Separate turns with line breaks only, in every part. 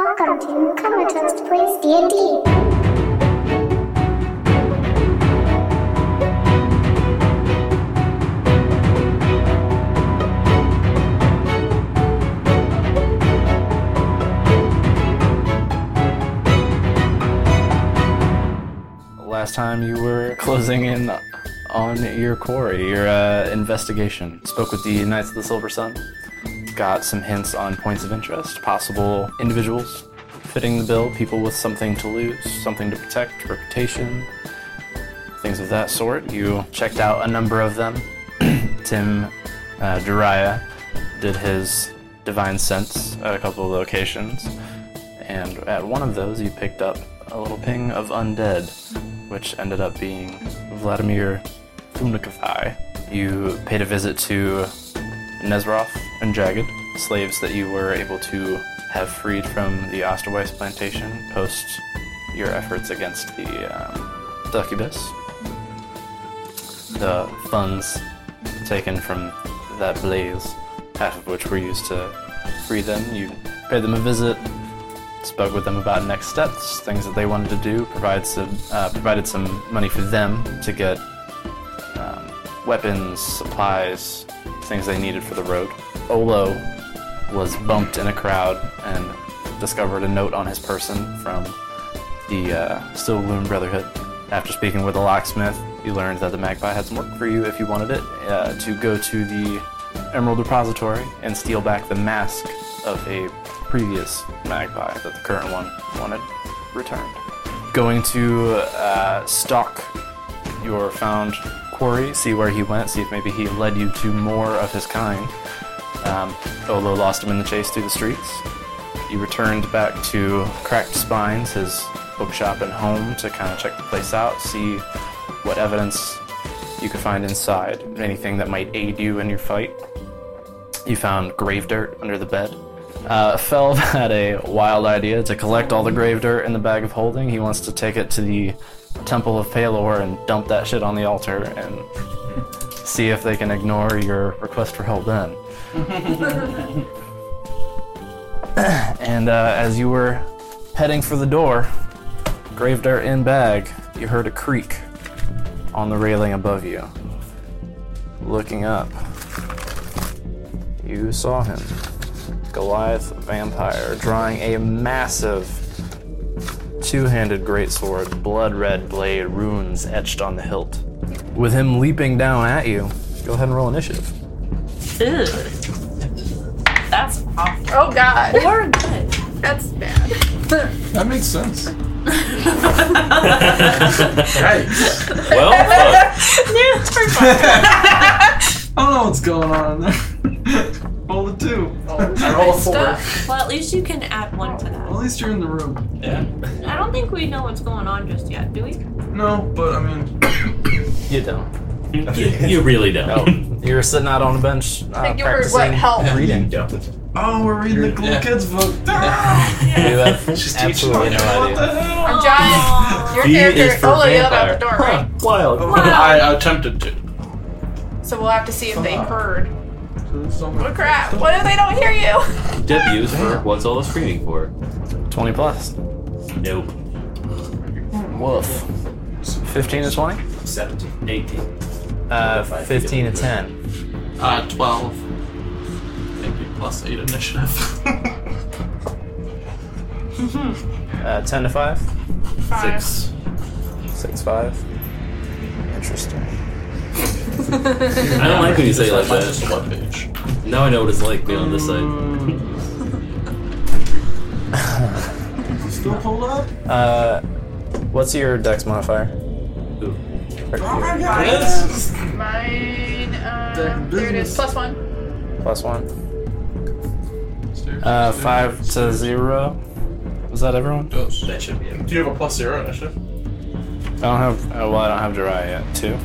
Welcome to Comatose Plays D&D.
Last time you were closing in on your quarry, your uh, investigation. Spoke with the Knights of the Silver Sun. Got some hints on points of interest, possible individuals fitting the bill, people with something to lose, something to protect, reputation, things of that sort. You checked out a number of them. Tim uh, Dariah did his divine sense at a couple of locations and at one of those you picked up a little ping of undead, which ended up being Vladimir Thumnikovai. You paid a visit to Nezroth and Jagged, slaves that you were able to have freed from the Osterweiss plantation post your efforts against the um, succubus. The funds taken from that blaze, half of which were used to free them. You paid them a visit, spoke with them about next steps, things that they wanted to do, provide some, uh, provided some money for them to get um, weapons, supplies, things they needed for the road. Olo was bumped in a crowd and discovered a note on his person from the uh, Still Gloom Brotherhood. After speaking with the locksmith, you learned that the Magpie had some work for you if you wanted it uh, to go to the Emerald Repository and steal back the mask of a previous Magpie that the current one wanted returned. Going to uh, stalk your found quarry, see where he went, see if maybe he led you to more of his kind. Um, Olo lost him in the chase through the streets. You returned back to Cracked Spines, his bookshop and home, to kind of check the place out, see what evidence you could find inside, anything that might aid you in your fight. You found grave dirt under the bed. Uh, Felv had a wild idea to collect all the grave dirt in the bag of holding. He wants to take it to the Temple of Palor and dump that shit on the altar and see if they can ignore your request for help then. and uh, as you were heading for the door, grave dirt in bag, you heard a creak on the railing above you. Looking up, you saw him. Goliath vampire drawing a massive two-handed greatsword, blood red blade, runes etched on the hilt. With him leaping down at you, go ahead and roll initiative.
Ew. That's awful.
Oh god,
Or good.
that's bad.
That makes sense.
Well, fuck.
I don't know Oh, what's going on in there. roll a two. I roll a four.
Well, at least you can add one to
At
that.
least you're in the room.
Yeah.
I don't think we know what's going on just yet, do we?
No, but I mean,
You don't.
You, you really don't.
you were Oh, sitting out on a bench uh,
Think you were,
practicing
what, help?
reading. You
oh, we're reading the cool
yeah.
kids book. Ah!
have
teaching
absolutely no
what the
idea.
hell?
I'm giant. Your
V is
character
for
only yelled out
vampire.
the door, right?
Wild.
I attempted to.
So we'll have to see if they
Fuck.
heard.
So there's so much
What Oh, crap? What if they don't hear you?
W is for what's all the screaming for?
Twenty plus.
Nope.
Woof. Fifteen to twenty.
17. 18.
Uh, fifteen to ten.
Uh, 12. Maybe plus 8 initiative.
Uh, ten to five.
Five.
Six.
Six five. Interesting.
I don't like when you say it like
Minus
that.
the web page.
Now I know what it's like being on this side.
Still pulled up?
Uh, what's your dex modifier?
Ooh.
Oh my god.
Mine.
that's-
Mine. Uh,
Damn
there it is.
business.
Plus one.
Plus one. Uh, five to zero. Was that everyone?
Yes.
That should be it.
Do you have a plus 0 initiative?
I don't have. Oh, well, I don't have Jiraiya yet. Two.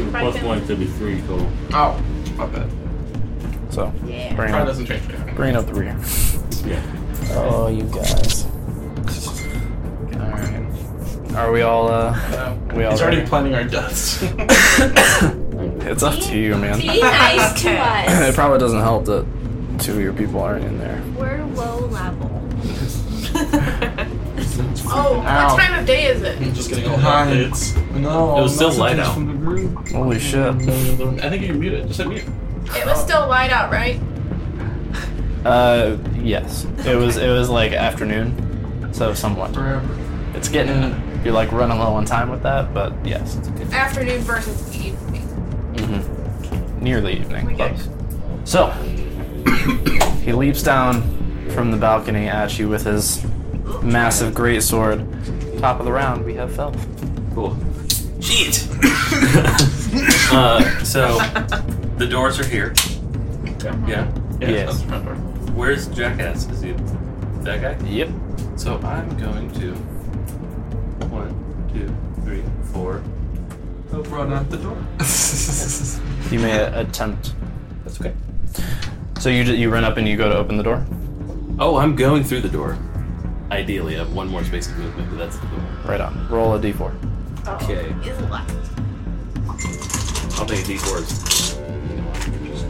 If I can-
could be three, cool.
Oh, my bad.
So
Yeah.
bring
Mine
up,
doesn't change anything.
bring up the rear.
Yeah.
Oh, you guys. All right. Are we all? uh
No.
We all.
He's already
ready?
planning our deaths.
It's up to you, man.
Be nice to us.
It probably doesn't help that two of your people aren't in there.
We're low level.
Ow.
Oh, what time of day is it?
I'm just getting all the
Hi.
updates.
No,
It was still
messages
light out.
From the group.
Holy shit.
I think you can mute it. Just hit mute.
It was still light out, right?
Uh, yes. It was it was like afternoon, so somewhat.
Forever.
It's getting you're like running low on time with that, but yes, it's good.
Afternoon versus evening.
hmm nearly evening.
We good.
Close. So he leaps down from the balcony at you with his massive greatsword. Top of the round, we have Felp.
Cool. Shit. uh, so the doors are here. Yeah.
Yeah,
Yes.
That's the front door.
Where's Jackass? Is he that guy?
Yep.
So I'm going to.
One, two, three, four.
Oh, run out the door.
You may attempt.
That's okay.
So you ju- you run up and you go to open the door.
Oh, I'm going through the door. Ideally, I have one more space of movement, but that's the door.
Right on. Roll a d4.
Okay.
Is light.
Oh. I'll take a d4s.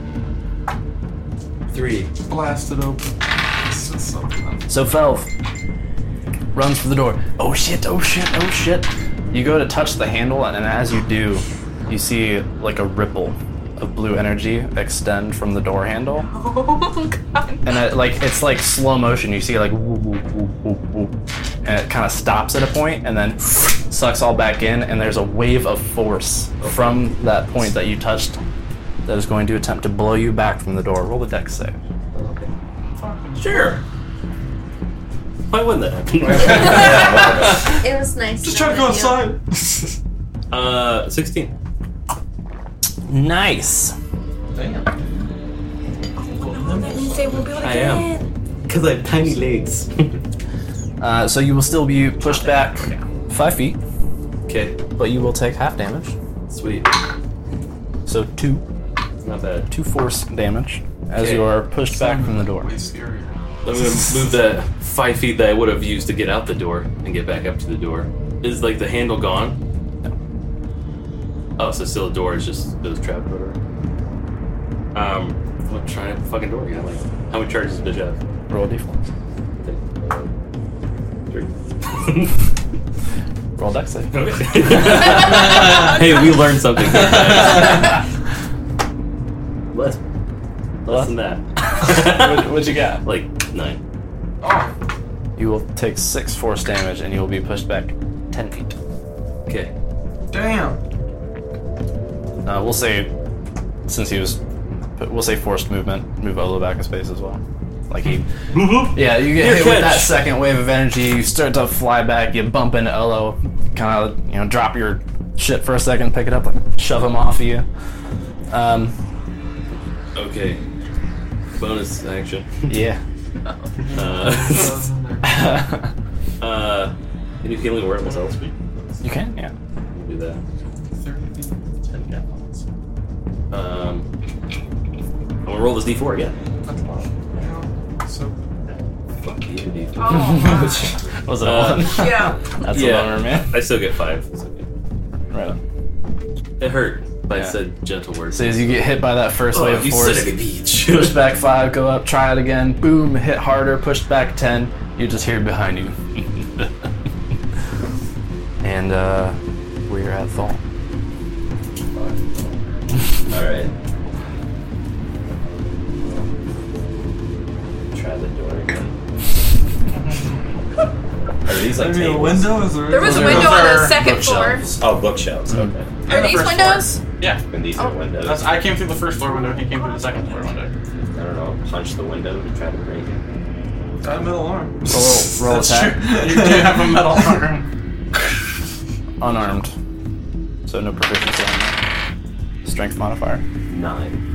Three.
Blast it open.
This is something else.
So Felv runs for the door. Oh shit, oh shit, oh shit. You go to touch the handle, and as you do, you see like a ripple of blue energy extend from the door handle.
Oh god.
And it, like it's like slow motion. You see like whoop, whoop, whoop, whoop, whoop. and it kind of stops at a point and then sucks all back in and there's a wave of force from that point that you touched that is going to attempt to blow you back from the door. Roll the deck save.
Sure. Why wouldn't that happen?
Yeah,
It was nice.
Just try to go
knowing you.
outside.
uh, 16.
Nice.
Damn.
That means they won't be able to
I
get
am.
in.
Because I have tiny legs.
Uh, so you will still be pushed back five feet,
okay,
but you will take half damage.
sweet.
So two,
Not bad.
two force damage as
Okay.
you are pushed back from the door.
Way scarier.
I'm gonna move the five feet that I would have used to get out the door and get back up to the door. Is like the handle gone? No. Oh, so still a door is just those trap door. Um, what trying to fucking door again? Like, how many charges does it have?
Roll a d4.
Three.
Roll deck save.
hey, we learned something. Less, less than
what,
that.
what you got?
like nine.
You will take six force damage and you will be pushed back ten feet.
Okay.
Damn.
Uh, we'll say, since he was, but we'll say forced movement, move Olo back a space as well. Like he,
Mm-hmm.
yeah, you get
Your
hit with
catch.
that second wave of energy. You start to fly back. You bump into Olo, kind of you know drop your shit for a second, pick it up, like, shove him off of you. Um,
Okay. Bonus action.
yeah.
Uh,
you
uh, and you can only wear it once else. We
can, yeah.
can do that. Um, I'm gonna roll this d4 again.
So
Fuck you, d4.
Oh
Was it
Uh,
a one?
yeah.
That's
Yeah.
a bummer, man.
I still get five. It's okay.
Right on.
It hurt, but I
Yeah.
said gentle words.
So as you get hit by that first
oh,
wave of
you
force,
son of a bitch.
push back five, go up, try it again, boom, hit harder, push back ten. You just hear it behind you. and uh we're at Thal.
Alright. Try the door again. Are these like
maybe a
tables?
window is there?
There was a
there-
window on the
Those are
second floor. Oh.
bookshelves.
Oh, bookshelves. Okay.
Are
And the
these
first
windows?
floor. Yeah.
And these are windows.
That's, I came through the first floor window, he came through the second floor window.
I don't know. Punch the window to try to break it.
Got a metal arm.
Roll, roll
That's
attack.
true. You do have a metal arm.
Unarmed. So no proficiency on that. Strength modifier.
Nine.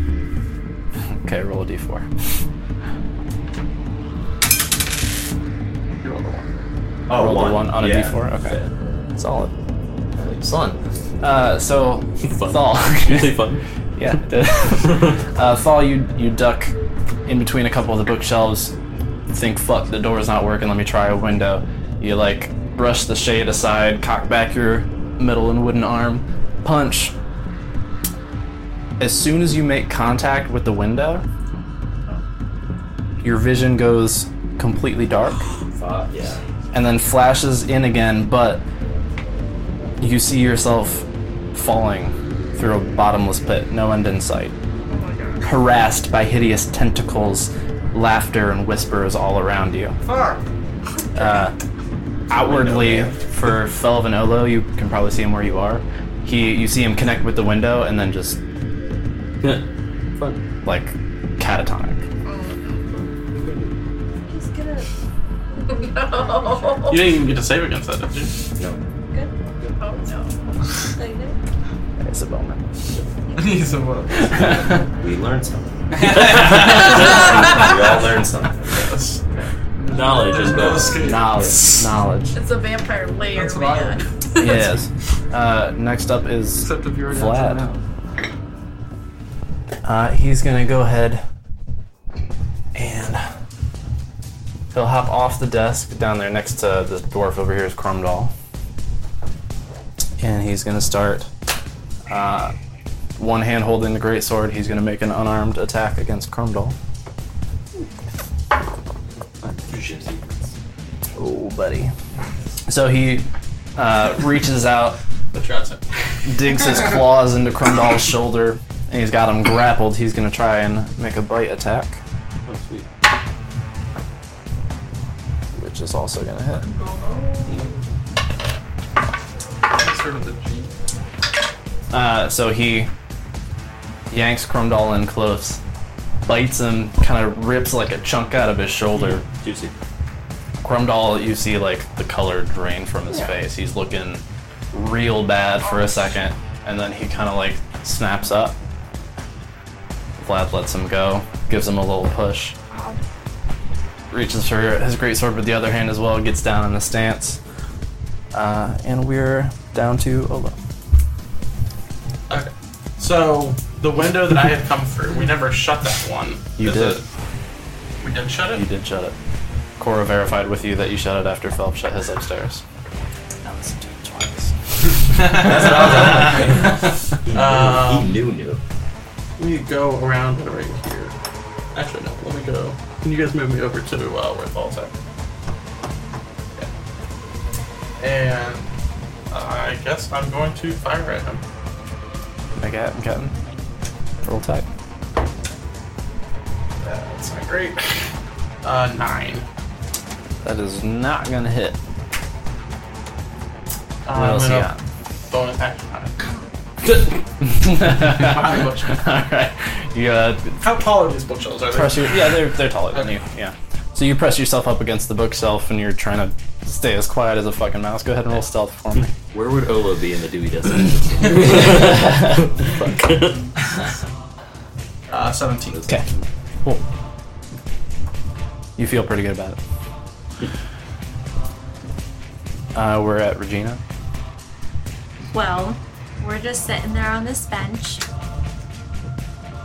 Okay, roll a d4.
You rolled a one.
Oh,
Roll the one on a
yeah.
D4? Okay. Solid.
Fair.
Son. Uh, so
Fun.
Thal.
Really fun.
yeah. it did. uh, Thal, you you duck in between a couple of the bookshelves. Think, fuck, the door's not working. Let me try a window. You like brush the shade aside, cock back your metal and wooden arm, punch. As soon as you make contact with the window, your vision goes completely dark
Fuck, yeah.
and then flashes in again, but you see yourself falling through a bottomless pit, no end in sight. Harassed by hideous tentacles, laughter, and whispers all around you.
Fuck.
Uh, outwardly, for Felvin Olo, you can probably see him where you are. He, you see him connect with the window, and then just
Fun.
like catatonic.
He's gonna.
No.
You didn't even get to save against that, did you?
Good.
Oh no.
Like, no.
It's a bummer.
He's a what?
We learned something. we all learned something.
Yes.
Knowledge is both.
knowledge, knowledge.
It's a vampire layer,
That's what I
man.
yes. Uh, next up is
Except if you're
Vlad. Uh, he's gonna go ahead and he'll hop off the desk down there next to this dwarf over here is Crumdall. And he's gonna start uh, one hand holding the great sword. He's gonna make an unarmed attack against Crumdall. Oh, buddy. So he uh, reaches out,
The tricep.
digs his claws into Crumdall's shoulder, and he's got him grappled. He's gonna try and make a bite attack,
Oh, sweet.
which is also gonna hit.
Sort of the G.
Uh, so he yanks Crumdall in close, bites him, kind of rips like a chunk out of his shoulder.
Juicy.
Crumdall, you see like the color drain from his face. He's looking real bad for a second, and then he kind of like snaps up. Vlad lets him go, gives him a little push, reaches for his great sword with the other hand as well, gets down in a stance, uh, and we're down to Olo.
Okay. So the window that I had come through, we never shut that one.
You
Is
did.
it- We did shut
You
it.
did shut it. Cora verified with you that you shut it after Phelps shut his upstairs. Now listen to it twice.
He knew.
Um,
he knew. knew.
Let me go around right here. Actually, no. Let me go. Can you guys move me over to uh, where Paul's at? Yeah. And I guess I'm going to fire at him.
Make it happen, Captain. Roll tight.
That's not great. Uh, nine.
That is not gonna hit.
Um,
What else you
and a
got?
Bonus action on it.
Alright. You uh,
How tall are these bookshelves? Are they?
press your yeah, they're they're taller than
Okay.
you. Yeah. So you press yourself up against the bookshelf and you're trying to stay as quiet as a fucking mouse. Go ahead and roll stealth for me.
Where would Ola be in the Dewey Decimal?
Uh, 17.
Okay. Cool. You feel pretty good about it. Uh, we're at Regina.
Well, we're just sitting there on this bench.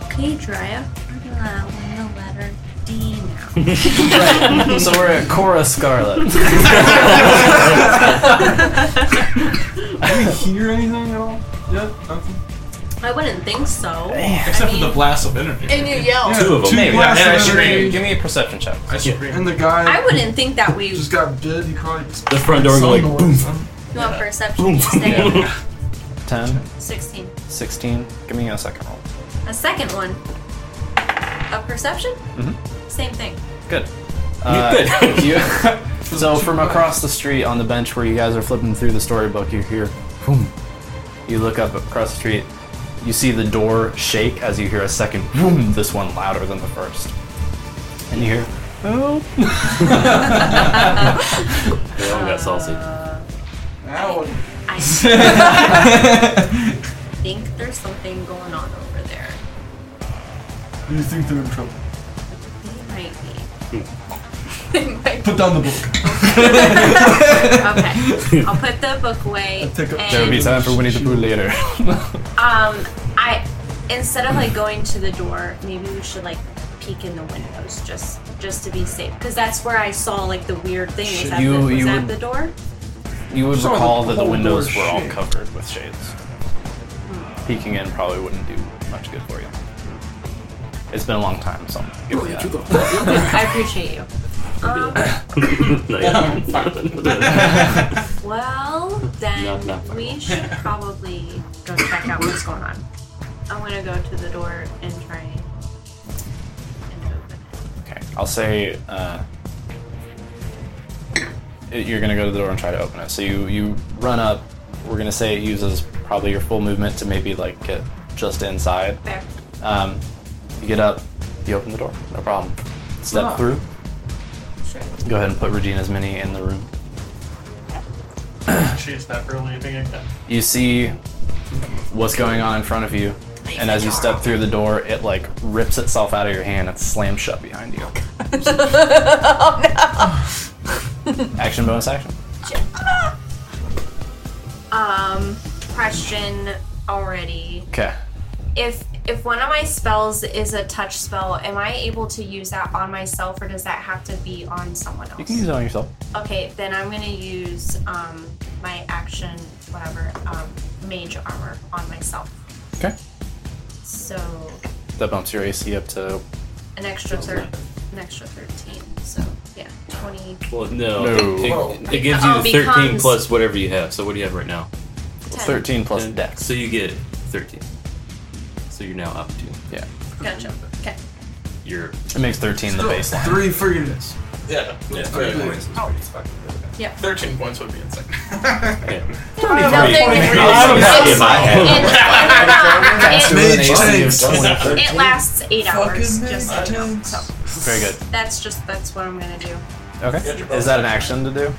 Okay, Drya. I'm gonna, I'm gonna let her D now.
so we're at Cora Scarlet.
Did we hear anything at all? Yeah, nothing.
I wouldn't think so.
Except
I mean,
for the blast of energy.
And you yell.
Yeah,
Oh, Two of them.
Two
Maybe.
Maybe. And
blasts
I
of
should
energy.
give, give me a perception check.
I scream.
And the guy
I wouldn't think that we
just got bid. He probably just
The front door going like, boom.
want perception to stay.
Yeah. 10,
16.
16. Give me a second roll.
A second one. A perception?
Mm-hmm.
Same thing.
Good. Uh,
good.
you- so from across the street on the bench where you guys are flipping through the storybook, you hear, boom. You look up across the street. You see the door shake as you hear a second, boom. This one louder than the first. And you hear, oh.
They all got salsy.
out.
I think there's something going on over there.
You think they're in trouble?
They might be.
Put down the book.
Okay. I'll put the book away.
Take a-
There'll be
And,
time for Winnie the Pooh later.
um, I instead of like going to the door, maybe we should like peek in the windows just just to be safe because that's where I saw like the weird thing. Is
Should
that
you-
the, was
you
that
would-
the door?
You would
Some of the
recall that the
whole
windows
door's
were all
shaped.
covered with shades. Peeking in probably wouldn't do much good for you. It's been a long time, so. I'll give you that.
I appreciate you. Um,
no, yeah.
I'm fine with it.
well,
Not-
then
not fine.
we should probably go check out what's going on. I'm gonna go to the door and try and open it.
Okay, I'll say uh, you're gonna go to the door and try to open it. So you you run up. We're gonna say it uses probably your full movement to maybe like get just inside.
There.
Um, you get up, you open the door, no problem. Step
Ah.
through.
Sure.
Go ahead and put Regina's mini in the room.
She's never leaving again.
You see what's going on in front of you, and as you step through the door, it like rips itself out of your hand and slams shut behind you. Action bonus action.
Um, question already.
Okay.
If if one of my spells is a touch spell, am I able to use that on myself, or does that have to be on someone else?
You can use it on yourself.
Okay, then I'm gonna use um, my action, whatever, um, mage armor on myself.
Okay.
So
That bumps your AC up to
an extra thir- an extra thirteen. So yeah, twenty.
Well, no.
No.
It, it, it gives you
Oh,
13
becomes-
plus whatever you have. So what do you have right now?
10.
13 plus
And-
dex.
So you get 13. So you're now up to.
Yeah.
Gotcha. Okay.
Your
It makes 13 the baseline.
Three freaking.
Yeah.
Yeah.
Three
Three points.
points.
Yeah.
13 points would be insane.
okay.
It's- it's-
With
Mage
an AC of
tanks.
20.
It it lasts eight hours.
Fucking
Just so
mage
you know.
tanks.
So
Very good.
that's just that's what I'm gonna do.
Okay. Is that an action to do?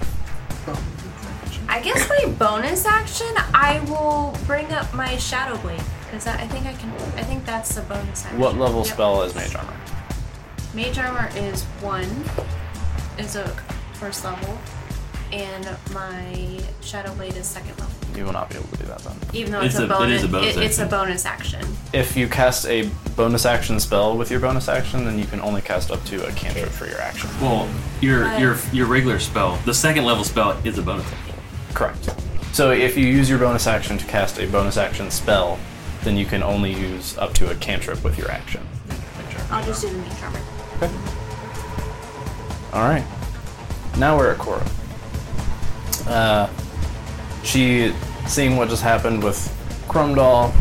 I guess my bonus action, I will bring up my Shadow Blade because I think I can. I think that's the bonus action.
What level
Yep.
spell is Mage Armor?
Mage armor is one, is a first level, and my Shadow Blade is second level.
You will not be able to do that then.
Even though it's,
It's
a,
a- it
bonus,
is a bonus
it- it's a
action.
bonus action.
If you cast a bonus action spell with your bonus action, then you can only cast up to a cantrip for your action.
Well, your
Right.
your your regular spell, the second level spell is a bonus.
Correct. So if you use your bonus action to cast a bonus action spell, then you can only use up to a cantrip with your action.
I'll just do the mage armor.
All right. Now we're at Cora. Uh, she, seeing what just happened with Crumdoll,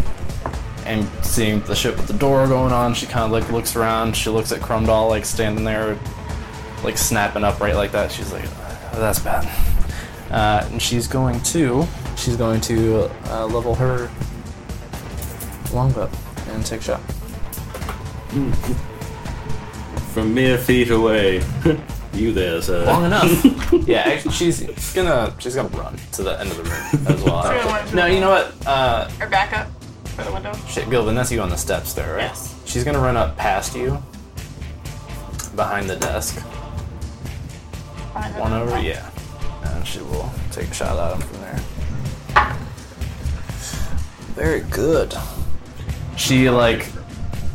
and seeing the shit with the door going on, she kind of like looks around. She looks at Crumdoll like standing there, like snapping upright like that. She's like, "Oh, "That's bad." Uh, and she's going to, she's going to uh, level her longbow and take a shot.
From mere feet away, you there, sir.
long enough. yeah, actually, she's gonna she's gonna run to the end of the room as
Three,
well.
one, two.
no, you know what? Uh,
Or back up for the window.
shit, Gilvin, that's you on the steps there, right?
Yes.
She's gonna run up past you, behind the desk, one over, yeah, and she will take a shot at him from there. Very good. She like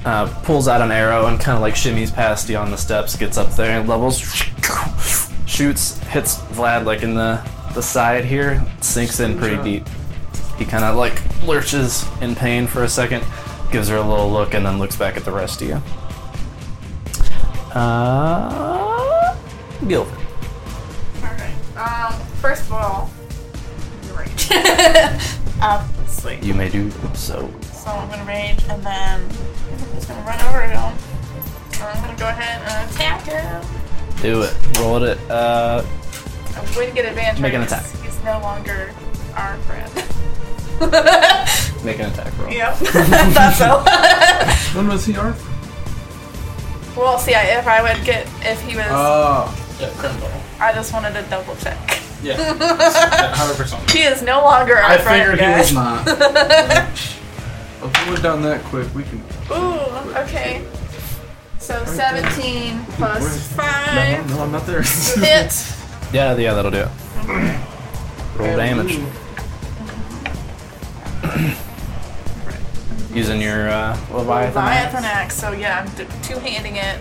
uh, pulls out an arrow and kind of like shimmies past you on the steps, gets up there and levels, shoots, hits Vlad like in the the side here, sinks in pretty deep. He kind of like lurches in pain for a second, gives her a little look, and then looks back at the rest of you. Uh, Gilbert.
Okay. Um, first of all, you're right. Obviously.
You may do so.
So I'm gonna rage and then I'm just gonna run over to him. And I'm gonna go ahead and attack him.
Do it. Roll it. Uh,
I would get advantage.
Make an
because
attack.
He's no longer our friend.
make an attack roll.
yep. Thought so.
When was he Arf?
well, see, I, if I would get, if he was,
Oh.
Yeah, criminal.
I just wanted to double check.
Yeah. yeah 100%.
He is no longer our
I
friend,
figured he was
guys.
not. If we were done that quick, we can.
Ooh, okay. So 17
Where's-
plus 5.
No, no, I'm not there.
Hit.
Yeah, yeah, that'll do it. Roll damage. Using your uh, Leviathan.
Leviathan
axe.
axe. So yeah, I'm d- two handing it.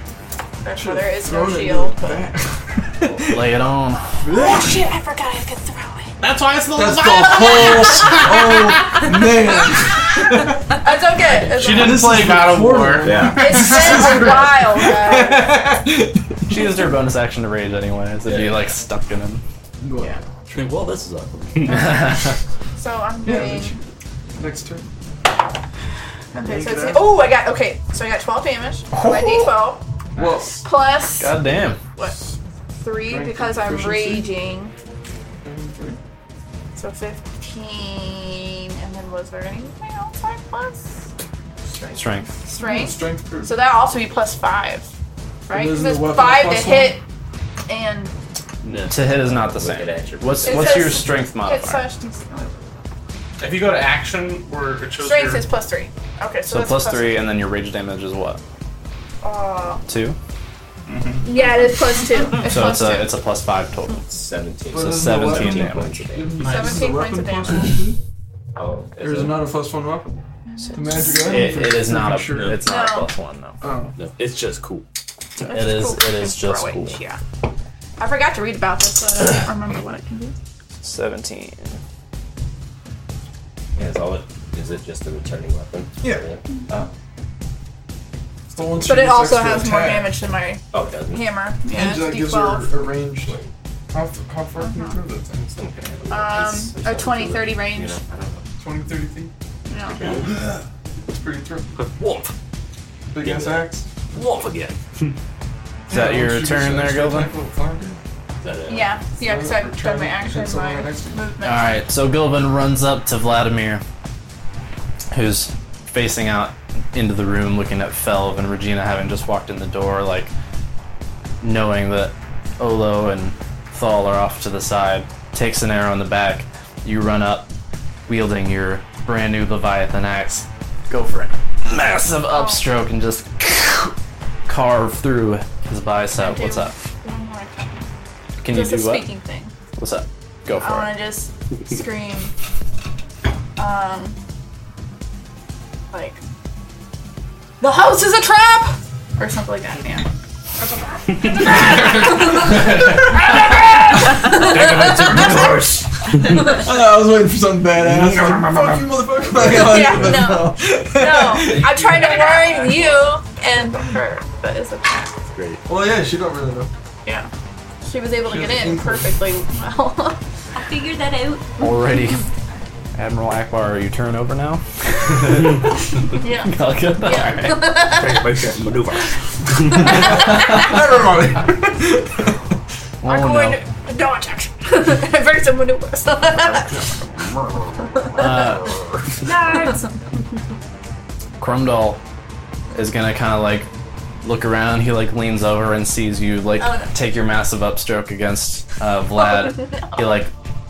Therefore, there is no
Thrown it in
shield.
the back.
Lay it on.
Shit, I forgot I could throw it.
That's why it's the
That's the
last
whole. Oh man!
That's okay. It's,
She didn't play God of War.
Yeah.
it's been a while, guys.
She used her bonus action to rage anyway, so
Yeah.
you like stuck in him.
Yeah.
Well, this is awkward.
So I'm
Yeah,
doing.
that's- Next turn.
Okay, so
Take it
it's
out.
oh, I got okay. So I got 12 damage. My d12
Whoa.
plus
God damn.
what three
Strength
because
and
I'm
proficiency.
raging. So 15, and then was there anything else I plus
Strength.
strength?
Strength proof.
So that also be plus five, right?
And
Because
isn't
it's
the weapon
five to
plus
hit, and
No.
To hit is not the
Look
same.
it at your-
What's
It
what's
says-
your strength
it's
modifier?
such
If you go to action or it shows
strength
your-
is plus three. Okay, so,
So
that's
plus three, and then your rage damage is what?
Uh,
Two.
yeah, it is plus two. It's
So it's
plus
a
two.
it's a plus five total.
17.
But
So
isn't the
17
weapon-
damage.
points a day.
Nice.
Seventeen
the
points
weapon
of
plus
damage.
one too?
Oh, is
There's
it?
another plus one weapon. The magic item.
It, it is not a
Sure.
it's not a
No.
plus one no.
Oh.
No, it's just cool.
It is it is just
Throw it,
cool.
Yeah. I forgot to read about this, so I don't remember what it can do.
Seventeen.
Yeah, it's all it, is it just a returning weapon?
Yeah.
Oh,
It's the one she
But it
gets
also
extra
has more
attack.
damage than my
oh it doesn't.
hammer. Yeah,
And
it's
that gives
d12.
her a range. How, f- how far can
Uh-huh.
you throw that thing?
Okay.
Um,
It's- it's
a
not
20,
too late,
30 range.
You know, I don't know.
20, 30 feet?
No.
That's pretty throw.
Wolf!
Big ass axe.
Wolf again!
Is that
Yeah,
your
she gets
turn there,
extra
Gilvin?
attack with fire.
Is that uh, it?
Yeah, yeah, because I've done my action,
It's
my
over next to you.
movement.
All right, so Gilvin runs up to Vladimir, who's facing out into the room, looking at Felv and Regina, having just walked in the door, like knowing that Olo and Thal are off to the side. Takes an arrow in the back. You run up, wielding your brand new Leviathan axe. Go for it. Massive upstroke and just carve through his bicep.
Do
What's up?
One more attack.
Can you
Just a
do what?
speaking thing.
What's up? Go
I
for it.
want to just scream. Um, like, the house is a trap! Or something like that, yeah.
I was waiting for some badass. Fuck you, motherfucker.
Yeah, no. No, I'm trying to warn you and her, but it's a trap.
Great.
Well, yeah, she don't really know.
Yeah. She was able to
She
get
was
in
in.
perfectly well.
I figured that out.
Already. Admiral Akbar, are you turn over now?
yeah.
Okay.
Yeah.
Maneuver.
Everybody.
Oh,
I'm
no.
going to no attack. Very similar to us.
Uh, Crumdall is gonna kind of like look around. He like leans over and sees you like
Oh, no.
take your massive upstroke against uh, Vlad.
Oh,
He like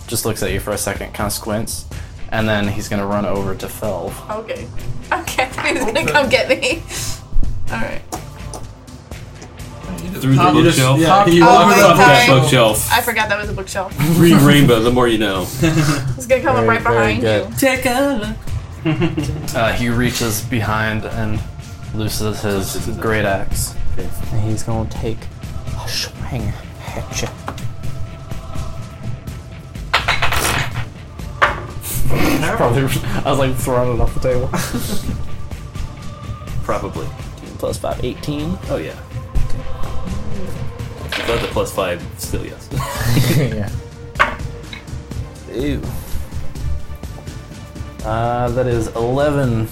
just looks at you for a second, kind of squints, and then he's gonna run over to Felv.
okay. Okay. He's gonna come get me. Alright.
Through the
You just,
bookshelf.
yeah, you
Oh,
walk
wait,
up
Fuck that
sorry.
bookshelf.
I forgot that was a bookshelf.
Read Rainbow, the more you know.
He's gonna come up right behind you.
Take a look. uh, he reaches behind and looses his great axe. And he's gonna take a swing at you. Probably, I was like throwing it off the table.
Probably.
Plus 5, 18.
Oh, yeah. But the plus five, still yes.
yeah. Ew. Uh, that is 11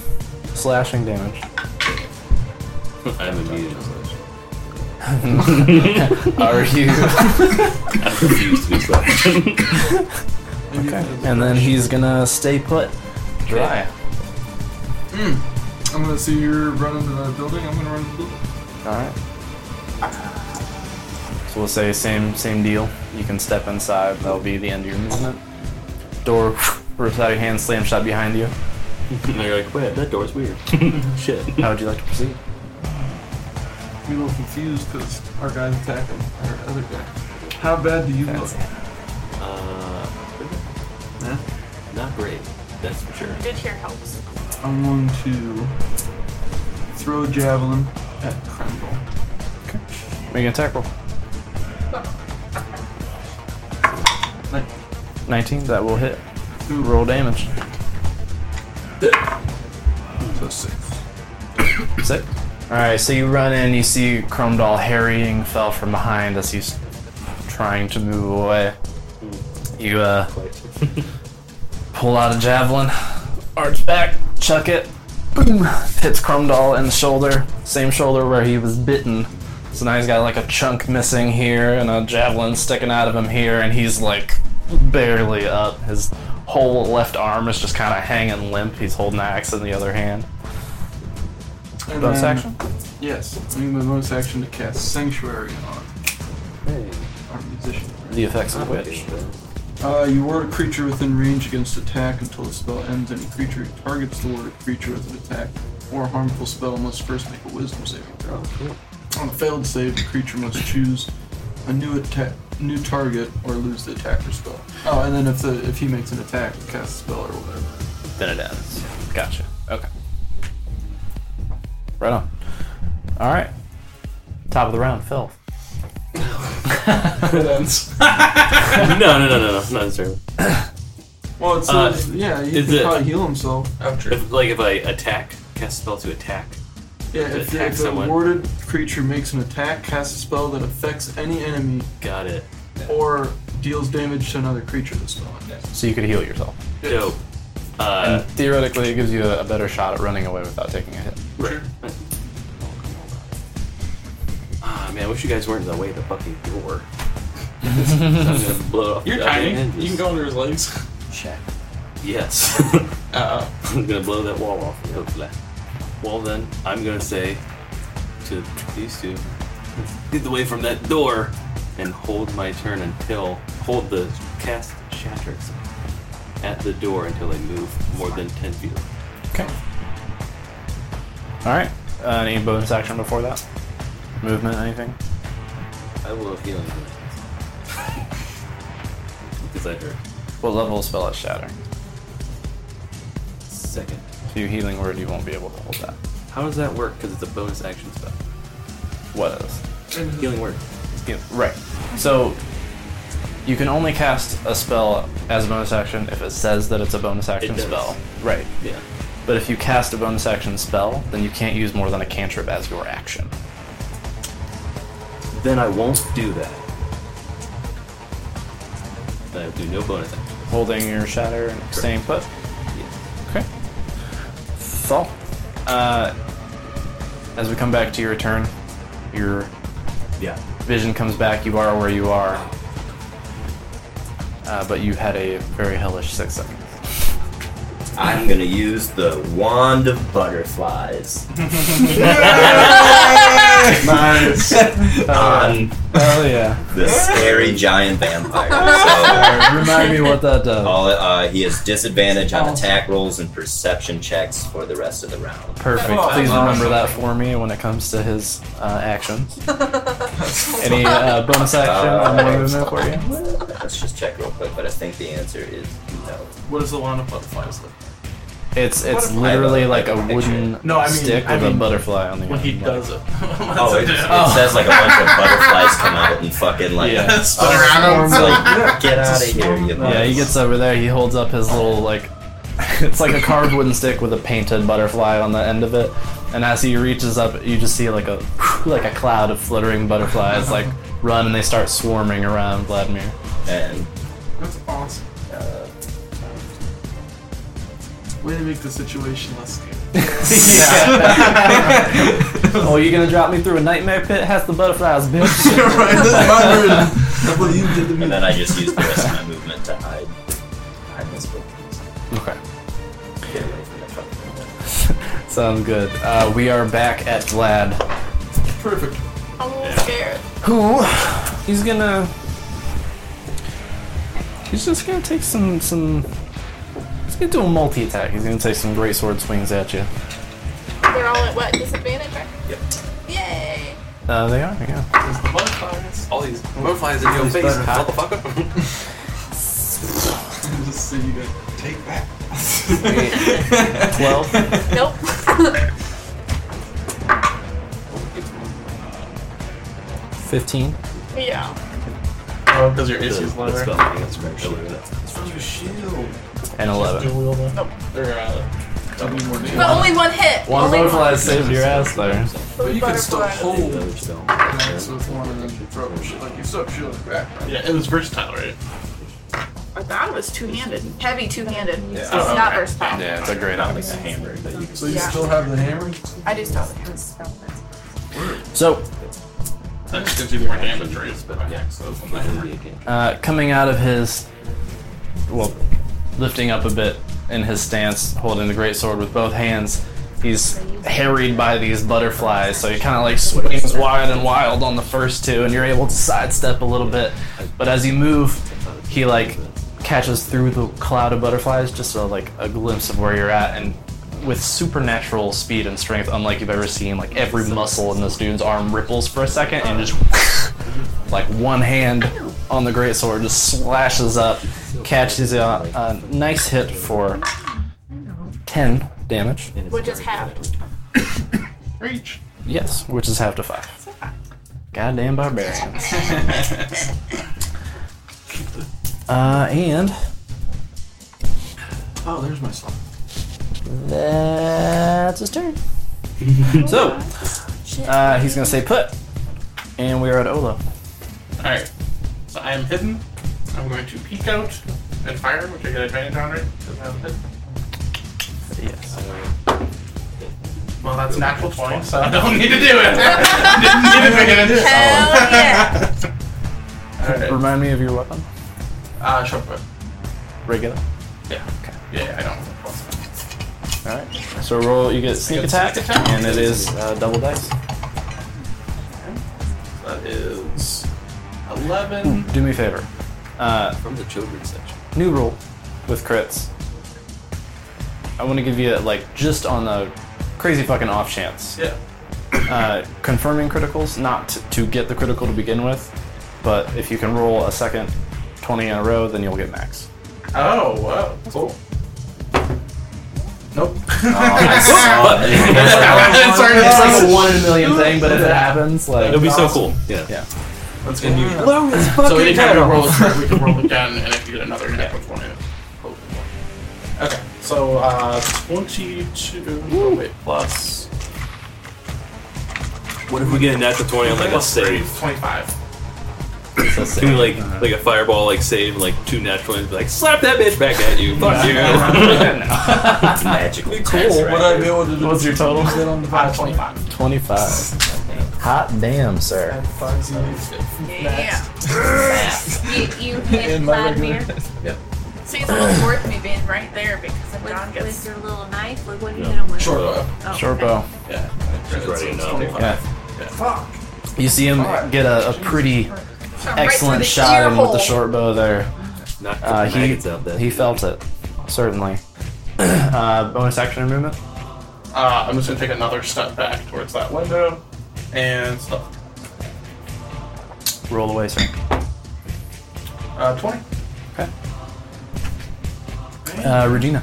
slashing damage.
I'm immune.
Are you.
I refuse to be slapped.
And then he's gonna stay put. Dry.
I'm gonna see you're running to the building. I'm gonna run to the building.
Alright. So we'll say same same deal. You can step inside, that'll be the end of your movement. Door rips out of your hand, slam shut behind you.
And you're like, wait, that door's weird. Shit.
How would you like to proceed?
Be a little confused because our guy's attacking our other guy. How bad do you look?
Uh, not great. That's for sure.
Good here helps.
I'm going to throw a javelin at Crandall.
Make an attack roll.
Like,
19, that will hit. Roll damage.
so six.
Six. Alright, so you run in, you see Chromedall harrying Fell from behind as he's trying to move away. You, uh, pull out a javelin, arch back, chuck it, boom, hits Chromedall in the shoulder, same shoulder where he was bitten. So now he's got like a chunk missing here and a javelin sticking out of him here, and he's like barely up. His whole left arm is just kind of hanging limp. He's holding the axe in the other hand.
And
Bonus
then-
action?
Yes, I'm using my bonus action to cast Sanctuary on our musician.
The effects of which?
Uh, you ward a creature within range against attack until the spell ends. Any creature who targets the warded creature with an attack or harmful spell must first make a wisdom saving throw. On a failed save, the creature must choose a new attack, new target, or lose the attacker spell. Oh, and then if the if he makes an attack, cast a spell or whatever.
Then it ends. Gotcha. Okay. Right on. All right. Top of the round, Phil.
it ends.
no, no, no, no, no, not necessarily.
Well, it's
Uh,
yeah, he
is
can
it- Oh,
probably heal himself.
If, like if I attack, cast a spell to attack.
Yeah,
To
if, the,
attack
if the
someone.
warded creature makes an attack, casts a spell that affects any enemy
Got it.
or deals damage to another creature this spell ends.
So you could heal yourself.
Dope. Uh,
and theoretically, it gives you a, a better shot at running away without taking a hit.
ah, man, I wish you guys weren't in the way of the fucking door. I'm gonna blow off
You're
the
tiny.
goddamn hinges.
You can go under his legs.
Yes.
Uh,
I'm gonna blow that wall off. Hopefully. Well then, I'm gonna say to these two, get away from that door and hold my turn until hold the cast Shatrix at the door until they move more than ten feet.
Okay. All right. Uh, any bonus action before that? Movement, anything?
I will have healing because I hurt.
What level spell is Shatter?
Second.
If you healing word, you won't be able to hold that.
How does that work? Because it's a bonus action spell.
What is?
Healing word.
Right. So you can only cast a spell as a bonus action if it says that it's a bonus action
does.
spell. Right.
Yeah.
But if you cast a bonus action spell, then you can't use more than a cantrip as your action.
Then I won't do that. Then I will do no bonus action.
Holding your shatter and staying put.
Yes.
Okay. So, uh, as we come back to your turn, your
Yeah.
vision comes back. You are where you are. Uh, but you had a very hellish six seconds.
I'm gonna use the wand of butterflies.
Nice.
on
Oh yeah.
the scary giant vampire.
Remind me what that does.
So, all, uh, he has disadvantage on attack rolls and perception checks for the rest of the round.
Perfect.
Oh,
Please
awesome.
remember that for me when it comes to his uh, actions. Any uh, bonus action on
Uh,
one movement for you?
Let's just check real quick, but I think the answer is no.
what does the wand of butterflies look like?
It's it's
if I-
literally like a
I picture
wooden
it?
No, I mean-
stick
I
with a
mean,
butterfly on the
When
end.
he does it.
Oh, it, just, it says like a bunch of butterflies come out and fucking like
Yeah.
Spin
Oh,
around him.
it's like, get out of here. You
Yeah, he gets over there. He holds up his little like, it's like a carved wooden stick with a painted butterfly on the end of it. And as he reaches up, you just see like a like a cloud of fluttering butterflies like run and they start swarming around Vladimir.
And
That's awesome.
uh,
Way to make the situation less scary.
Oh, you gonna drop me through a nightmare pit? Has the butterflies, bitch.
right, this is my version. That's what you did to me.
and then I just use the rest of my movement to hide hide this book.
okay.
Get away from the fucking
Sounds good. Uh, we are back at Vlad.
Perfect.
I'm a little scared.
Who? He's gonna. He's just gonna take some some. He's gonna do a multi attack. He's gonna take some great sword swings at you.
They're all at what disadvantage? Right?
Yep.
Yay!
Uh, they are. Yeah.
All these butterflies in your face, motherfucker.
Just so you guys take back.
Twelve.
Nope.
Fifteen.
yeah.
Oh, because your
That's
issue's
spell
leather.
thing, that's right.
And eleven.
Dual wielder.
Nope.
Or, uh,
Don't need more damage.
But only one hit.
One
only
butterfly saved your ass there.
But you can still
Butterfly.
hold
Another spell.
max with one and then throw shit. Like, you still have shield in the back. right?
Yeah, it was versatile, right?
I thought it was two-handed. Heavy two-handed.
Yeah.
It's
Oh,
not
okay.
versatile.
Yeah, it's a great
Not like a
option.
hammer, but you
So you
Yeah.
still have the hammer?
I do stop.
So,
That just gives you more damage, right?
Yeah.
So it's
Which would
not-
be a cantrip.
uh, coming out of his, well, lifting up a bit in his stance, holding the greatsword with both hands, he's harried by these butterflies. So he kind of like swings wide and wild on the first two, and you're able to sidestep a little bit. But as you move, he like catches through the cloud of butterflies, just so like a glimpse of where you're at, and with supernatural speed and strength, unlike you've ever seen, like every muscle in this dude's arm ripples for a second, and just like one hand on the greatsword just slashes up, catches a, a nice hit for 10 damage.
Which is half.
Reach.
Yes, which is half to five. Goddamn barbarians. Uh, and
Oh, there's my slot.
that's his turn. so, uh, he's gonna say put, and we are at Olo.
Alright. So I am hidden. I'm going to peek out and fire, which I get advantage on, right? Because I have a hit.
Yes.
Well, that's a natural 20, so I don't need to do it. Didn't need to figure it out.
Hell yeah.
Alright.
Remind me of your weapon.
Uh, shortcut.
Regular.
Yeah. Okay. Yeah, I don't. Plus
All right. So roll. You get sneak
I got
attack,
sneak attack.
and it is uh, double dice.
That is 11.
Hmm.
Do me a favor. Uh,
From the children's section.
new rule with crits. I want to give you like just on the crazy fucking off chance.
Yeah.
Uh, confirming criticals, not t- to get the critical to begin with, but if you can roll a second twenty in a row, then you'll get max.
Oh, wow. Cool. Nope.
it's like a one in a million thing, but if it happens, like
It'll be so cool. Yeah.
Yeah.
Let's get new. So
fucking
anytime we roll a crit, we can roll again, and if you get another hit, which one it? Okay, so uh, 22. Oh, wait, plus.
What if we get a natural 20 on like a
plus three,
save?
25.
Can we like like a fireball like save and like two natural ones be like slap that bitch back at you? Fuck you.
it's magical.
Be
text,
cool,
right?
Would I be able to do
What's your total?
Is that on the
Uh, 25.
Twenty-five. Hot damn, sir.
Five Z's.
Yeah.
You, you hit
In my
Vladimir
regular-
See, it's almost worth me being right there because if John
with, with
gets
your little knife. Like, what do you hit him with?
Short bow.
Oh,
Short
okay.
bow.
Yeah.
She's ready enough.
Yeah.
Fuck.
You see him get a, a pretty
So I'm right
excellent
through the ear
shot in with
hole.
the short bow there.
Knock the
Uh, he
maggots out that
he
dude.
felt it, certainly. uh, bonus action and movement.
Uh, I'm just gonna take another step back towards that window and stuff.
Roll away, sir.
Uh, 20.
Okay. Uh, Regina.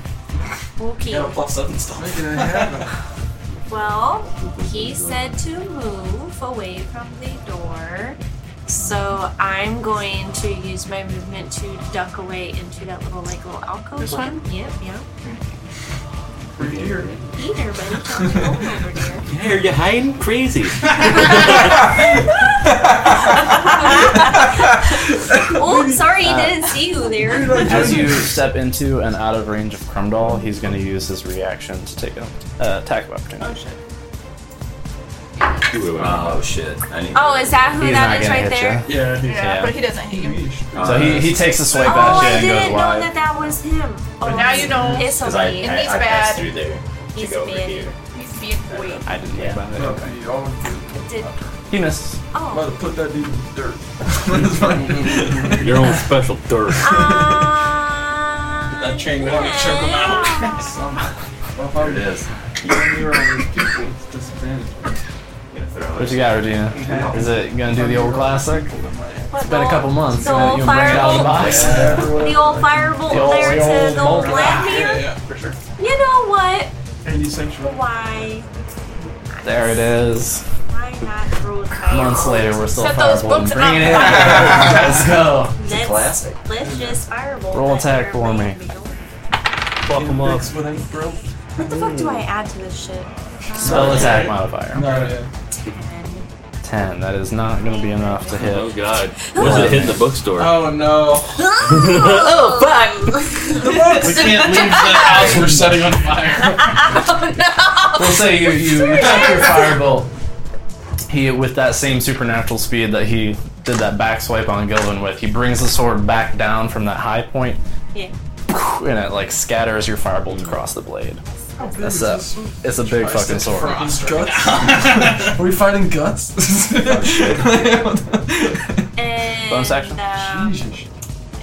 Okay.
Yeah, plus 7 stuff.
Making it happen.
Well, he said to move away from the door. So I'm going to use my movement to duck away into that little like little alcove.
This
one? Yep, yep.
We're here.
Peter, buddy, tell me going over there.
Hey, are you hiding? Crazy.
Oh, sorry, you didn't see you there.
As you step into and out of range of Crumdall, he's going to use his reaction to take an uh, attack of opportunity.
Oh shit! I need.
Oh, is that who
He's
that
not
is
gonna
right
hit
there?
you.
Yeah, he's
Yeah,
Yeah.
but he doesn't hit you.
So he, he takes a swipe
Oh,
at you
I
and
didn't
goes
know
wide.
that that was him. Oh,
now you know.
It's a
Because I, I,
lead.
I
he's
passed
bad.
through there to
He's
go
a
over
man.
here.
He's being weak.
I didn't think
Yeah.
about that.
Okay, y'all would do it.
Did,
He misses.
I'm about
oh.
to put that dude in the dirt. That's fine.
Your own special dirt.
oh. Uh,
That chain would have to choke him out.
yeah.
Some- well, if I'm
It is.
you and me are on these people, it's disadvantage.
Gonna throw
What
it.
you got, Regina? Is it going to do the old classic?
What
It's been a couple months.
The
You wanna-
old
you wanna bring it out of the
firebolt.
box?
The old firebolt
The old-
there
the
to
old
the old
bolt.
Yeah,
Vladimir.
yeah, for sure.
You know what?
Any sanctuary.
Why?
There it is.
Why not throw it out?
Months later, we're still
Set those
fireballing.
books
Bring it in.
on
Let's go.
Let's,
classic.
Let's just firebolt.
Mm-hmm. Roll
that
attack for me.
there, baby.
Fuck him up.
Fix what ain't broke.
What the fuck do I add to this shit? Oh,
Spell attack modifier.
No, yeah.
Ten. That is not going to be enough to
Oh
hit.
God! What does it hit in the bookstore?
Oh no.
Oh, fun!
We can't leave the house we're setting on fire.
We'll say you you, you chuck your firebolt. He with that same supernatural speed that he did that back swipe on Gilvin with. He brings the sword back down from that high point,
Yeah.
and it like scatters your firebolt across the blade. That's a it's a big fucking sword.
Is guts? Are we fighting guts?
And
Bonus action?
um,
Jesus.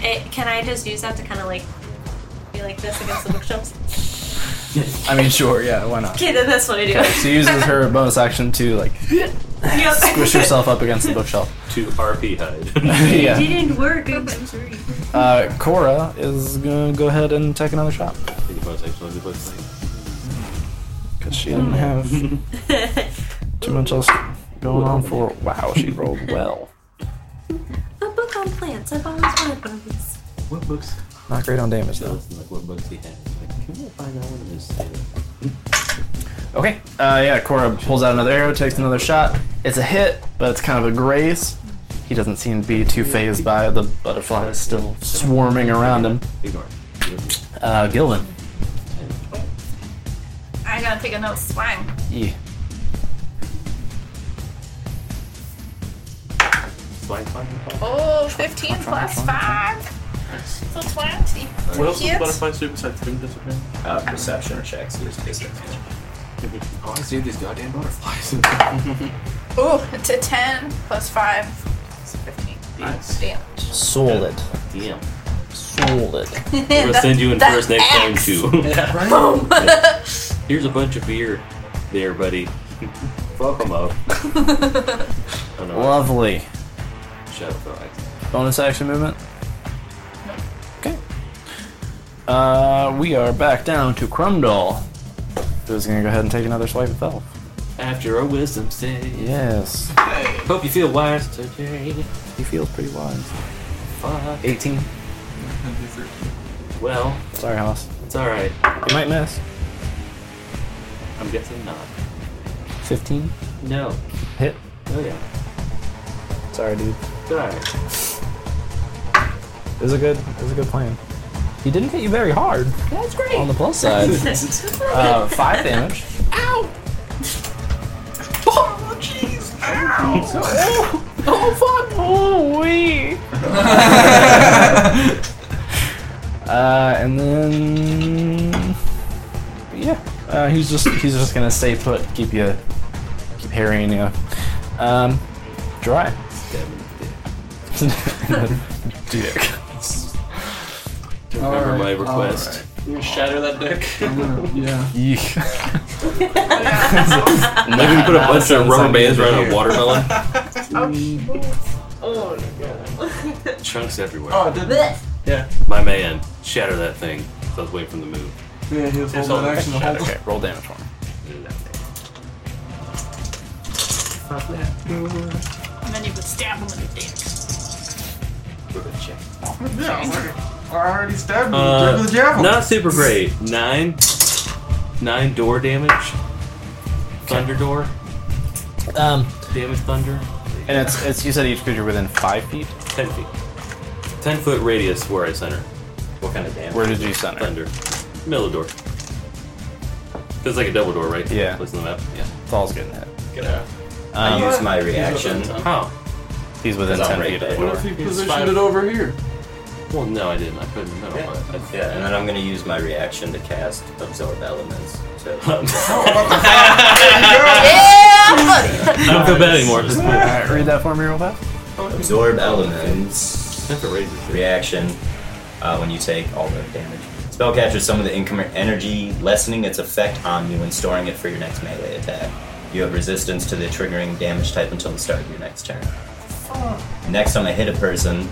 it- can I just use that to kind of like be like this against the bookshelves?
I mean, sure, yeah, why not?
Okay, then that's what I do.
She uses her bonus action to like
Yep.
squish herself up against the bookshelf.
To RP hide.
yeah.
Didn't work. I'm sorry.
Uh, Cora is gonna go ahead and take another shot
Think about it, actually, let me put this
because she didn't have too much else going on for. Wow, she rolled well.
A book on plants. I've always wanted one of these.
thing. What books?
Not great on damage
I
though.
was like, what books he had? Like, can we find out what it is?
Okay. Uh, yeah, Cora pulls out another arrow, takes another shot. It's a hit, but it's kind of a graze. He doesn't seem to be too phased by it. The butterflies still swarming around him.
Ignore. it.
Uh, Gilvin.
I gotta take another swing.
Yeah.
Blind finding call?
Oh, 15 plus 5. So 20.
What else does
Yes.
butterflies do besides doing disappear?
Uh, perception checks. There's basic.
Oh, I see these goddamn butterflies.
Oh, it's a 10 plus 5. It's 15.
Nice.
Damage.
Solid.
Damn.
Solid.
We're gonna send you in first next time too.
Right?
Here's a bunch of beer, there, buddy. Fuck 'em up. oh, no,
Lovely.
shut up. though.
Bonus action movement? Okay. Uh, we are back down to Crumdoll. Who's gonna go ahead and take another swipe at Elf?
After a wisdom save.
Yes.
Hope you feel wise today.
He feels pretty wise.
Fuck.
18.
Well,
Sorry, Haas.
it's all right.
You might miss.
I'm guessing not.
15.
No.
Hit.
Oh yeah.
Sorry, dude.
It's all right.
It was a good, it was a good plan. He didn't hit you very hard. That's great. On the plus side. uh, five damage.
Oh jeez!
Oh, Uh, and then yeah, uh, he's just he's just gonna stay put, keep you, keep harrying you. Um, dry. Dick.
Remember my request.
You shatter that dick.
yeah.
Yeesh.
I'm gonna put a bunch of rubber
something
bands
to
around
hear.
a watermelon. Chunks everywhere.
Oh, I did.
Yeah.
My man, shatter that thing. So I was waiting for the move.
Yeah, he was holding that action the whole time.
okay, roll damage for him.
And then you could stab him in the dick.
Yeah, I'm like, I already stabbed him
Uh,
with the javelin.
Not super great. Nine. Nine door damage. Thunder door.
Um,
Damage thunder.
and it's it's you said each creature within five feet.
Ten feet. Ten foot radius where I center. What kind of damage?
Where did you center?
Thunder. Middle door. It's like a double door, right?
Yeah.
Place on the map. Yeah.
Saul's getting hit.
Yeah.
I
Um,
use my reaction.
How?
he's within
It's
ten
alright,
feet of the
babe.
door.
What if he
He's
positioned
five-
it over here?
Well, no, I didn't. I couldn't. No,
Yeah.
but I,
Yeah, and then I'm gonna use my reaction to cast absorb elements. So
I don't feel bad anymore. Just
All right, read that for me real fast.
absorb elements.
That's a radius.
reaction uh, when you take all the damage. Spell captures some of the income energy, lessening its effect on you and storing it for your next melee attack. You have resistance to the triggering damage type until the start of your next turn. Next time I hit a person,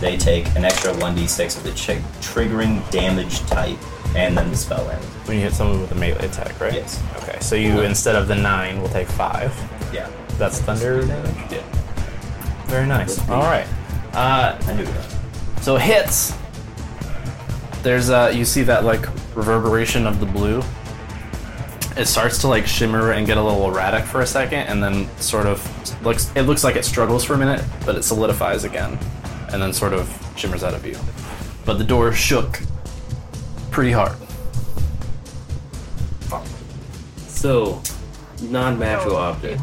they take an extra 1d6 of the chi- triggering damage type, and then the spell ends.
When you hit someone with a melee attack, right?
Yes.
Okay, so you instead of the nine, will take five.
Yeah.
That's thunder damage.
Yeah.
Very nice. All right. Uh,
I knew that.
so it hits. There's uh, you see that like reverberation of the blue it starts to like shimmer and get a little erratic for a second, and then sort of looks. It looks like it struggles for a minute, but it solidifies again, and then sort of shimmers out of view. But the door shook pretty hard.
So, non-magical object,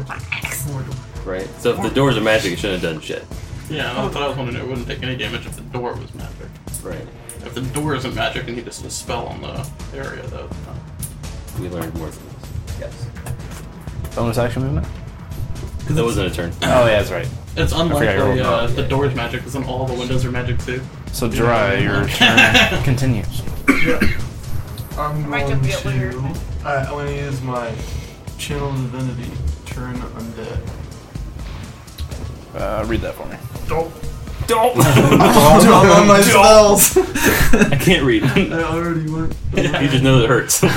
right? So if the doors are magic, it shouldn't have done shit.
Yeah, that's what I was wondering. It wouldn't take any damage if the door was magic.
Right.
If the door isn't magic and he just a spell on the area, though.
We learned more things. Yes.
Bonus action movement.
That wasn't a turn.
Oh yeah, that's right.
It's
I rolled
unlikely uh,
that.
the door's magic because then all the windows are magic too.
So dry, your turn continues.
I'm
Might
going
just be a weird-
to. I, I'm going to use my channel divinity turn undead.
Uh, read that for me.
Don't.
Don't.
on my spells.
I can't read.
I already went.
You just know that it hurts.
he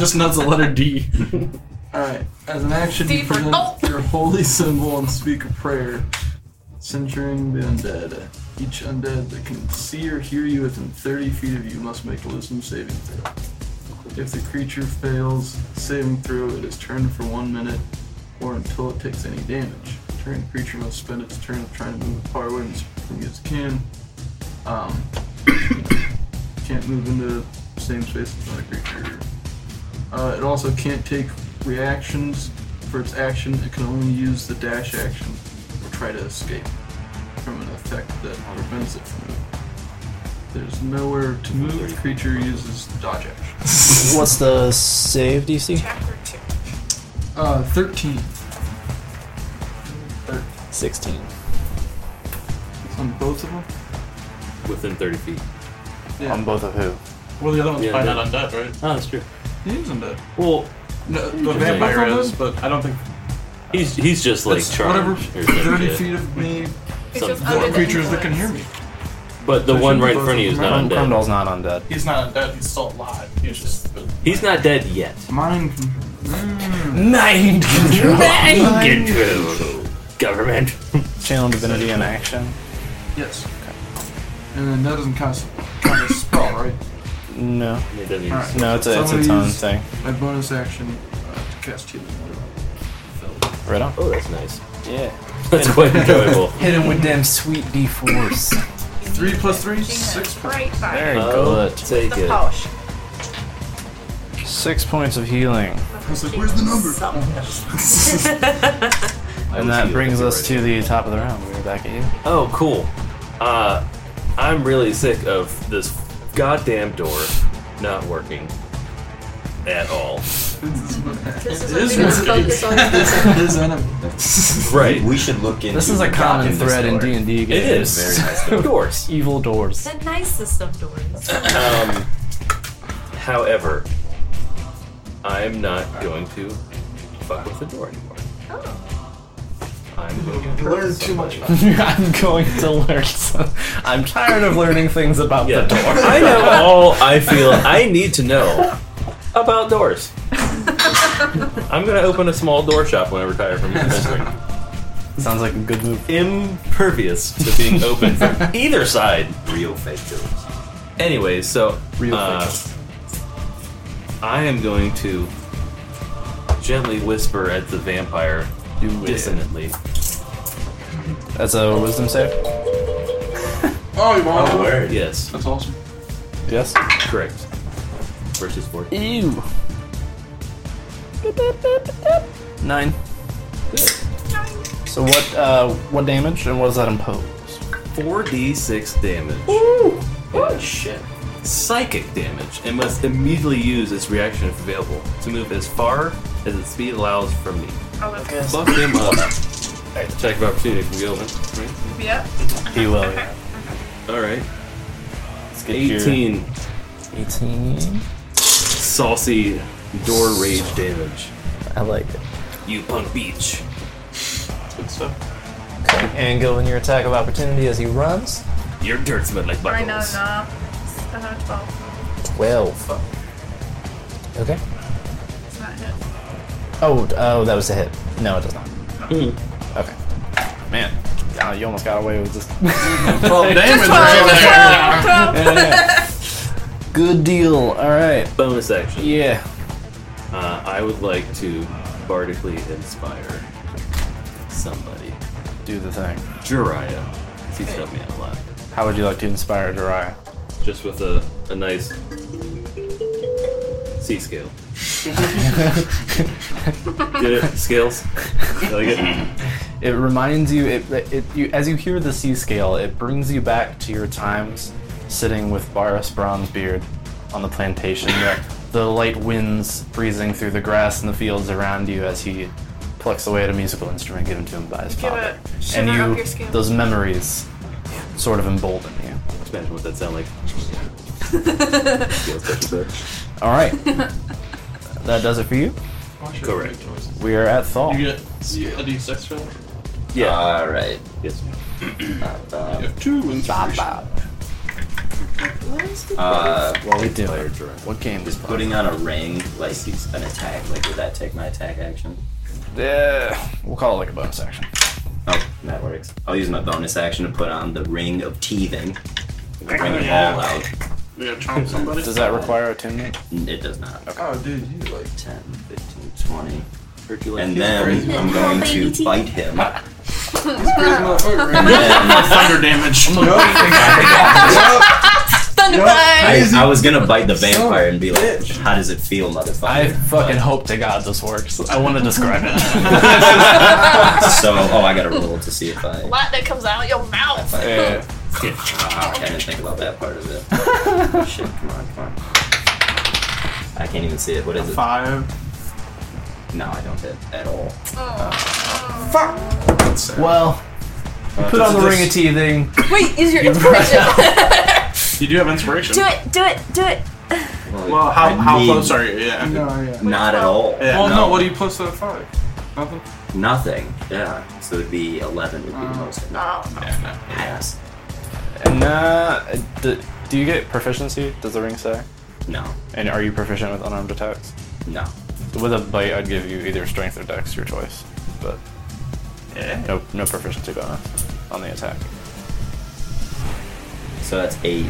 just knows the letter D. Alright, as an action,
D
you
for
present
no.
your holy symbol and speak a prayer, censuring the undead. Each undead that can see or hear you within 30 feet of you must make a wisdom saving throw. If the creature fails the saving throw, it is turned for one minute or until it takes any damage. Turn creature must spend its turn of trying to move as far away from you as it can. Um, can't move into the same space as another creature. Uh, it also can't take reactions for its action. It can only use the dash action or try to escape from an effect that prevents it from moving. There's nowhere to move. The creature uses dodge action.
What's the save DC?
Chapter two.
Uh, 13.
16.
It's on both of them?
Within 30 feet.
Yeah.
On both of who?
Well, the other one's
Yeah,
probably
yeah.
not undead, right?
Oh, that's true.
He is undead.
Well,
No, the
just
vampire
like-
is, but I don't think
he's he's just like
it's
charmed.
whatever.
or some
30
shit.
feet of me,
It's just uh,
Some-
four
under the
creatures that can hear me.
But the
There's
one
only
right in
both
front of you
of
is
them.
not undead.
Crumdall's not undead.
He's not undead. He's still alive. He's just.
He's not dead yet.
Mine.
Mind control. Mind control. Government.
Channel divinity in action.
Yes. And then that doesn't cost, cost a spell, right?
No,
It doesn't even-
Alright.
no, it's a, it's
Somebody
its own
use-
thing.
My bonus action uh, to cast healing. word.
Right on.
Oh, that's nice.
Yeah.
That's quite enjoyable.
Hit him with them sweet d4s.
Three plus three,
Six
six.
right
Very
by
Oh,
good.
take
the
it.
pouch.
Six points of healing.
I was like, where's the number?
And that brings us to the top of the round. We're back at you.
Oh, cool. Uh, I'm really sick of this goddamn door not working at all.
This is
It
what
is
we just focus on.
His enemy.
Right.
We should look into.
This is a common
this
thread in
door.
D and D
It
games.
is.
very nice
of course.
Evil doors.
The nicest of doors.
Um, however, I'm not going to fuck with the door anymore.
Oh.
I'm going to
Learned too much about
I'm going to learn. Some, I'm tired of learning things about
Yeah.
the door.
I know all I feel I need to know about doors. I'm gonna open a small door shop when I retire from ministry.
Sounds like a good move.
Impervious to being open from either side.
Real fake doors.
Anyway, so
Real
uh, I am going to gently whisper at the vampire dissonantly.
That's a wisdom save.
Oh, you want one?
Word.
Yes,
That's awesome.
Yes.
correct. Versus four.
Ew. Nine. So what? Uh, what damage and what does that impose?
Four d six damage.
Oh, shit.
psychic damage and must immediately use its reaction if available to move as far as its speed allows from me.
Oh,
Fuck him up. Attack of opportunity from Gilman. Right?
Yep.
He will. Yeah.
All right.
Let's get your-
18
18.
saucy door rage damage.
I like it.
You punk beach.
Good stuff.
And go in your attack of opportunity as he runs.
Your dirt smelled like
I know,
buttholes.
nah. Uh, It's another 12.
12. Okay.
It's not hit.
Oh, d- oh, that was a hit. No, it does not. Okay. Hmm. Man, uh, you almost got away with this.
Well, damage.
12,
right there.
12, 12.
Good deal. All right.
Bonus action.
Yeah.
Uh, I would like to bardically inspire somebody.
Do the thing.
Jiraiya. 'cause He's helped me out a lot.
How would you like to inspire Jiraiya?
Just with a, a nice C scale. Get it? Scales? You like it?
It reminds you, it, it you as you hear the sea scale, it brings you back to your times sitting with Varus Bronzebeard on the plantation. the- the light winds breezing through the grass and the fields around you as he plucks away at a musical instrument given to him by his
Give
father.
a shiver
And
up
you,
your scale.
those memories, sort of embolden you.
Just Imagine what that sound like. Scales touch the
All right, that does it for you.
Correct.
We are at Thal.
You get a d6 for that?
Yeah.
All right.
yes.
You have two inspiration.
Uh,
What we do? What game is
just putting on a ring, like an attack. Like, would that take my attack action?
Yeah, we'll call it like a bonus action.
Oh, that works. I'll use my bonus action to put on the ring of teething. Ring it all out.
We gotta chomp somebody.
Does that require attunement?
It does not. Okay.
Oh, dude, you like
10, 15, 20.
Hercules.
And then
crazy.
I'm going to bite him.
he's crazy motherfucker. Right?
And
Thunder damage. Oh,
Thunderbite!
I, I was gonna bite the vampire and be like,
bitch.
"How does it feel, motherfucker?"
I fucking hope to God this works. I want to describe it.
so, oh, I gotta roll to see if I. uh,
Lot that comes out of your mouth.
Ah, okay, I didn't think about that part of it. Shit, come on, come on. I can't even see it. What is it?
Five.
No, I don't hit at all.
well, you put on the ring of teething.
Wait, is your inspiration?
You do have inspiration.
Do it, do it, do it.
Well, how,
I
how
need-
close are you? Yeah.
No, yeah.
Not at all.
Yeah.
Well, no.
no.
what do you plus that five? Nothing.
Nothing. Yeah. So it'd be 11 would be
Uh,
the most.
oh,
Yes.
And uh, do, do you get proficiency? Does the ring say?
No.
And are you proficient with unarmed attacks?
No.
With a bite, I'd give you either strength or dex, your choice. But
Yeah.
no, no proficiency bonus on the attack.
So that's 8.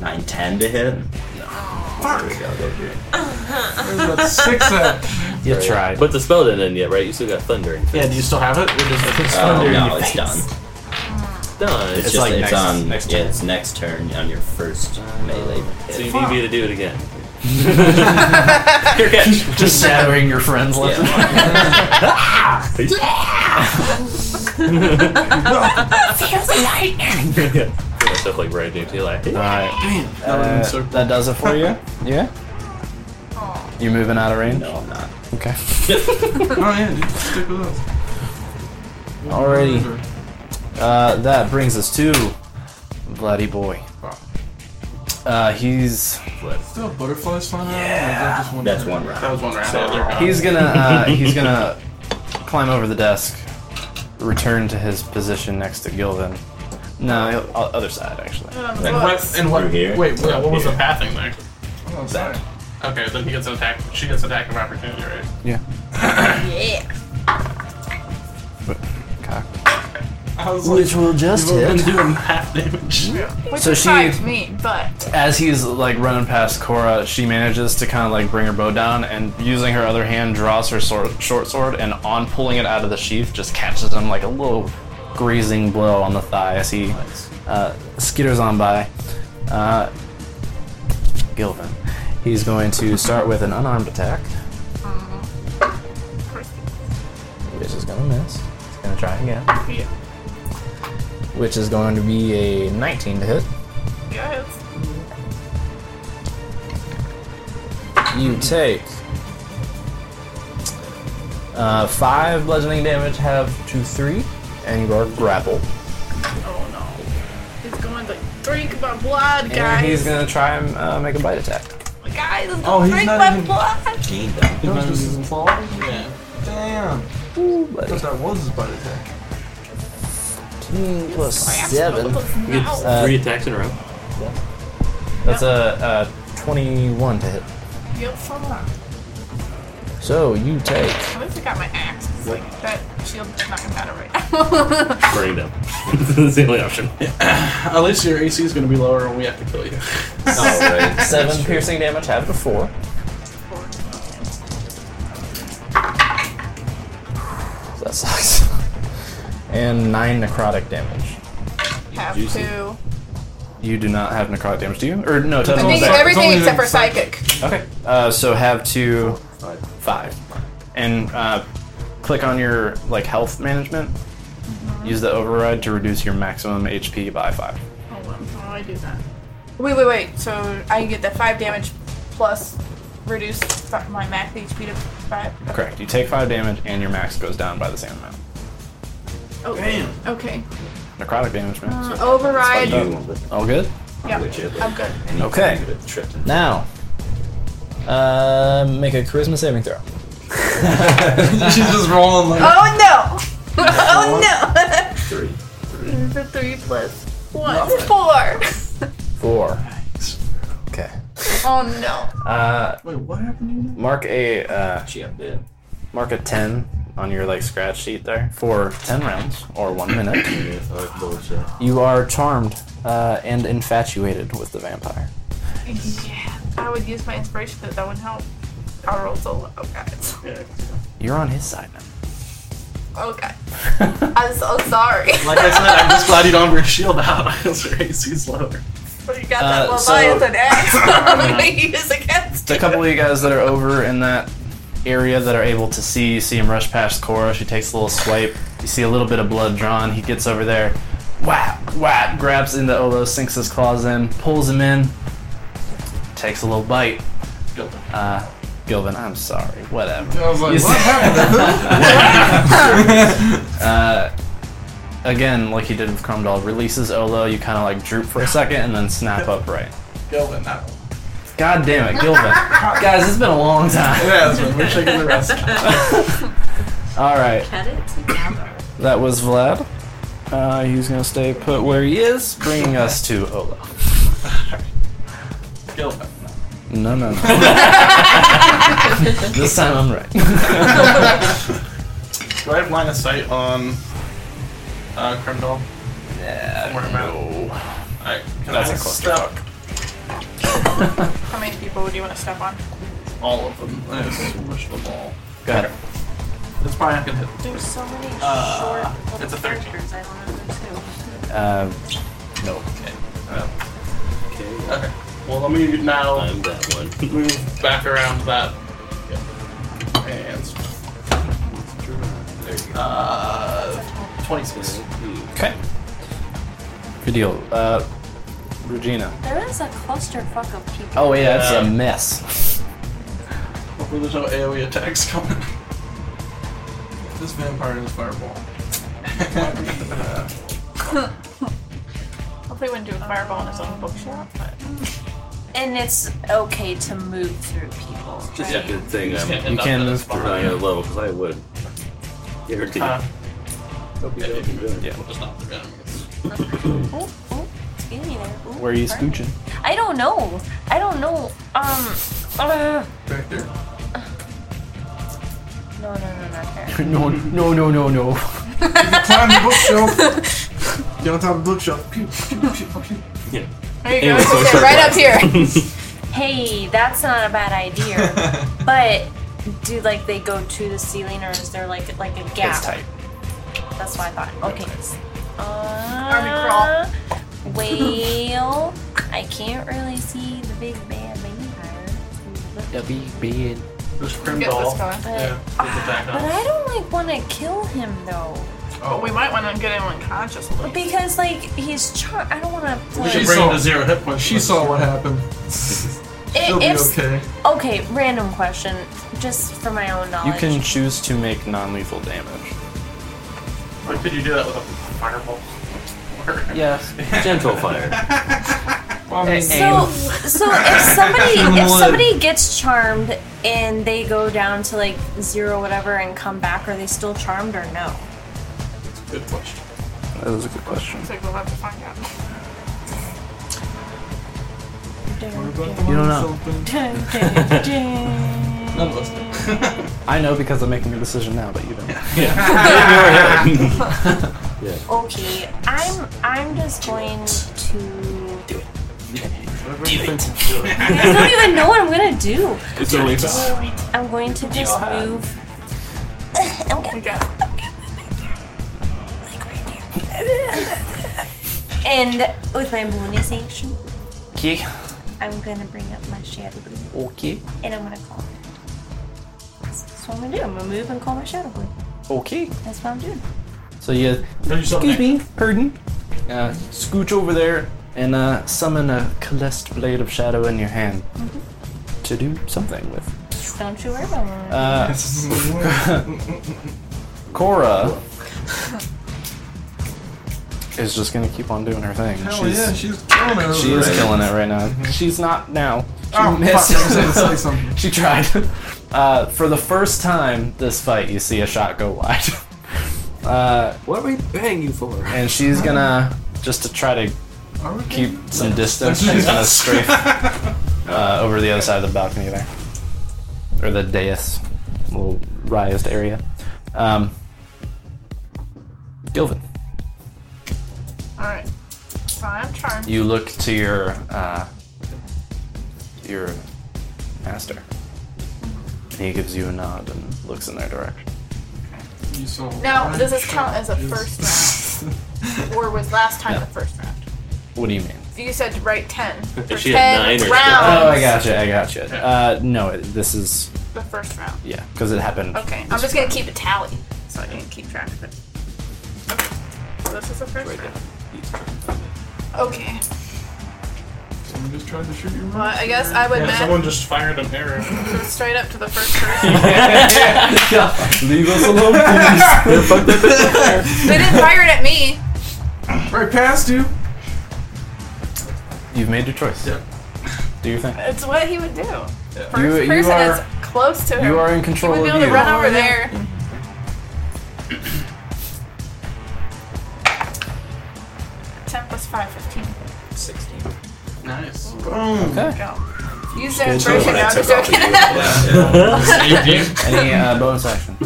9, 10 to hit? No. There we go. Go here.
There's that six at?
You tried.
But the spell didn't end yet, right? You still got thunder.
Yeah. Do you still have it? Or does it
Oh, no, it's done.
Done.
It's,
It's
just,
like
it's
next-
on,
next
yeah,
turn.
it's next turn on your first melee
So
hit.
you need me to do it again.
Just shattering your friends left and
Yeah.
Yeah, Stuff like right next to you, like.
right.
That was
Uh,
so-
that does it for you. Yeah. You moving out of range?
No, I'm not.
Okay.
Oh yeah, dude, stick with us.
Alrighty. Uh, that brings us to Vladdy Boy. Uh, he's
Still butterflies flying yeah. around. or is that just one round?
That's one
That
round.
was one round. That was one round.
he's gonna uh, he's gonna climb over the desk, return to his position next to Gilvin. No, he'll- o- other side actually.
And what? And
Through
what?
here?
Wait. What, what was the
Here.
pathing there?
Oh, sorry.
Okay. Then he gets an attack. She gets an attack of opportunity, right?
Yeah.
yeah.
But- cock.
I was like,
will just
Well, then do him half damage.
Which
So
is
she-
fine to me, but
As he's like running past Cora, she manages to kind of like bring her bow down and using her other hand draws her sword, short sword and on pulling it out of the sheath just catches him like a little grazing blow on the thigh as he uh, skitters on by. Uh, Gilvin. He's going to start with an unarmed attack. Which is going to miss. He's going to try again. Which is going to be a 19 to hit.
yes.
You take uh, five bludgeoning damage, have to three, and you are grappled.
Oh no. He's going to drink my blood, guys.
And he's gonna try and uh, make a bite attack.
Guys, he's
Oh,
gonna
he's
drink
not
my
even-
blood.
Gene, though.
that was just his claw? Yeah. Damn. I thought that was his bite attack.
Plus seven.
No.
Uh,
Three attacks in a row.
That's a, a 21 to hit.
Yep, so long.
So you take
At least I got my axe. It's like that shield is not compatible right now.
burning them. That's the only option.
At least your AC is going to be lower and we have to kill you.
Alright.
Seven piercing damage, half to four. So that sucks. And nine necrotic damage.
Have
Juicy.
to.
You do not have necrotic damage, do you? Or no, it
I
doesn't.
think
affect-
everything
only
except for
the
psychic.
Okay. Uh, so have to
Five.
five, and uh, click on your like health management. Use the override to reduce your maximum HP by five.
Hold on, Oh, how do I do that? Wait, wait, wait. So I can get that five damage plus reduce fi- my max HP to five.
Correct. You take five damage, and your max goes down by the same amount.
Oh,
Damn.
Okay.
Necrotic damage, man.
Uh, override.
You,
All good.
Yeah,
which is-
I'm good.
and you
Okay.
can do it tripped and-
Now, uh, make a charisma saving throw.
She's just rolling like.
Oh no! oh
Three.
no! the three plus one, four.
Four. Okay.
Oh no!
Uh,
Wait, what happened to you? now?
mark a uh,
She outdid.
mark a ten on your like scratch sheet there for ten rounds or one minute.
Yes, all right, bullshit.
You are charmed uh, and infatuated with the vampire.
Yeah, I would use my inspiration, but that would help. I roll so low, guys.
You're on his side now.
Okay. I'm so sorry.
Like I said, I'm just glad you don't have your shield out. your AC's lower.
But you got that
Uh, so-
Leviathan axe I'm gonna use against
a couple of you guys that are over in that area that are able to see. You see him rush past Cora. She takes a little swipe. You see a little bit of blood drawn. He gets over there. Whap, whap, grabs into Olo, sinks his claws in, pulls him in, takes a little bite.
Gilvin.
Uh, Gilvin, I'm sorry, whatever.
I was like,
You
what
see-
happened to
Uh, again, like he did with Crumdall, releases Olo. You kind of like droop for a second and then snap upright.
Gilvin, that one.
God damn it, Gilvin. Guys, it's been a long time.
Yeah, that's right. We're shaking the rest.
All right,
Cut it together.
that was Vlad. Uh, he's gonna stay put where he is, bringing us to Olo.
Gilvin.
No, no, no. this time I'm right.
Do I have line of sight on uh, Kremdal? Where
Yeah.
am I? Alright, can
That's
I
a cluster
step
How many people would you want to step on?
all of them? I swish them all.
Go ahead.
It's probably not gonna hit.
There's so many
Uh,
short little
it's a 13.
characters. I don't know who
Uh,
No. Okay.
Okay,
Okay. Well, let me now
I'm that one.
move back around that. And
There you go.
uh, 26.
okay. Good deal. Uh, Regina.
There is a clusterfuck of people.
Oh yeah, that's
Yeah.
a mess.
Hopefully, there's no AOE attacks coming. this vampire is fireball.
Hopefully, wouldn't do a fireball in his own bookshop. But
And it's okay to move through people.
Just
right?
a good thing
Can't
I'm not
end up
can
at a
move
spot.
on a level because I would. Guaranteed.
Uh,
Hope you guys are doing it.
Yeah.
we'll just not the enemies.
Oh, oh, excuse me there. Ooh,
Where are you
pardon.
scooching?
I don't know. I don't know. Um. Uh,
Back there.
no, no, no, not there.
No, no, no, no, no.
Climb the bookshelf. Get on top of the bookshelf. Pew, pew, pew, pew, pew.
Yeah.
there you
Anyway,
go.
so
Just
it's
right
like-
up here.
Hey, that's not a bad idea. but do like they go to the ceiling, or is there like like a gap?
It's tight.
That's what I thought. Okay.
Army crawl.
Uh, well, I can't really see the big bad vampire.
There's
Get this
Grimdall.
going.
Yeah, he's attacked
But
on.
I don't like want to kill him though,
But we might want to get him unconscious.
because like he's char. I don't want to.
We should
Like,
bring him to
zero hit points.
She saw what happened. She'll
i-
be
if
okay.
okay, random question, just for my own knowledge.
You can choose to make non-lethal damage.
Why could you do that with a fireball?
Yes.
Gentle fire.
So, so if somebody if somebody gets charmed and they go down to like zero whatever and come back, are they still charmed or no?
Good question.
That was a good question.
It's like we'll have to find out.
You
don't know.
None of us know.
I know because I'm making a decision now, but you don't.
Okay, I'm I'm just going to. Do it. I don't even know what I'm gonna do.
It's only about
I'm going to just move. I'm gonna go. And with my bonus action,
Okay.
I'm gonna bring up my shadow blade
Okay.
and I'm gonna call it. That's, that's what I'm gonna do. I'm gonna move and call my shadow blade.
Okay.
That's what I'm doing.
So you, excuse me, pardon. Uh, scooch over there and uh, summon a Celeste Blade of Shadow in your hand to do something with.
Don't you worry about it.
Uh, Cora is just gonna keep on doing her thing.
Hell
she's,
yeah, she's killing it.
she
over
is
there.
killing it right now. She's not now. She
Oh, fuck, I
missed.
was gonna say something.
she tried. Uh, for the first time this fight, you see a shot go wide. Uh,
what are we paying you for?
and she's gonna just to try to
Are we
keep
good?
some distance. She's gonna strafe uh, over the other side of the balcony there, or the dais, little raised area. Um, Gilvin,
Alright. So I'm charmed.
you look to your uh, your master, and he gives you a nod and looks in their direction.
You saw
Now,
one
does this
shot.
count as a first round? Or was last time
No.
the first round?
What do you mean?
You said to write 10. For
she had
10
nine or
Oh, I
rounds.
gotcha, I gotcha. Uh, no, it, this is
the first round.
yeah, because it happened.
Okay, I'm just gonna keep a tally so I can keep track of it. Okay, so this is the first round. Okay,
Someone just tried to shoot you.
well, I guess I would
Yeah,
match
someone just fired an arrow.
straight up to the first person.
Leave us alone, please.
they didn't fire it at me.
Right past you.
You've made your choice.
Yeah.
Do your thing.
It's what he would do. First
You- you
person
are-
is close to him.
You are in
he
control
would be
of
able
you.
to run over there. Ten plus five, fifteen.
16.
Nice. Boom.
Okay.
Go. Use that inspiration now. Just joking.
Any uh, bonus action?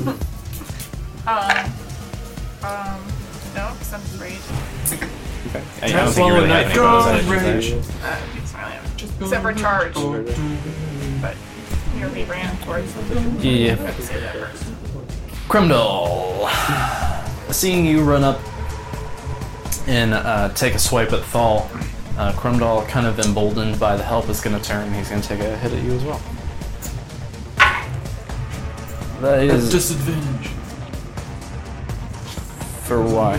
Um, um, no, because I'm raging.
Okay. I don't think you really have any
Go,
bonus actions.
Rage.
actually.
Uh, it's not really- Except for charge, but nearly ran towards the
Yeah. yeah. Kremdal, seeing you run up and uh, take a swipe at Thal, uh, Kremdal, kind of emboldened by the help, is going to turn. and He's going to take a hit at you as well. That is
Disadvantage.
for why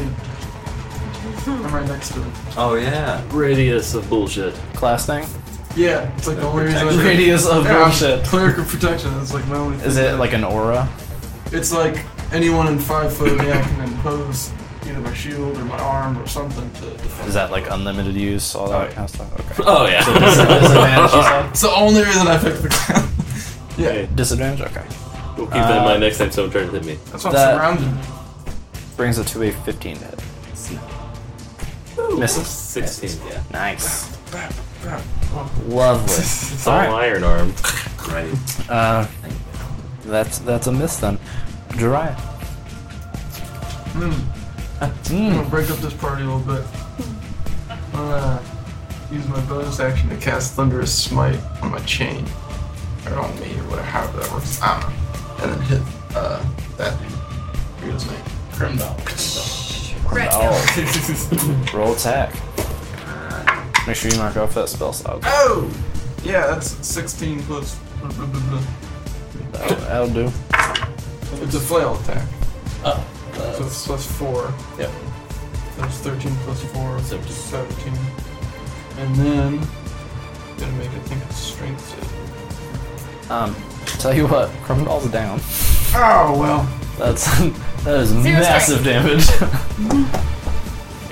I'm right next to him.
Oh, yeah.
Radius of bullshit.
class thing.
Yeah, it's like the only reason. I did-
Radius of
Yeah, I'm
bullshit.
Cleric of protection. It's like my only.
Is it like an aura?
It's like anyone in five foot of me, I can impose either my shield or my arm or something to defend.
Is that like unlimited use? All that kind of stuff. Okay.
Oh yeah.
Disadvantage. You said?
It's the only reason I picked the clown. yeah,
Disadvantage. Okay.
We'll keep that in mind next time someone tries to hit me.
that's why
That-
I'm surrounded.
Brings it to a 15 to hit. Misses.
Sixteen. Yeah.
Nice. Lovely.
It's all
All right.
iron armed. Right.
Uh, that's that's a miss then. Jiraiya.
Hmm. I'm
Mm.
gonna break up this party a little bit. I'm gonna use my bonus action to cast Thunderous Smite on my chain. Or on me, or whatever, however that works. I don't know. And then hit uh, that dude. Here goes me.
Right.
Oh. Roll attack. Make sure you mark off that spell slot.
Oh! Yeah, that's 16 plus. blah, blah, blah, blah.
That'll, that'll do.
It's a flail attack. Oh. So it's plus four.
Yep.
That's 13 plus four.
Seventeen.
17. And then. Gonna make it think it's strength save.
Um, tell you what, Crumdall's down.
Oh, well.
That's that is massive damage.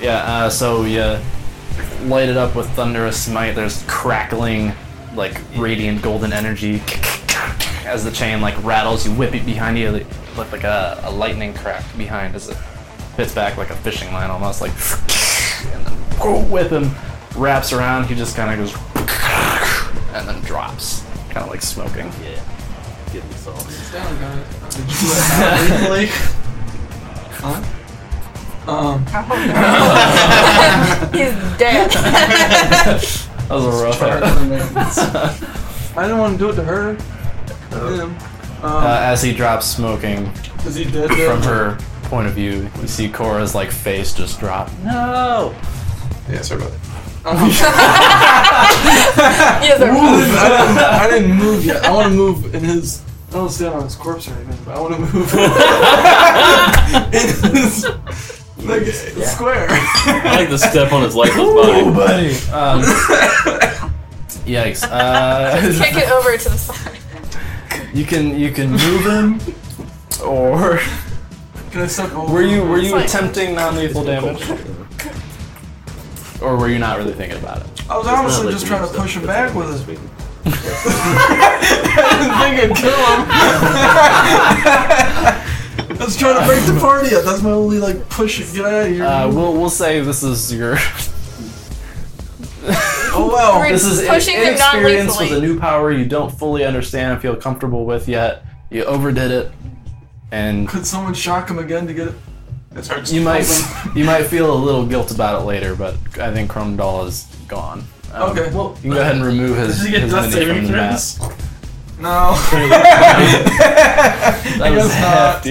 yeah. Uh, so you light it up with thunderous smite. There's crackling, like radiant golden energy as the chain like rattles. You whip it behind you. It looked like a, a lightning crack behind as it fits back like a fishing line almost. Like and then whoa, whip him, wraps around. He just kind of goes and then drops, kind of like smoking.
Yeah. getting sauce.
down, guys. Did you let that leak? Huh? Um,
He's dead.
That was a rough
sorry,
one.
I didn't know. I didn't want to do it to her. Him. Um,
Uh, as he drops smoking
is he dead? yet?
from her point of view, you see Cora's like face just drop. No.
Yeah, sorry about that.
yes, sir.
Move! I didn't, I didn't move yet. I want to move in his. I don't stand on his corpse or anything, but I want to move in his like square.
I like the step on his lifeless body.
buddy. Um, yikes. Uh,
Kick it over to the side.
you can you can move him, or
Can I suck over?
were you were you
Fine.
attempting non-lethal damage, or were you not really thinking about it?
I was honestly
like
just
you
trying
used
to
that
push him
for
back
the
with his.
week.
I didn't think I'd kill him. I was trying to break the party up. That's my only like push. Get out of here.
Uh, we'll we'll say this is your
oh well.
Great.
this is
Pushing
in-
him
inexperience
non-lethally.
with a new power you don't fully understand and feel comfortable with yet. You overdid it, and
Could someone shock him again to get it?
It's hard to
You might you might feel a little guilt about it later, but I think Chromedall is gone. Um,
Okay.
Well,
You can go ahead and remove his,
does he get
his
death
mini
saving
from the map.
throws?
No.
That was
I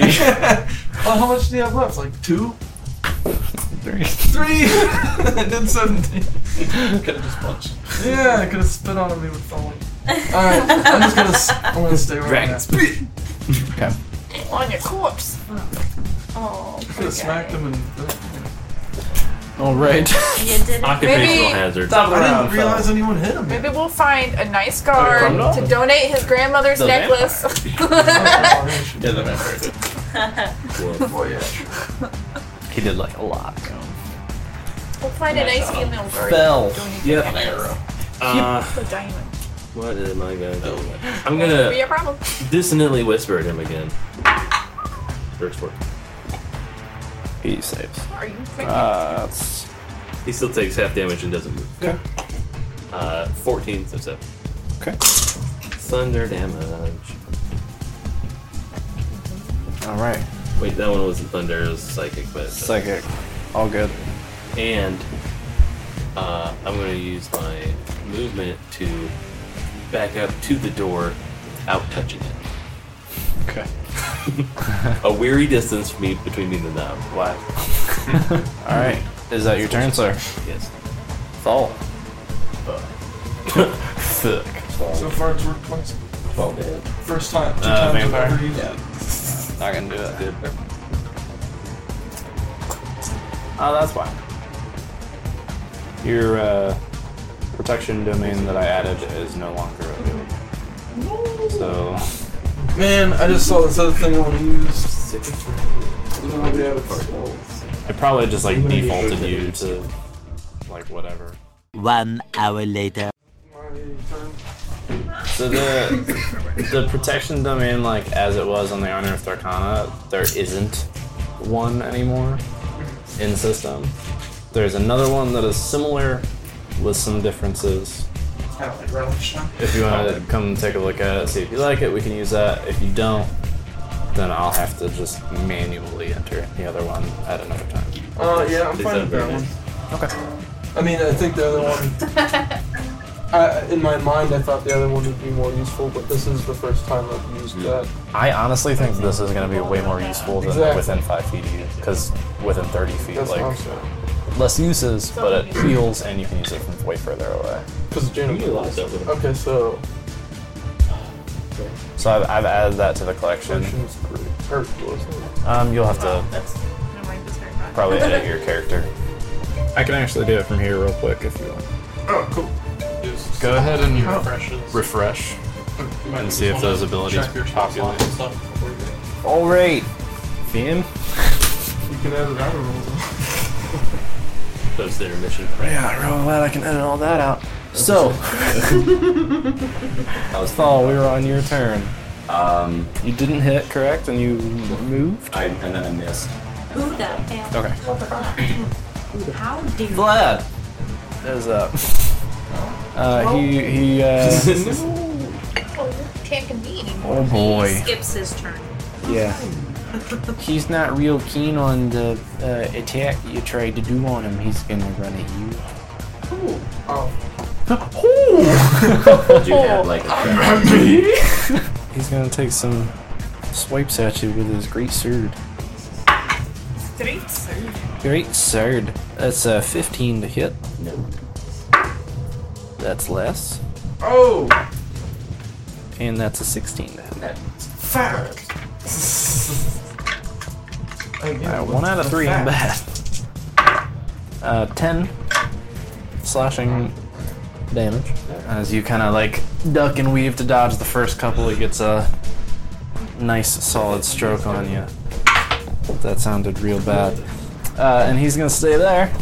hefty.
guess not. well, how much do you have left? Like two? Three! I did 17.
Could have just punched.
Yeah, I could have spit on him, he would fall. Alright, I'm just gonna, s- I'm gonna stay where I'm at. Could
okay.
On your corpse. Oh, poor
have smacked
guy.
him and. uh,
All right.
You did it.
Occupational
Maybe-
hazard.
I didn't realize anyone hit him.
Maybe we'll find a nice guard
Cromwell?
to donate his grandmother's
The
necklace.
Doesn't matter.
Boy, yeah.
He did like a lot. you know.
we'll find a nice female guard.
Fell.
Yep. Uh,
The diamond.
what am I gonna do? I'm
Could be
gonna
a problem.
dissonantly whisper at him again. First word.
He saves.
Are you thinking?
Uh, it's-
He still takes half damage and doesn't move.
Okay.
Uh, 14, so 7.
okay.
Thunder damage.
All right.
Wait, that one wasn't thunder, it was psychic, but.
Psychic. All good.
And uh, I'm going to use my movement to back up to the door without touching it.
Okay.
A weary distance from me, between me and the knob.
Wow. All right. Is that your turn, sir?
Yes.
Fall. Fuck.
So far it's worked twice.
Oh,
Twelve damage.
First time. Two
Uh,
times
vampire.
over.
Not gonna do it. Oh, that's fine. Your uh, protection domain that I added is no longer available. So,
Man, I just saw this other thing I want to use.
Six.
it probably just like defaulted you to like whatever.
One hour later.
So the the protection domain, like as it was on the Unearthed Arcana, there isn't one anymore in system. There's another one that is similar with some differences.
Kind of like relish. huh?
If you want to come take a look at it, see if you like it, we can use that. If you don't, then I'll have to just manually enter the other one at another time.
Uh, yeah, I'm
Is
fine
that
with that
very
one.
Okay.
I mean, I think the other one. I, in my mind, I thought the other one would be more useful, but this is the first time I've used that.
I honestly think this is going to be way more useful than
Exactly.
within five feet of you, because within 30 feet,
That's
like,
awesome.
uh,
less uses, but it heals and you can use it from way further away.
Because
You realize that would
Okay, so
So I've, I've added that to the collection.
action's great. Or, wasn't
Um, you'll have to
That's never mind, that's very bad.
probably edit your character. I can actually do it from here real quick if you want.
Oh, cool. Yes.
Go ahead and
Refreshes.
refresh.
You might
and
just
see if
wanna
those abilities
check your
pop
population
up.
stuff before you do it.
All right, Fiend.
it? You can add it out of
Those that are mission. Right.
Yeah, real glad I can edit all that out. So,
That was
Thal, we were on your turn.
Um,
You didn't hit, correct? And you moved?
I, and then I missed.
Who the hell?
Okay.
How do you?
Vlad is up. Uh, he he uh,
can't convene anymore.
Oh boy.
Skips his turn.
Yeah. He's not real keen on the uh, attack you tried to do on him. He's gonna run at you.
Did you have like a
He's gonna take some swipes at you with his great sword.
Great, sir.
Great sword. That's a 15 to hit.
no?
That's less.
Oh!
And that's a 16 to hit.
Fuck!
Alright, one out of three in bad. Uh, 10 slashing damage. As you kind of like duck and weave to dodge the first couple, he gets a nice solid stroke on you. That sounded real bad. Uh, and he's gonna stay there,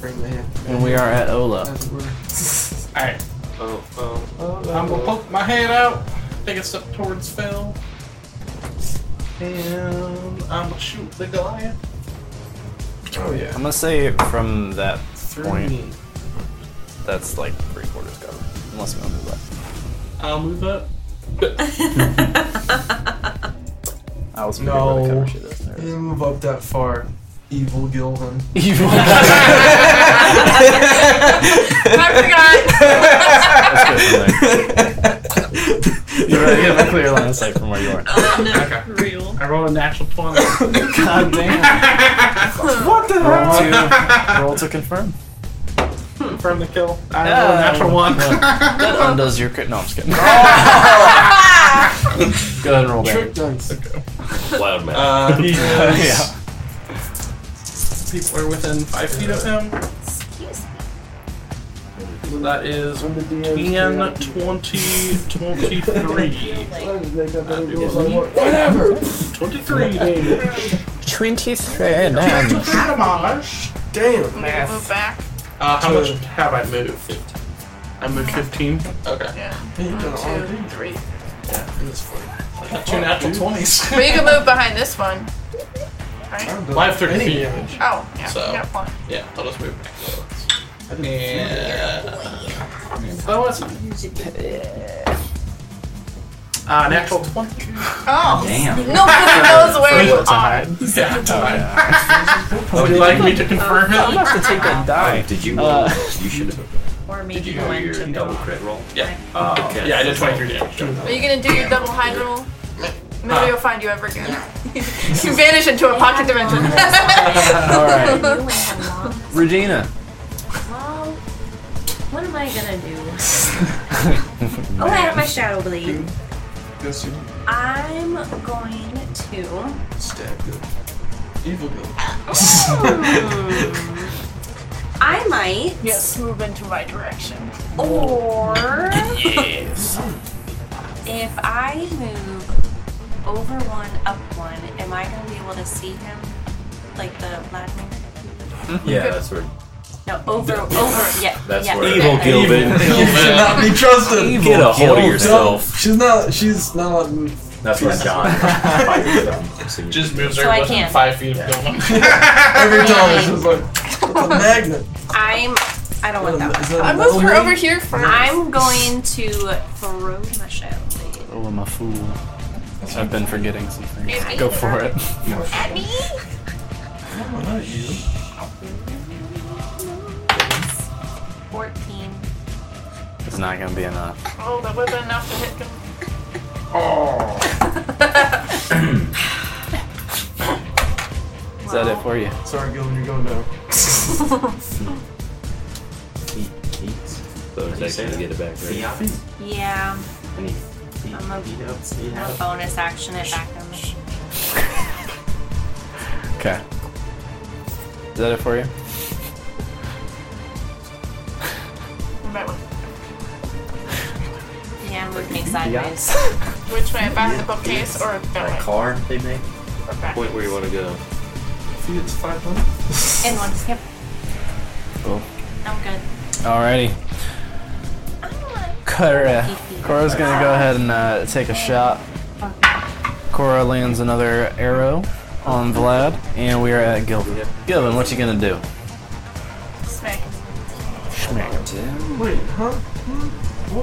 Bring the hand.
and we are at Ola.
That's where-
Alright.
Oh, oh.
I'm gonna poke my head out, take a step towards Phil, and I'm gonna shoot the Goliath.
Oh yeah.
I'm gonna say from that
Through
point,
me.
that's like three quarters cover. Unless you want to do that.
I'll move up.
I was
figuring where the cover sheet
is.
You didn't move up that far, evil Gilman.
Evil. you really have a clear line of sight from where you are.
Real.
I rolled a natural 20.
God damn.
What the
Roll to, roll to confirm.
Confirm the kill.
Uh,
I rolled a natural one.
No. That undoes your crit. No, I'm just
Oh.
kidding. Go ahead and roll
Trick
damage.
dice.
Loud man.
Uh, because
yeah.
People are within 5 feet of him. So that is 10, 20, 23.
Whatever!
23 damage.
23 damage.
Damn!
Move back.
Uh, how
Two.
much have I moved? 15. I moved 15. Okay.
Hey, you got an
Two,
RP.
three.
I got two natural 20s.
But you can move behind this one. Right?
I'm done.
Well, I have 30
Any
feet.
damage.
Oh, yeah.
So.
You got one.
Yeah, I'll just move back.
I didn't
Yeah. So it's uh, natural 20.
Oh.
Damn.
Nobody knows where you are.
Yeah, tied. Would you like me to confirm it?
have to take that die.
Did you?
Uh,
you should have.
Or
Did
maybe
you
the
know
one
your
to
double
go.
crit roll?
Yeah.
Oh,
Yeah, I did 23 damage.
Are you gonna do your double hide roll? Nobody will find you ever again. you vanish into a pocket dimension.
Alright.
You went along.
Regina.
Well, what am I gonna do? oh, I have my shadow blade.
Guess you
I'm going to.
stabbed it. Evil Gilman.
hmm, I might.
yes, move into my direction.
Or. Yes. if I move over one, up one, am I going to be able to see him? Like the Vladimir?
Yeah, that's where.
No, over, over, yeah.
That's
yeah,
where-
yeah,
Evil
yeah.
Gilvin.
Not be trusted!
Get a hold of yourself.
She's not. She's not letting me.
That's where John fired from. So you-
Just moves
So I
her within
can.
5 feet of Gilman.
Every time she's like, "It's a magnet."
I'm. I don't want that
Is
one.
that a
I moved
metal
her
ring?
over here first.
I'm going to throw my shadow blade.
Oh, I'm a fool. I've been forgetting some things.
Yeah.
Go for it.
At me?
Oh, not you.
14.
It's not gonna be enough.
Oh, that would have been enough to hit him.
Is that it for you?
Sorry, Gilman, you're going down.
So it's actually get it back, right?
Yeah,
And he- he-
I'm a-
he helps- he
no
helps.
bonus action at back on me.
Okay. Is that it for you?
You might want-
Yeah, move me sideways.
Which way? Back the bookcase or that way?
That car they make.
Or back?
Point where you want to go.
See, it's five hundred.
In one skip.
Cool.
I'm good.
Alrighty. Cora. Cora's gonna go ahead and uh, take a shot. Cora lands another arrow on Vlad, and we are at Gilvin. Gilvin, what you gonna do?
Smack.
Schmack.
Wait, huh? I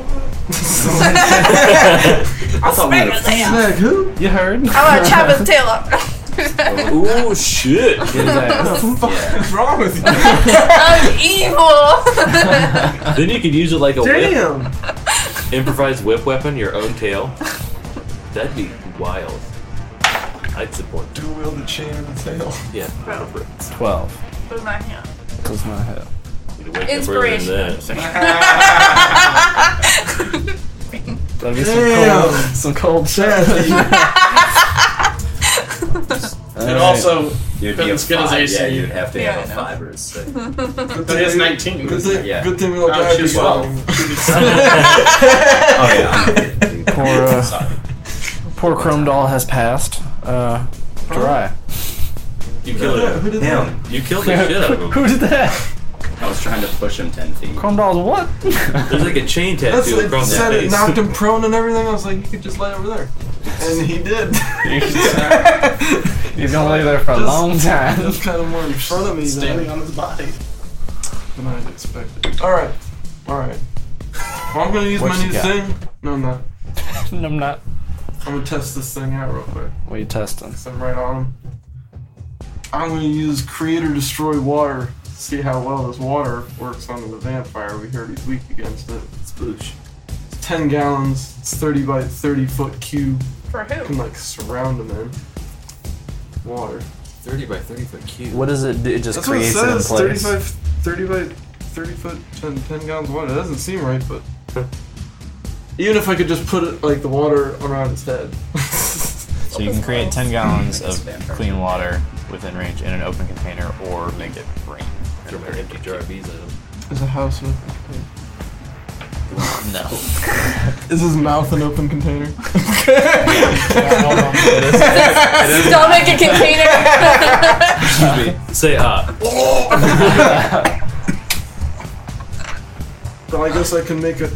Oh,
thought we were snag who?
You heard?
I want to chop his Oh, tail up.
Oh shit!
What the fuck is wrong with you?
I'm evil.
then you could use it like a whip,
Damn!
improvised whip weapon, your own tail. That'd be wild. I'd support. it.
Dual wielded chain and a tail.
Yeah,
Bro.
for it.
12.
Who's not here?
Does not hit.
You'd wake up earlier than that.
That'd be
Damn.
some cold, some cold shit.
That's
And also,
You'd be a
Ben's good as
five.
AC.
Yeah, you'd have to
Yeah,
have
I
a
know.
five or a six.
good
that is
thing-
19.
Good thing,
Yeah.
good thing we don't
Oh,
die
she's
before.
Oh yeah. I'm-
Poor, uh,
Sorry.
poor Chrome Doll has passed. Uh, dry.
You killed
Yeah,
it.
who did that?
Damn.
You killed the shit out of him.
Who did that?
I was trying to push him ten feet.
Chrome Doll's what?
There's like a chain
That's
tattoo
like
across
said
his
it
face.
knocked him prone and everything. I was like, you could just lay over there, and he did.
He's gonna lay there for a
Just-
long time.
That's kind of more in front of me
Standing
than,
on his body.
than I'd expected. All right, all right. Well, I'm gonna use
What
my
you
new
got?
thing. No, I'm not.
I'm not.
I'm gonna test this thing out real quick.
What are you testing?
So I'm right on him. I'm gonna use Create or Destroy Water. See how well this water works on the vampire. We heard he's weak against it.
Sploosh.
It's 10 gallons. It's 30 by 30 foot cube.
For
You can
who?
like surround him in water.
30 by 30 foot cube.
What does it do? It just
That's what it
creates it,
says.
in place.
35, 30 by 30 foot, 10, 10 gallons of water. That doesn't seem right, but even if I could just put it like the water around his head.
So you can create 10 gallons of
Vampire.
clean water within range in an open container or make it rain.
Got an empty jar of bees in him.
Is a house an open container?
No.
Is his mouth an open container?
Stomach a container.
Excuse me. Say ah.
Well, I guess I can make it.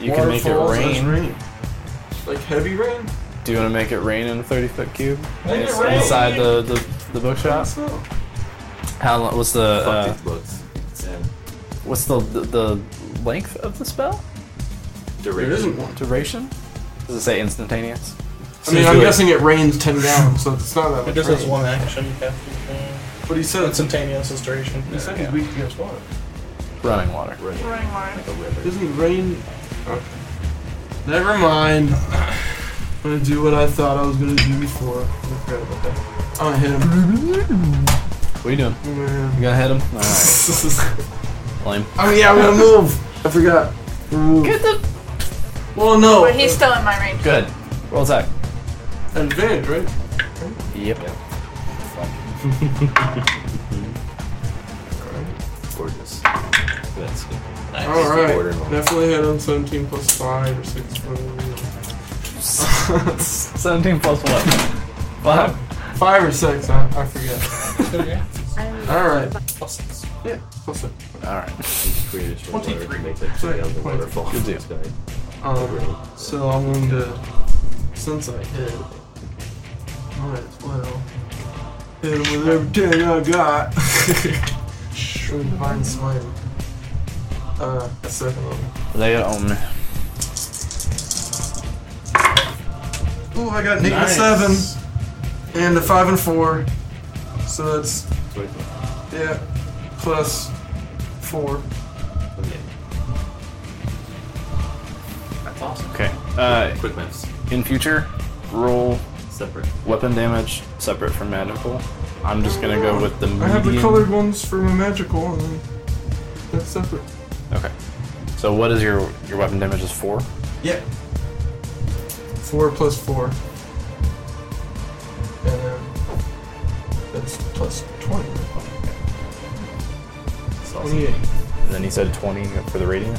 You can make it
waterfalls as
rain.
Like heavy rain?
Do you want to make it rain in a 30 foot cube?
Make
Ins-
it rain.
Inside the, the, the bookshop?
So,
How long? What's the uh,
Fuck these books. And
what's the, the the length of the spell?
there
duration.
isn't one.
Duration? Does it say instantaneous?
I mean, I'm guessing it rains 10 gallons, so it's not that much.
It just
rain.
has one action. You have to. uh,
But he said it's a
Instantaneous is duration.
He said he's weak against water.
Running water.
Running water.
Isn't rain? Okay. Never mind. I'm gonna do what I thought I was gonna do before. I forgot about that. I'm gonna hit him.
What are you doing?
I'm
You
gonna hit him.
gonna hit him? Alright. Lame.
Oh yeah, I'm gonna move. I forgot. I'm gonna move.
Get the.
Well, no.
But he's still in my range.
Good. Roll attack.
advantage, right?
Yep.
Gorgeous. That's good.
All
Nice.
right.
Order normal.
Definitely hit him. 17 plus five or six. whatever.
17 plus 1. Five.
Five or six. I, I forget. All right.
Plus six.
Yeah. Plus six.
Alright.
Create a short order to
23.
make that shit down the waterfall.
Good deal.
Um, so I'm going to, since I hit, might as well hit him with everything I got. Sure, divine smite. Uh, a second level.
Lay it on me.
Ooh, I got an eight and a seven, and a five and a four. So that's yeah, plus four.
That's awesome.
Okay. Uh,
Quick maps.
in future, roll
Separate.
weapon damage separate from magical. I'm just gonna go with the medium.
I have the colored ones for my magical, and then that's separate.
Okay. So what is your your weapon damage is four?
Yeah. Four plus four. And then that's plus twenty.
That's awesome.
Twenty-eight.
And then he said twenty for the radiant.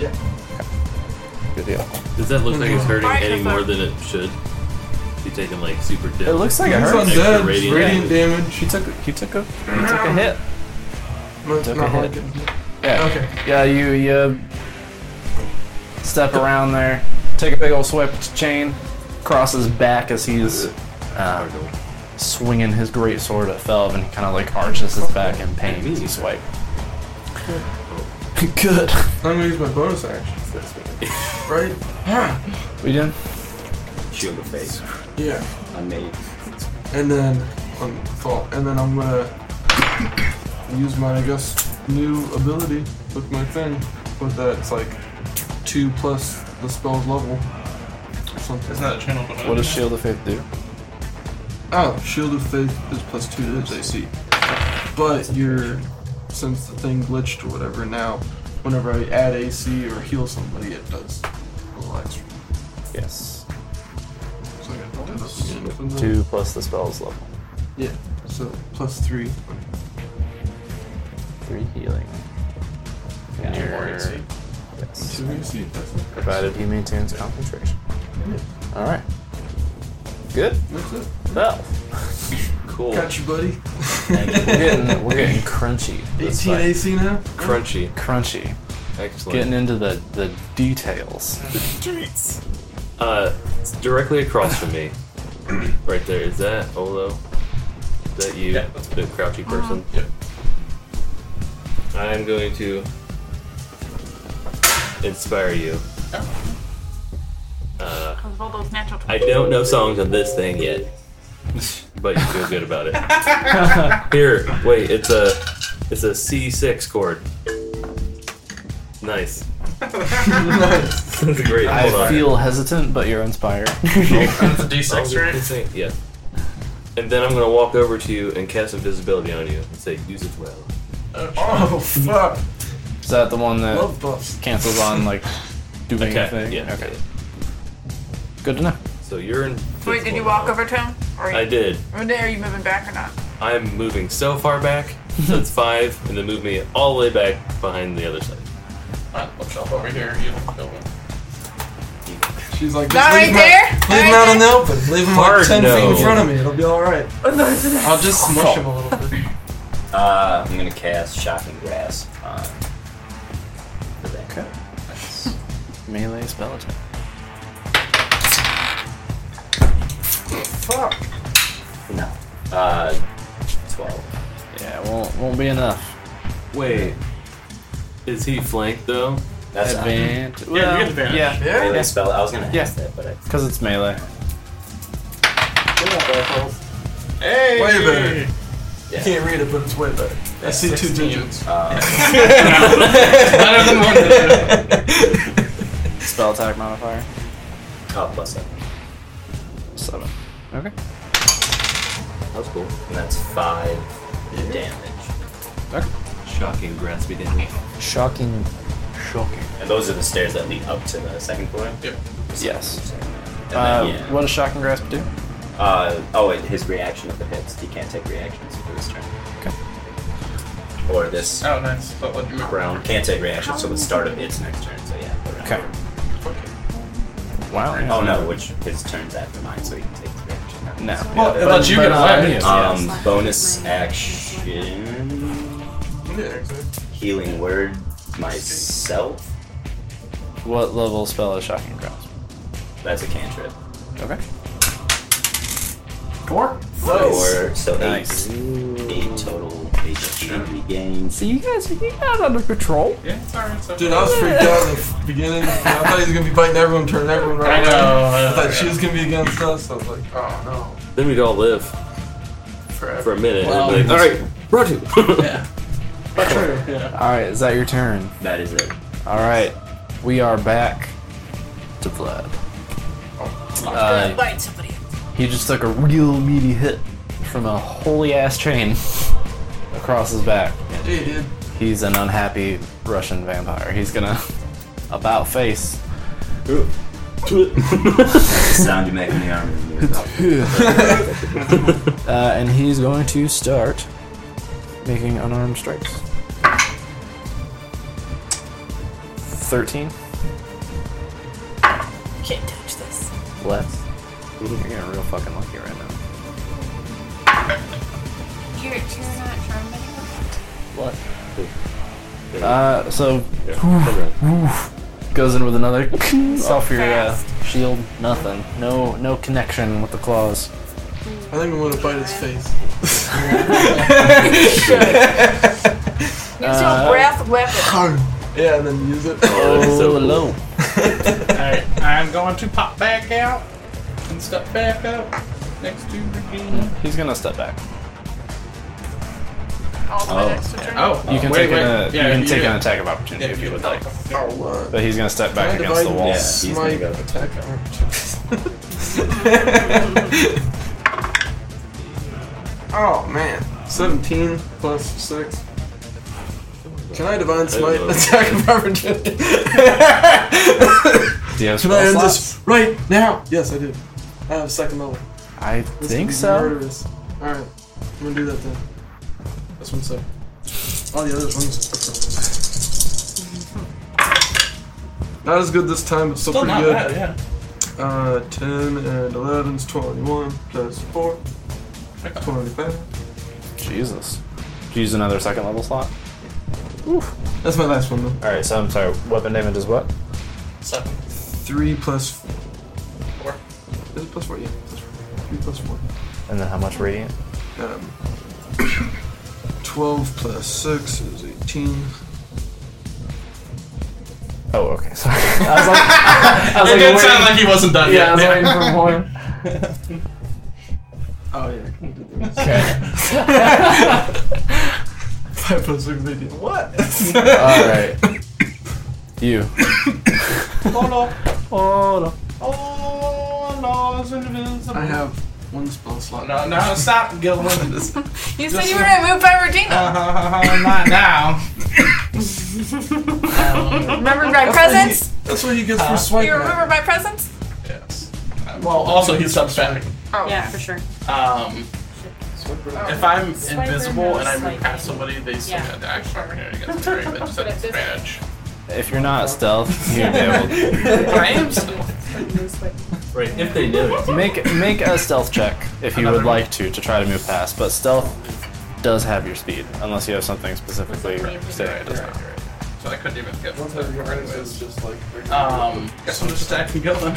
Yeah.
Good deal.
Does that look like it's hurting
Alright,
any
that's
more
fine.
than it should? You taking like super dip.
It looks like it
He's
hurts.
Extra
undead.
radiant
Radiant, damage.
He took he took a he took a hit.
No, it's
took
not
a
hard.
hit. Yeah.
Okay.
Yeah. You you step around there, take a big old swipe with the chain, cross his back as he's uh, swinging his great sword at Felv, and he kind of like arches his back in pain as he swipe. Good.
I'm gonna use my bonus action for this one. Right? Huh.
We done?
Shoot in the face.
Yeah.
I made.
And then on fall, and then I'm gonna use my I guess new ability with my thing. With that, it's like two plus the spell's level. Or something.
It's not a channel, but
What does Shield of Faith do?
Oh, Shield of Faith is plus two to its AC. But your since the thing glitched or whatever, now whenever I add AC or heal somebody, it does a little extra.
Yes.
So I gotta do this again from the-
Two plus the spell's level.
Yeah. So plus three.
Three healing. And your- Yes.
Two AC. That's it.
Provided he maintains concentration. All right. Good.
That's it.
Well,
Cool.
Got you, buddy.
we're getting we're getting crunchy. this
18
fight.
AC now.
Crunchy.
Crunchy.
Excellent.
Getting into the the details.
Uh, it's directly across from me, right there. Is that Olo? Is that you?
Yeah.
The crouchy person.
Yep.
I'm going to inspire you. Uh,
Because of all those natural
I don't know songs on this thing yet, but you feel good about it. Here, wait. It's a it's a C6 chord. Nice. That's great.
I
Hold on.
feel hesitant, but you're inspired.
it's a D6,
I'll
right?
just- Yeah. And then I'm gonna walk over to you and cast invisibility on you and say, use it well.
Oh fuck!
Is that the one that
Love buffs.
cancels on like doing a thing?
Yeah.
Okay. Good to know.
So you're in.
Wait, did you walk over to him? Or
I did.
Or Are you moving back or not?
I'm moving so far back. So it's five, and then move me all the way back behind the other side.
Alright, let's jump over here. You don't kill me.
She's like,
Not
"Just leave
right
him out-
there? Not
Leave him
right
out in the open. Leave him
Hard
like ten feet
no.
in front of me. It'll be all right. I'll just smush him a little bit.
Uh, I'm gonna cast shocking grass on the thing.
Okay. Melee spell attack.
Fuck.
No. Uh, twelve.
Yeah, it won't won't be enough.
Wait. Is he flanked though?
That's
Advantage.
Yeah, you get advantage.
Yeah,
I,
Yeah.
melee spell. I was gonna ask
Yeah.
that, but I
because it's melee.
Hey!
Way better.
yeah.
Can't read it, but it's way better. I see two
16.
digits.
Uh,
Better than one.
Spell attack modifier.
oh, plus seven.
Seven. Okay.
That was cool. And that's five damage.
Shocking, graspy damage.
Shocking. Shocking.
And those are the stairs that lead up to the second floor.
Yep.
Yes.
And then,
Uh,
yeah.
What does shocking grasp do?
Uh, oh, and his reaction if it hits. He can't take reactions for this turn. Or this
Oh, nice. But let you move.
round can't take reactions till the start of its next turn. So yeah. the round.
Okay. Wow.
Oh no, which his turn's after mine, so he can take his reaction.
No.
Well,
Yeah,
it lets
but-
you get
but,
away.
yes,
Um,
yes.
bonus action.
Yeah, exactly.
Healing word myself.
What level spell is shocking grasp?
That's a cantrip.
Okay.
Four.
Four, so eight,
Nice.
eight total HP regained.
So you guys, you got under control.
Yeah, it's alright. it's
Dude,
okay.
I was freaked out in the beginning. I thought he was gonna be biting everyone, turning everyone
I
right
know. I know,
I thought
yeah.
she was gonna be against us. I was like, oh
Then we'd all live
no.
for a minute.
Wow.
We'd be like, all right, Rotu.
Yeah.
Forever. Yeah.
All right, is that your turn?
That is it.
All right, we are back to Vlad. Uh,
Bite somebody.
he just took a real meaty hit from a holy ass chain across his back.
Hey, dude.
He's an unhappy Russian vampire. He's gonna about face.
The sound you make in the army. is about-
Uh, and he's going to start making unarmed strikes. 13.
Can't touch this.
Less. You're getting real fucking lucky right now.
You're, you're not charmed anymore.
What? Uh, so goes in with another off your uh, shield. Nothing. No, no connection with the claws.
I think I'm gonna bite his face.
Use your breath weapon.
Yeah, and then use it.
Oh, that's so cool.
low.
Alright, I'm going to pop back out and step back up next to Regina.
He's gonna step back.
All the
Oh,
way next to turn.
Oh,
You can
wait,
take
wait.
an uh,
yeah,
you can take an
yeah.
attack of opportunity if you would like,
Oh, what?
but he's gonna step back
Can I
against the
divide
wall.
Yeah,
this?
he's gonna
My
go.
attack Oh man, seventeen plus six. Can I divine smite
Hello.
attack of opportunity? Can
Do you have
I
spell
end
slots?
this right now? Yes, I do. I have second level.
I
This
think
could be
so.
Murderous. All right, I'm gonna do that then. This one's up. Oh, All the other ones. Not as good this time, but still,
Still
pretty
not
good.
bad, yeah.
Uh, 10 and 11 is 21, plus 4, 25.
Jesus. Do you use another second level slot?
That's my last one, though.
All right. So I'm sorry. Weapon damage is what?
Seven.
3 plus 4.
Four.
Is it plus 4? Yeah, plus 4. 3 plus 4.
And then how much radiant?
Um, 12 plus 6 is 18.
Oh, okay. Sorry. I was like, I was
It
like,
did
wait.
sound like he wasn't done
yeah, I
yet.
was waiting for more.
Oh, yeah, I can do this.
Okay.
5 plus 6 is 18. What?
All right. You.
Oh
Oh no.
no. Oh no, it's invisible.
I have one spell slot.
No, no, stop, Gilman.
You said you were gonna move by Regina.
Not now. Um,
remember my
That's what he-
presence?
That's what he gets
Huh?
for swiping.
You Uh, remember
at
my presence?
yes. Well, also, he's substatic.
Oh,
Yeah.
for sure.
Um, if I'm invisible and I move past somebody, they still
Yeah.
have the action opportunity against me, but just at disadvantage.
If you're not stealth, you'd be able.
I am still.
Right, if they knew it.
Make make a stealth check if you would
Another one.
like to to try to move past, but stealth does have your speed unless you have something specifically saying it does not.
So I couldn't even get
Once I remember it, it's just like.
Um, guess I'm just attacking Gilman.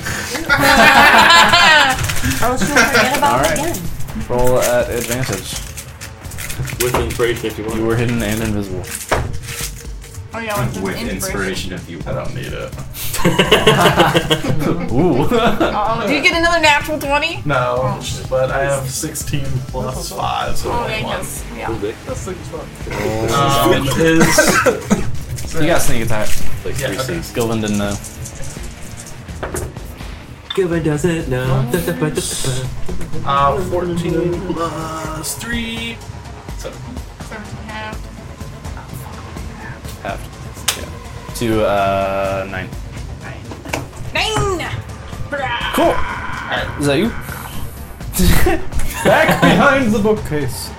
Oh, she'll forget about
All
it
right.
again.
Roll at advantage.
With inspiration if you want.
You were hidden and invisible.
Oh yeah, with,
With inspiration, if you
I don't need it.
Ooh.
Oh, do you get another natural twenty?
No, but I have 16 plus 5, so
Oh
only
yeah,
one.
yes. Yeah.
Um, is
you got sneak attack.
like
Yeah,
three
okay.
seats.
Gilvin didn't uh, know.
Given doesn't know.
Um,
uh, 14 plus 3. So,
Seventeen and a half.
Half. Yeah. To uh nine.
Nine.
Cool.
alright.
Is that you? Back
Uh,
behind the bookcase.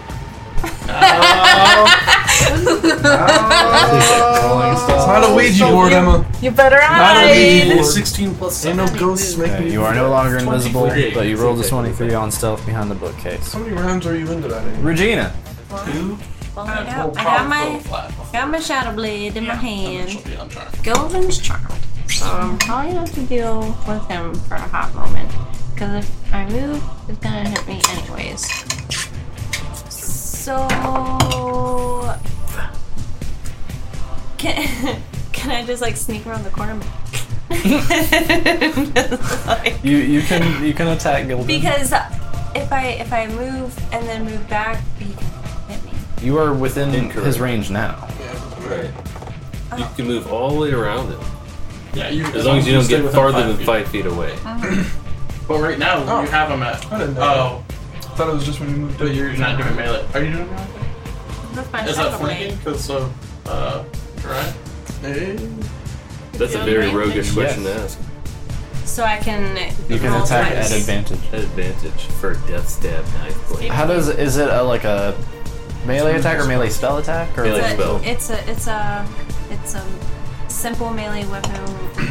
It's not a Ouija board, Emma.
You better
Not a Ouija
hide.
board.
16 plus 7.
Ain't no ghosts making
you are no longer invisible,
23.
but you rolled a
Okay.
23 on stealth behind the bookcase.
How many rounds are you into that anyway?
Regina.
Well, I got, I got my got my shadow blade in my hand.
Be uncharmed.
Golden's charmed. So I'm probably gonna have to deal with him for a hot moment. Because if I move, it's gonna hit me anyways. So can, can I just like sneak around the corner? and just, like-
You you can you can attack Gilvin.
because if I if I move and then move back, he can hit me.
you are within
Incorrect.
his range now.
Right. You can move all the way around it.
Yeah, you,
As long as you don't
stay
get
within
farther than
feet.
five feet away.
But right now,
Oh.
you have him at.
I didn't
Oh,
know. I thought it was just when you moved
but
up.
you're not doing melee. Are you doing melee?
That's my
Is that
shadow
flanking?
blade.
Because so, uh, right?
Hey.
That's a
Yeah,
very
right.
roguish
Yes.
question to ask.
So I can
You can
roll
attack
twice.
at advantage.
Advantage for death stab knife blade.
How does is it a, like a melee attack or melee spell attack or
Melee.
It's
spell.
a, it's a it's a it's a simple melee weapon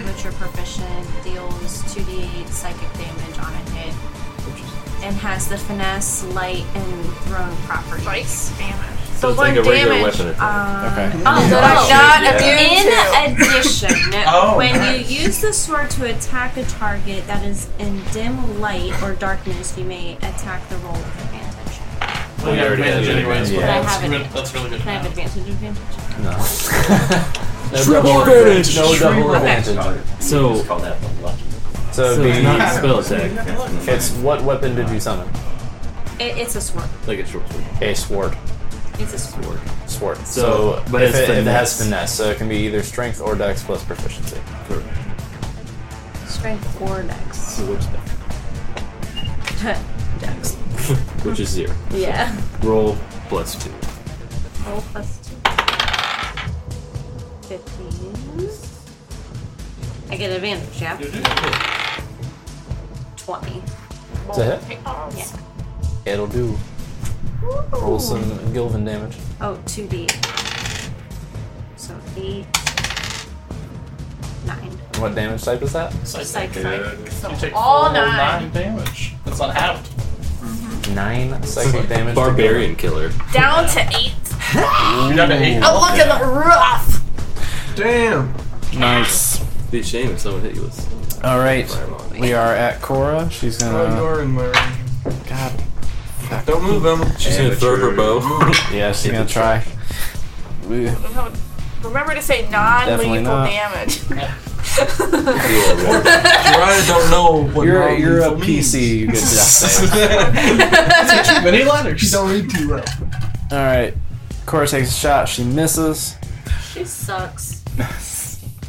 which you're proficient deals 2d8 psychic damage on a hit and has the finesse, light, and thrown properties.
Damn it.
So it's
one
like a regular
damage,
weapon attack.
okay?
Oh,
But I'm not immune to.
In addition,
Oh,
when
nice.
you use the sword to attack a target that is in dim light or darkness, you may attack the roll with advantage.
Well, you have
already
advantage
had it.
anyways.
Yeah.
but
I
that's
have it.
good- That's really good.
Can I have advantage? Advantage.
No.
Yeah,
Triple advantage!
No
Oh,
Okay.
double advantage.
So-
just call that one lucky.
So,
So
it'd
it's
be
not spell attack.
It's what weapon did you summon?
It, it's a sword.
Like a short sword. A sword.
It's a sword.
Sword. So,
So, but
if,
it's
it, if it has
finesse.
finesse, so it can be either strength or dex plus proficiency.
Strength or dex.
So what's that?
dex.
Which is zero.
Yeah.
Roll plus two.
Roll plus two. Fifteen. I get advantage, yeah? Twenty.
It's a hit.
Yeah.
It'll do. Roll some Gilvin damage.
Oh, 2d. So 8. 9.
What damage type is that?
Psychic.
You take
all
full
nine.
damage. That's not out.
Nine psychic damage. to
Barbarian killer.
Down to 8.
You're down to eight.
I'm looking rough.
Damn.
Gilvin. Nice.
Be a shame if someone hit you with.
All right. We are at Cora. She's
Oh, you
gonna.
are in my range.
Uh, God.
Don't move, Emma.
She's gonna throw her bow.
Yeah, she's gonna try. We-
Remember to say non-lethal
Definitely not.
damage.
I don't know what
You're
non-lethal
you're a
means.
PC. You get death save.
Many letters. You don't read too well.
All right. Cora takes a shot. She misses.
She sucks.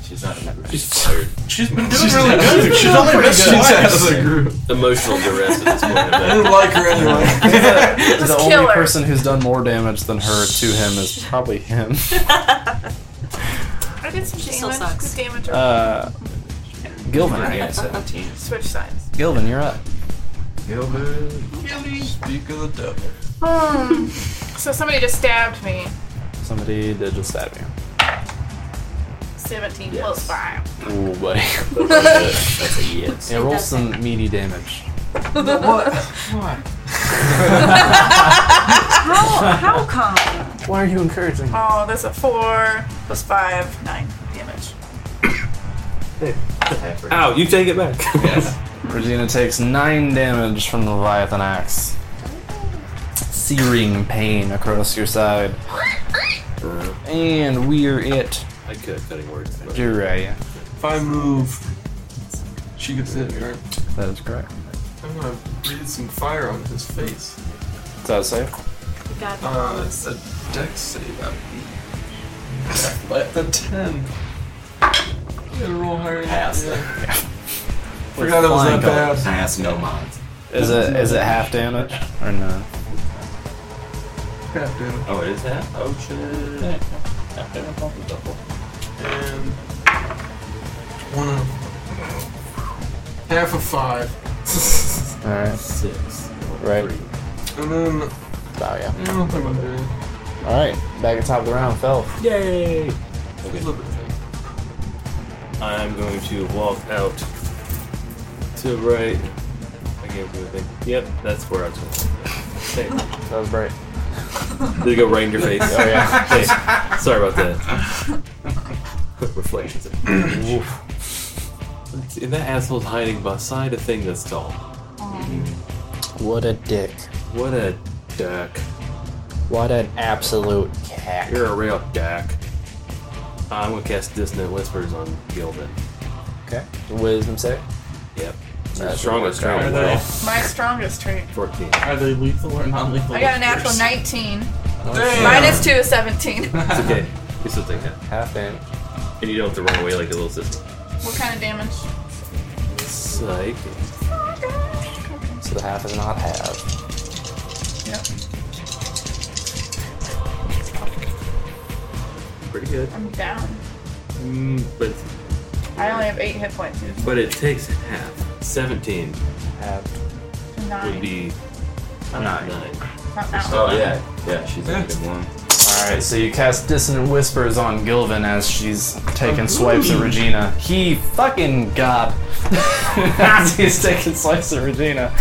She's not a member.
She's tired.
She's been doing really good. She's only missed
She's out of
twice.
the group.
Emotional duress at this
I
point.
didn't like her anyway.
the
Just
only
kill her.
person who's done more damage than her to him is probably him.
I did some
She still
damage.
sucks.
Good damage. or
Uh, Gilvin.
Yeah, 17.
switch sides.
Gilvin, you're up.
Speak of the devil.
Hmm. so somebody just stabbed me.
Somebody did just stab you.
17 plus 5.
Ooh, buddy.
That's a yes.
Yeah, roll some meaty damage.
What? Why?
Oh, How come?
Why are you encouraging?
Oh, that's a 4 plus 5, 9 damage.
Ow, you take it back.
Regina takes nine damage from the Leviathan axe. Searing pain across your side. And we're it.
I could have cutting words. but-
Jiraiya.
If I move, she gets hit, right?
That is correct.
I'm gonna breathe some fire on his face.
Is that safe?
God
Uh, it's a dex save, I believe. But the 10. You gotta roll higher than
Pass.
Yeah. Forgot it was
Flying
that bad.
I asked no mods.
Is it is it half damage or no?
God damn it.
Oh, it is that? Oh, shit.
And one of half of five.
All right.
Six.
Right.
And then
Oh yeah.
I don't think I'm gonna
All right. Back at top of the round, Phil.
Yay!
do it. a little bit. of
I'm going to walk out to right. I can't do anything. Yep, that's where I was going. Hey,
That was great.
did it go right in your face?
Oh yeah.
Hey, sorry about that. Reflections. and that asshole's hiding beside a thing that's tall.
What a dick.
What a duck.
What an absolute cack.
You're a real duck. Uh, I'm gonna cast Dissonant Whispers on Gildan.
okay. Wisdom save.
Yep.
That's
strongest
a workout.
strength.
Are they-
Well,
My strongest trait.
14.
Are they lethal or non-lethal?
I got a natural
whispers?
19.
Damn.
Minus 2 is 17.
It's okay. You still take that.
Half damage.
And you don't have to run away like a little sister.
what kind of damage?
Psych.
So the half is not half.
Pretty good.
I'm down.
Mm, but
I only have 8 hit points. dude.
but it takes half. 17
Half.
9.
would be
Nine.
Not now.
Oh, yeah. Yeah, she's a good one.
All right. So you cast dissonant whispers on Gilvin as she's taking swipes at Regina. He fucking god. as he's taking swipes at Regina.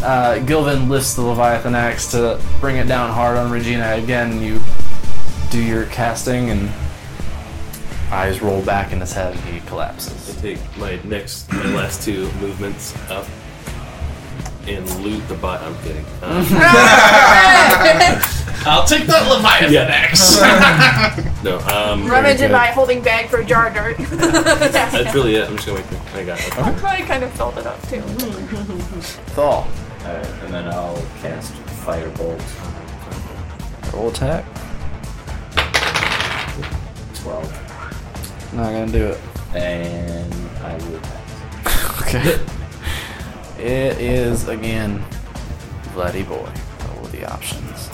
Uh, Gilvin lifts the Leviathan axe to bring it down hard on Regina. Again, you do your casting and eyes roll back in his head and he
I
collapses.
take my next, my last two movements up and loot the bot. I'm kidding. Um,
I'll take that Leviathan axe.
No. Um,
Rummage in
very
my
good.
holding bag for jar dirt.
That's really it. I'm just gonna wait. for- I got it.
I kind of filled it up too.
Thal.
Alright, and then I'll cast Firebolt.
Roll attack.
12.
Not gonna do it.
And I will pass.
Okay. it is again Bloody Boy. All the options.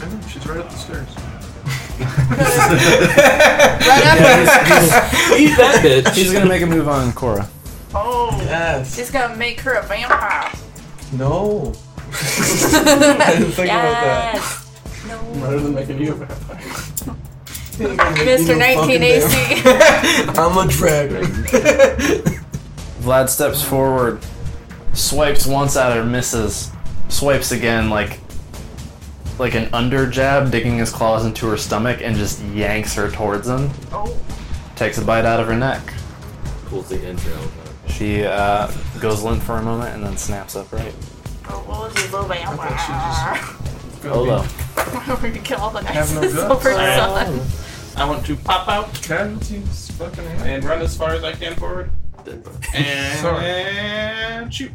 I know, she's right up the stairs.
Right after.
Eat that bitch.
She's gonna make a move on Cora.
Oh,
Yes.
she's gonna make her a vampire.
No. I didn't think
Yes.
about that. Rather than making you a vampire.
Mr. 19 AC.
I'm a dragon.
Vlad steps forward, swipes once at her, misses, swipes again like like an under jab, digging his claws into her stomach and just yanks her towards him.
Oh.
Takes a bite out of her neck.
Pulls the entrail. out.
She uh, goes limp for a moment and then snaps upright.
Oh, what was his little vampire?
Hello.
We're gonna kill all the
Have
nice
no guts.
over son.
I want to pop out casualties fucking and run as far as I can forward.
Dead bug.
And,
Sorry.
and shoot.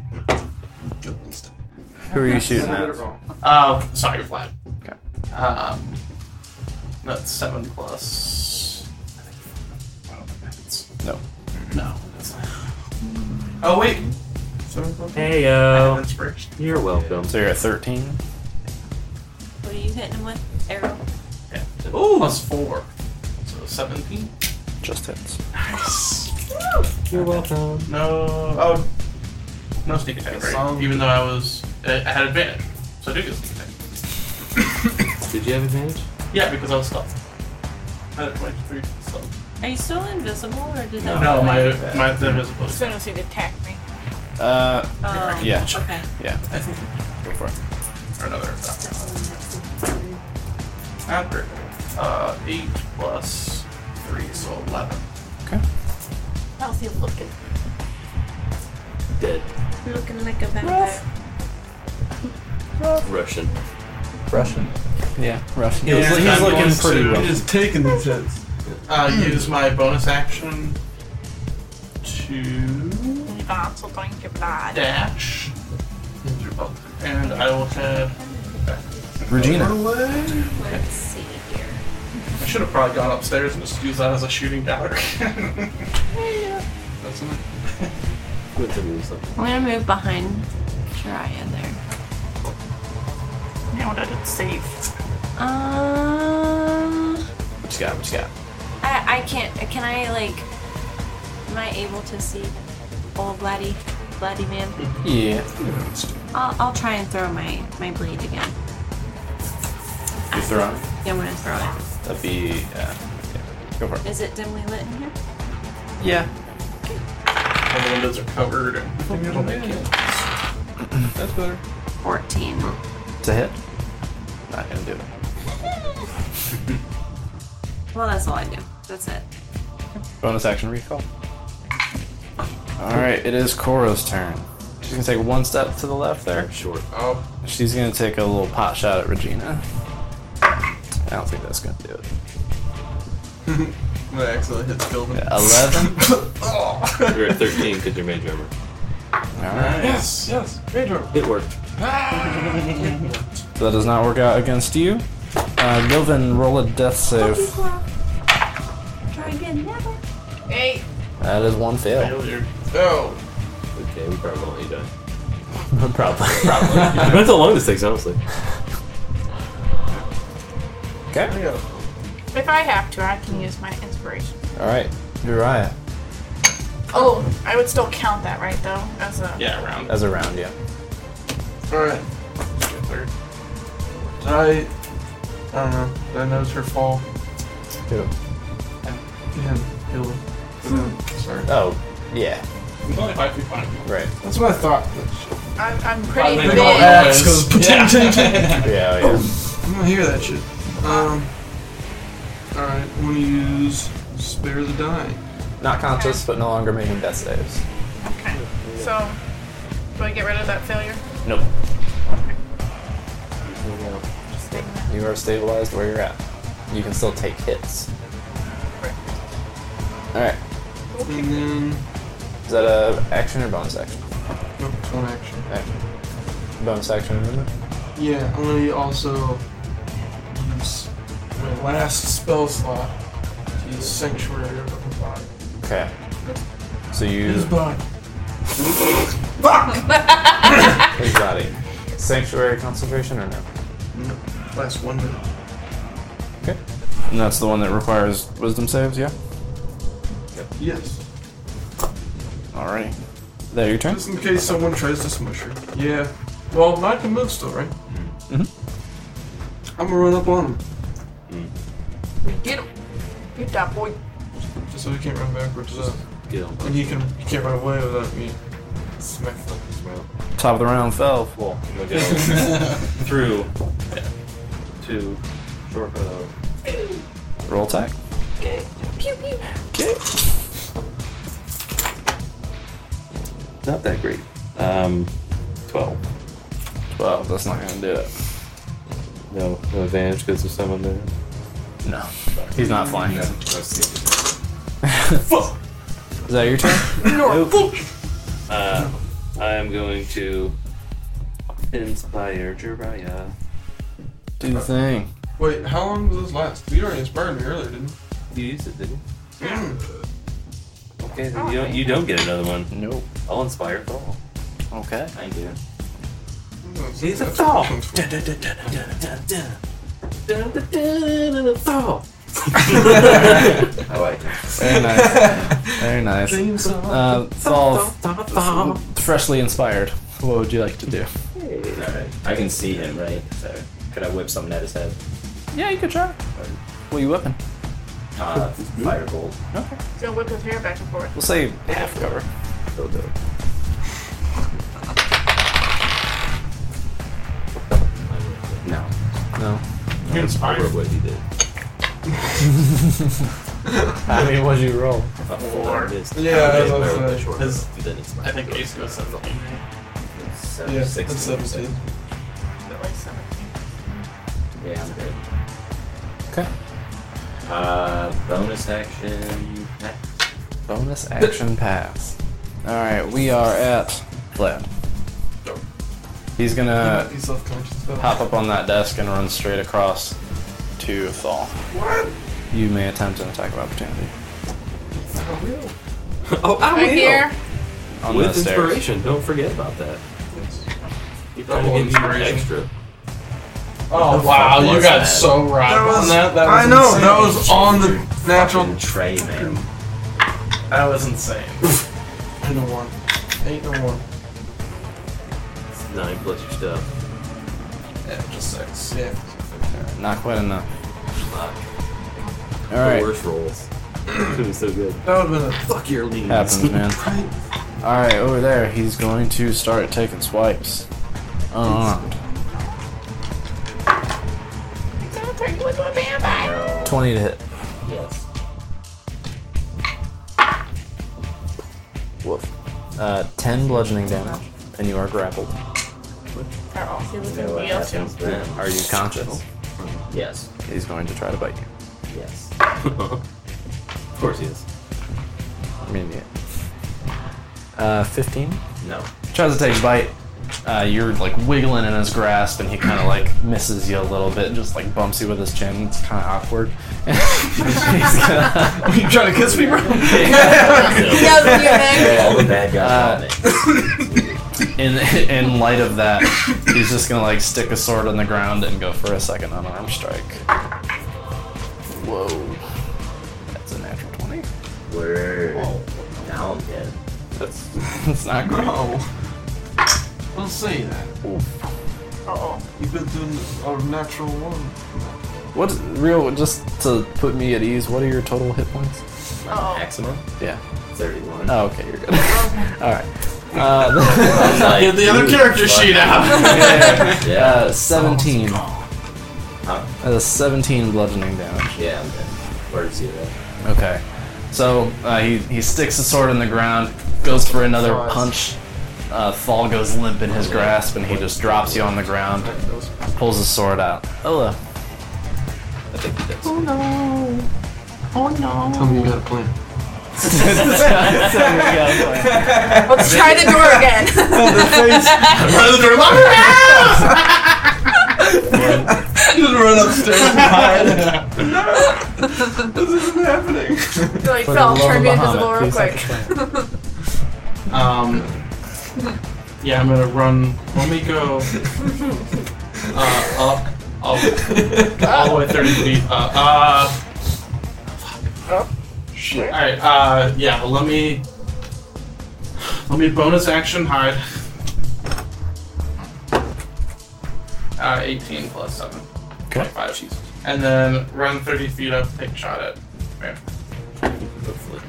Who are you shooting
I did it
at?
wrong. Uh, sorry, Vlad.
Okay.
Um, that's seven plus. I don't think that hits.
No.
No. That's not. Oh wait. Seven plus.
Hey
I have
yo.
inspiration.
You're welcome.
So you're at 13.
What are you hitting him with? Arrow.
Yeah. Ooh. Plus four. So seventeen.
Just hits.
Nice.
You're welcome.
No. Oh. No sneak attack, right?
Some-
Even though I was, I I had advantage, so I do get sneak attack.
Did you have advantage?
Yeah, because I was stealth. I had 23 stealth.
Are you still invisible, or did that?
No, my my thing is
As soon as he'd attack me.
Uh,
Oh,
yeah,
Okay.
yeah. Go for it.
or another after. Uh, eight plus three, so eleven.
Okay.
How's he looking?
Dead.
Looking like a vampire.
Russian.
Russian.
Yeah, rough.
Yeah,
He's-
I'm
he's
going
looking pretty
to-
rough.
Just taking these hits.
Uh, use my bonus action to
And you can also drink your blood.
dash, and I will head.
Regina.
Let's see here.
I should have probably gone upstairs and just used that as a shooting gallery. That's an-
Went to lose something.
I'm gonna move behind Jiraiya there.
Now that it's safe.
Um,
What you got? What you got?
I, I can't. Can I like? Am I able to see old Vladdy, Vladdy man?
Hmm. Yeah.
I'll, I'll try and throw my my blade again.
You throw it.
Yeah, I'm gonna throw it.
That'd be. Uh, yeah. Go for it.
Is it dimly lit in here?
Yeah.
All the windows are covered. And it'll make it.
That's better.
Fourteen.
It's a hit. Not gonna do it.
Well, that's all I do. That's it.
Bonus action recall. All right, it is Cora's turn. She's gonna take one step to the left there.
Short.
Oh,
She's gonna take a little pot shot at Regina. I don't think that's gonna do it.
That actually hits Oh. building.
Eleven.
You're at 13 because you're mage armor.
All right.
Yes, yes, Pedro.
It worked.
So that does not work out against you. Uh, Gilvin, roll a death save.
Try again. Never.
Eight.
That is one fail.
failure.
Oh.
Okay, we probably won't let you die.
Probably.
Depends how long this takes, honestly.
okay.
If I have to, I can use my inspiration.
All right, Uriah.
Oh, I would still count that, right? Though as a
Yeah, around.
As a round, yeah.
Alright.
Third.
I. I don't know. Did I notice her fall? Man, heal Sorry.
Oh, yeah.
It's only five feet behind me.
Right.
That's what I thought.
I'm, I'm pretty
I'll
big.
make all that.
Axe goes ting, ting, ting.
Yeah, oh, yeah.
I'm gonna hear that shit. Um. Alright, I'm gonna use Spare the Dying.
Not conscious, but no longer making death saves.
Okay. So, do I get rid of that failure?
Nope.
Just taking that.
You are stabilized where you're at. You can still take hits. All right.
And then.
Is that a action or bonus action?
Nope, it's one action.
Action. Bonus action, remember?
Yeah, I'm gonna also use my last spell slot to use Sanctuary over the body.
Okay. So you
His body.
his body. Sanctuary concentration or no?
Nope. Mm-hmm. Last one minute.
Okay. And that's the one that requires wisdom saves, yeah?
Yes.
Alright. Is that your turn?
Just in case someone tries to smush her. Yeah. Well, I can move still, right?
Mm-hmm.
I'm gonna run up on him.
Get him. Get that boy.
Just so he can't run backwards. uh,
Get him.
and he can he can't run away without me. Smack the smell.
Top of the round fell.
Well, we'll go through to short uh,
Roll attack.
Pew pew.
Not that great. Um, twelve.
Well, that's not gonna do it.
No, no advantage because there's someone there.
No. He's not flying.
That's gross.
Is that your turn?
Uh, I am going to inspire Jiraiya.
Do the thing.
Wait, how long was this last? You already inspired me earlier, didn't
You used it, didn't you?
you?
Okay, then you don't. You don't get another one.
Nope.
I'll inspire Thal.
Okay.
Thank you.
He's a
That's
Thal.
what it comes from.
Thal.
Oh, I like it.
Very nice. Very nice. Uh, Thal,
Thal.
freshly inspired. What would you like to do?
Alright. I can see him, right? So, could I whip something at his head?
Yeah, you could try. What are you whipping?
Uh, firebolt.
Okay.
He's gonna whip his hair back and forth.
We'll say half cover.
He'll do it. No.
No.
It's
I wrote
fine.
what he did.
I mean, what'd you roll?
A
Four.
four.
Yeah, that's what I
Barrel
said.
the short
His-
one, Then it's my
I think Ace goes 17. right?
So,
Yeah, that's
16,
seventeen.
But like seventeen.
Yeah, I'm good.
Okay.
Uh, bonus action.
Bonus action pass. Alright, we are at Vlad. He's gonna
He's self-conscious about
hop up on that desk and run straight across to Thal. What? You may attempt an attack of opportunity.
Oh, I
Right here.
On
With
the stairs.
inspiration, don't forget about that. You're trying
Double
to get you
inspiration.
extra.
Oh
Wow, you got so
That
robbed
was,
on that. That was
I know
insane.
that was on the natural.
Fucking Trey, man.
That was insane.
Ain't no one. Ain't no one.
It's nine plus your stuff.
Yeah, just six. Yeah.
Not quite enough.
Fuck. The
Alright.
worst rolls. it was so good.
That would have been
Fuck your lean.
Happens, man.
a
Alright, over there, he's going to start taking swipes. Uh-huh. Unarmed.
He's gonna turn you into a vampire.
20 to hit.
Yes.
Woof. Uh, 10 bludgeoning damage, and you are grappled.
They're all he was
You know
gonna
what
be up to.
happens then?
Are you conscious?
Yes.
He's going to try to bite you.
Yes.
of course he is.
I mean, yeah. Uh, 15?
No.
Tries to take a bite. Uh, you're like wiggling in his grasp, and he kind of like misses you a little bit, and just like bumps you with his chin. It's kind of awkward. He's gonna- you trying to kiss me, bro?
He does human.
All the bad
Uh,
guys on it.
in in light of that, he's just gonna like stick a sword on the ground and go for a second unarmed strike. Whoa, that's a natural twenty.
Word. Now I'm dead.
That's that's not great.
Don't say that.
Uh-oh.
You've been doing a natural one.
What real? Just to put me at ease, what are your total hit points?
Uh-oh.
Maximum?
Yeah.
31.
Oh, okay, you're good. All right. Uh,
I was like,
Get the other
dude,
character
fuck.
sheet out.
Yeah.
uh, seventeen.
Huh?
That's seventeen bludgeoning damage.
Yeah, I'm dead. Word zero.
Okay. So uh, he, he sticks the sword in the ground, goes for another
Nice.
punch. Uh, Fall goes limp in his grasp, and he just drops you on the ground, pulls his sword out. Hello.
I think he does.
Tell me you got a plan.
Let's try the door again.
Just run upstairs and hide.
You're like, Phil, turn me invisible real quick.
Um, yeah, I'm gonna run. Let me go uh, up, up, all the way 30 feet up. Uh, Shit. All right. Uh, yeah. well, Let me. Let me bonus action hide. Uh, 18 plus seven.
Okay.
Five. Jesus. And then run 30 feet up, take a shot at. Man. Hopefully.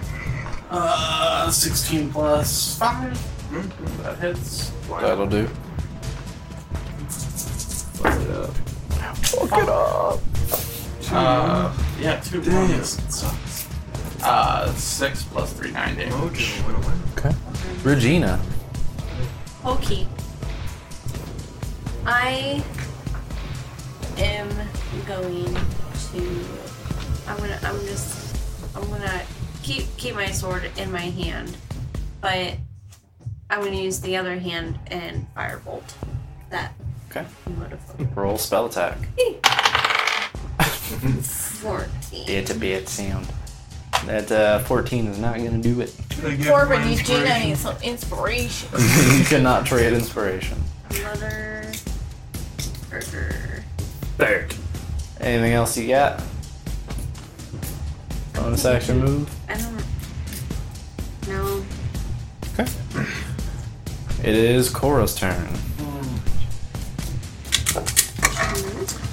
Uh, 16 plus five. Mm, That hits.
That'll do.
Fuck it up. Fuck it up. Uh, yeah, two ones. It sucks. Uh, six plus three, nine damage.
Okay. Regina.
Okay. I am going to. I'm gonna. I'm just. I'm gonna keep keep my sword in my hand, but I'm gonna use the other hand and firebolt. That
Okay.
modifier.
Roll spell attack.
Fourteen.
It's a bad sound. That uh, 14 is not gonna do it.
Corbin, Eugenia needs some inspiration.
you cannot trade inspiration.
Another. burger.
Back.
Anything else you got? Bonus action move.
I don't. No.
Okay. It is Cora's turn.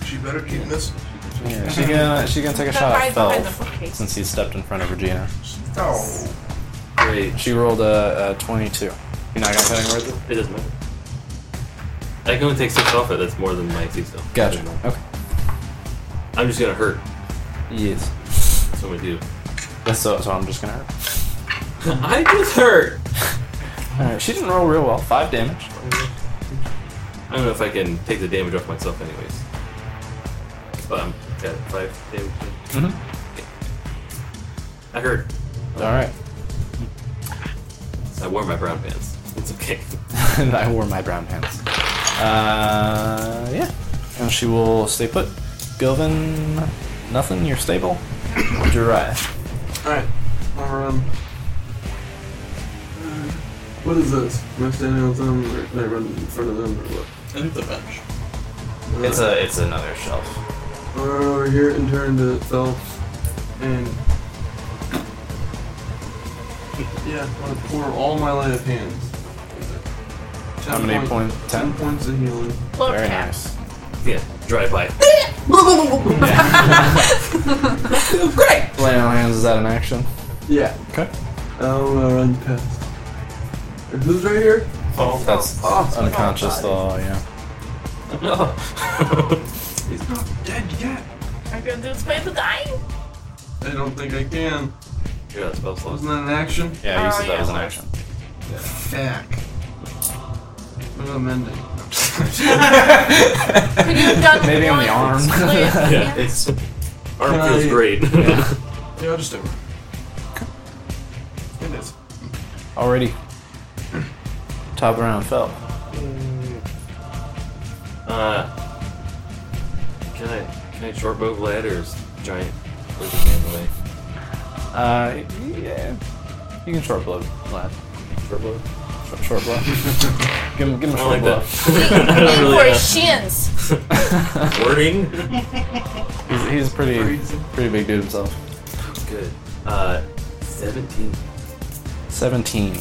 She better keep missing.
Yeah, she gonna she gonna take a shot at
Hide behind the
Felf
bookcase.
since he stepped in front of Regina.
Oh.
Great.
She rolled a, a 22. You're not gonna put anywhere with it?
It doesn't matter. I can only take six off it. That's more than my six off.
Gotcha. Okay.
I'm just gonna hurt.
Yes.
That's what I'm gonna do.
That's so, so I'm just gonna hurt.
I just hurt.
Alright, she didn't roll real well. Five damage.
I don't know if I can take the damage off myself, anyways. But I'm got five damage.
Mm-hmm.
I hurt.
Alright.
I wore my brown pants. It's okay.
and I wore my brown pants. Uh, yeah. And she will stay put. Gilvin, nothing, you're stable. Jiraiya.
Alright. I'll run. Uh, What is this? Am I standing on them or can I run in front of them or what?
And the bench.
Uh,
It's a it's another shelf.
I'll run over here and turn to itself and. Yeah, I'm gonna pour all my light of hands.
How many point- ten?
Ten points of healing.
Look
Very
at
nice.
Yeah, drive by.
Laying on hands is that an action?
Yeah.
Okay.
Oh, I'll run past. Who's right here?
Oh,
That's
Oh,
unconscious though, yeah.
He's not dead yet.
I'm gonna do spades of dying.
I don't think I can.
yeah, that spell slows.
Wasn't that an action?
Yeah, you
Oh,
said that
yeah.
was an action.
Back. What am I mending?
Could you have done
Maybe on the
one
arm.
split?
Yeah, it's arm
Can I-
feels great.
Yeah, I'll just do it. It is.
Already. Top round fell.
uh, can I can I short bow glad or is giant lizard man the way?
Uh, yeah. You can short blow, lad.
Short bow.
Short, short blow. give him, give him a
I
short
like
blow.
that. I
Aim
don't
for
really
his
know.
shins.
Wording.
He's, he's a pretty, pretty big dude himself.
Good. Uh, seventeen.
17.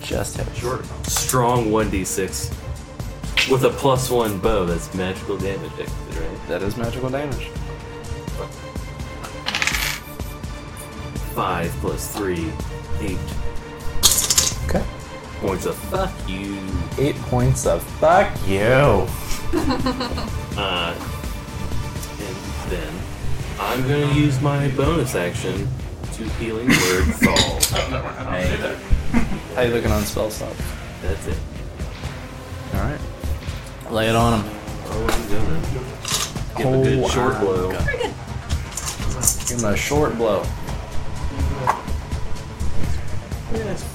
Just hit.
Short. Strong one d six. With a plus one bow, that's magical damage, actually, right?
That is magical damage.
Five plus three, eight
Okay.
points of fuck you.
Eight points of fuck you.
Uh, and then I'm gonna use my bonus action to healing word fall.
no, we're not.
Hey.
Hey.
How you looking on spell stop?
That's it.
Alright. Lay it on him.
Oh, I'm gonna give a
Oh,
good short
I'm
blow.
gonna- Give him a short blow.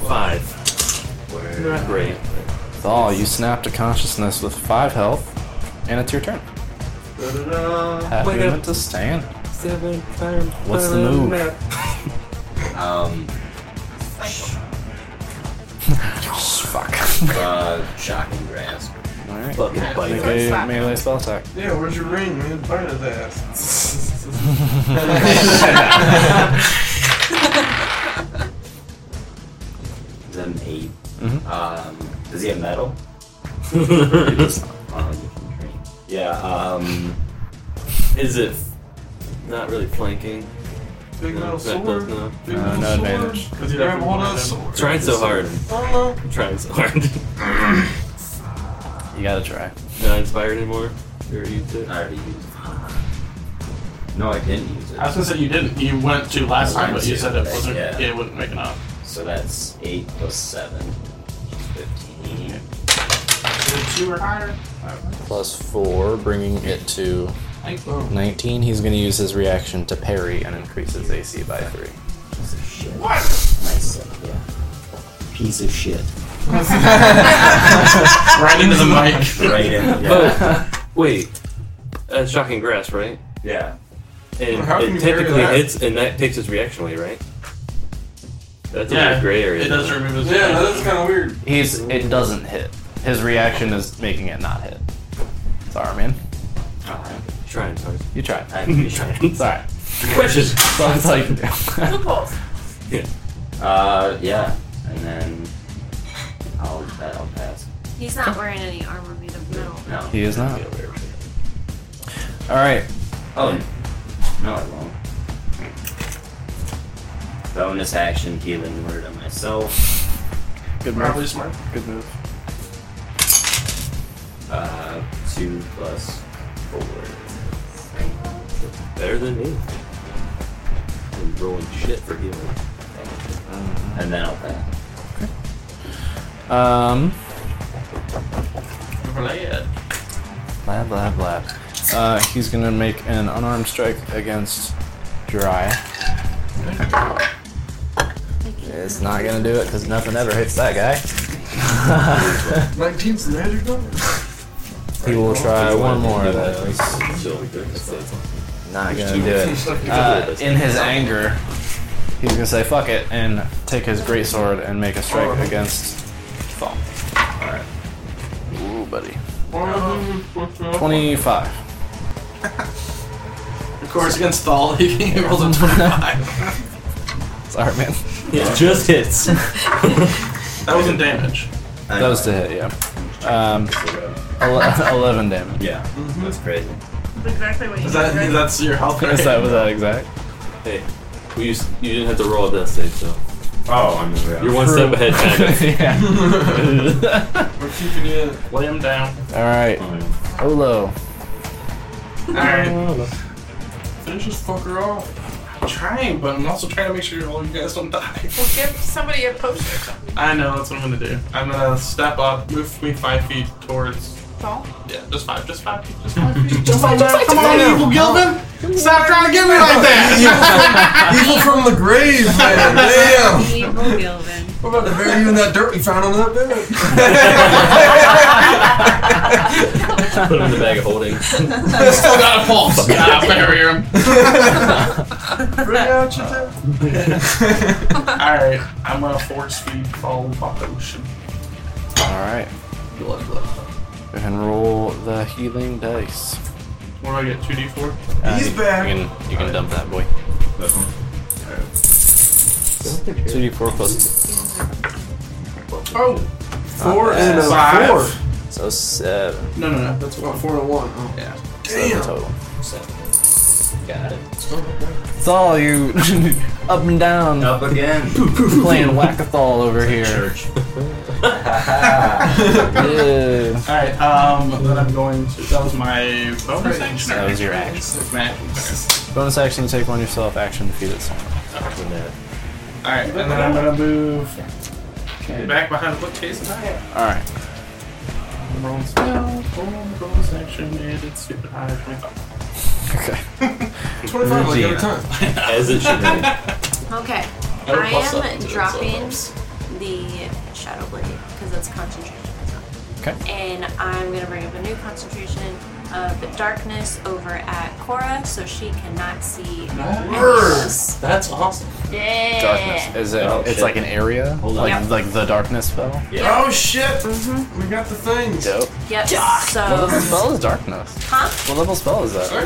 Five. Great.
Thal, you snap to consciousness with five health, and it's your turn. Half
Wake
movement
up.
to stand.
Seven times.
What's the move?
Um,
Fuck.
uh, shocking grasp.
Alright.
Fucking
Make
bite.
a melee spell attack.
Yeah, where's your ring, man? Bite his ass.
Is that an 8
Mhm.
Um, does he have metal? Uh, you can drink. yeah. Um,
Is it not really flanking?
Big
No,
metal
that
sword.
does not.
Big
Uh,
metal
no
sword.
advantage.
Cause you grab hold of that sword.
Trying so hard.
I don't know.
I'm trying so hard.
You gotta try.
not inspired anymore. You already used it.
I already used. it. No, I didn't use
I was
it.
gonna say you didn't. You went to last time, but you said it wasn't.
Yeah.
It wouldn't make enough.
So that's eight plus seven, fifteen.
Two or higher.
Plus four, bringing it to 19. He's gonna use his reaction to parry and increase his AC by three.
Piece of shit.
What?
Nice. uh, Yeah. Piece of shit.
Right into the mic.
Right in. Yeah.
Oh, wait. Uh, shocking grass, right?
yeah.
And
How can
it
you bury
technically
that?
hits, and that takes his reaction away, right? That's a
Yeah.
little gray area.
It does remove his.
Yeah, that's kind of weird.
He's it doesn't hit. His reaction is making it not hit. Sorry, man.
Trying so hard.
You tried.
I'm pretty sure.
It's alright.
Question.
So that's all you can do.
Loopholes.
Uh, yeah. And then I'll that'll pass.
He's not wearing any armor made of metal.
No.
He is not. Alright.
Oh no, I won't. Bonus action healing word on myself.
Good
Probably
move.
smart.
Good move.
Uh, two plus four.
Better than me. I'm rolling shit for healing.
And then I'll pass.
Um
Overlay it.
blah blah blah. Uh, he's gonna make an unarmed strike against Dry. It's not gonna do it because nothing ever hits that guy.
19's the magic number.
he will try one more of those.
So that's it.
Not gonna do it. Uh, in his anger, he's gonna say "fuck it" and take his greatsword and make a strike against Thal.
Alright.
Ooh, buddy.
oh,
Twenty-five.
Of course, against Thal, he rolls a twenty-five.
Sorry, man.
It just hits.
That wasn't damage.
That was to hit, yeah. Um, ele- eleven damage.
Yeah, that's crazy.
Exactly what you
Is that
said.
that's your health?
Is that was that exact?
hey, we used, you didn't have to roll a death save, so
Oh, I'm
you're one step ahead. Kind
yeah.
of.
We're keeping it.
Lay him down.
All right, Olo.
All right.
Finish this fucker off.
I'm trying, but I'm also trying to make sure all you guys don't die.
Well, give somebody a potion or something.
I know that's what I'm gonna do. I'm gonna step up, move me five feet towards.
Fall.
Yeah, just five, just five feet, just five feet. Just five, just five. Come on, evil Gilvin! Stop trying to get me like that!
Evil from the grave, man. Damn.
Evil Gilvin.
We're about to bury you in that dirt we found under that
Put him in the bag of holding.
Still got a pulse. Ah, bury him.
bed. Bring out your dirt.
Alright, I'm gonna force feed fall my potion.
All right, go ahead and roll the healing dice.
What do I get? 2d4?
Uh,
He's
you-
back.
You can, you can dump that boy. Two d four plus
Oh!
Four and a
Five.
four.
so seven.
No, no, no. That's
Well, four and a one. Oh.
Yeah.
Seven total.
Got it.
Thal, you up and down
Up again.
playing whack a thal over here.
Church.
Yeah.
Alright, um, then I'm going to. That was my
Oh,
bonus action.
That was your action. Bonus action: take one yourself. Action: defeat it. Someone.
Alright, and then I'm gonna move back behind the bookcase and I am.
All right.
I'm rolling spell, boom, bonus action, and it's stupid high 25.
Okay.
25 like every time.
As it should be.
Okay.
Another
I
plus
am
seven to it, so it
dropping
helps.
the Shadow Blade because that's concentration.
Okay.
And I'm gonna bring up a new concentration of darkness over at Cora, so she cannot see.
Nice. That's awesome.
Yeah.
Darkness. Is it?
Oh,
it's
shit.
like an area, like
Yeah.
like the darkness spell.
Yeah.
Oh shit! We got the things.
Dope.
Yep.
What level
So.
spell is darkness?
Huh?
What level spell is that?
Two.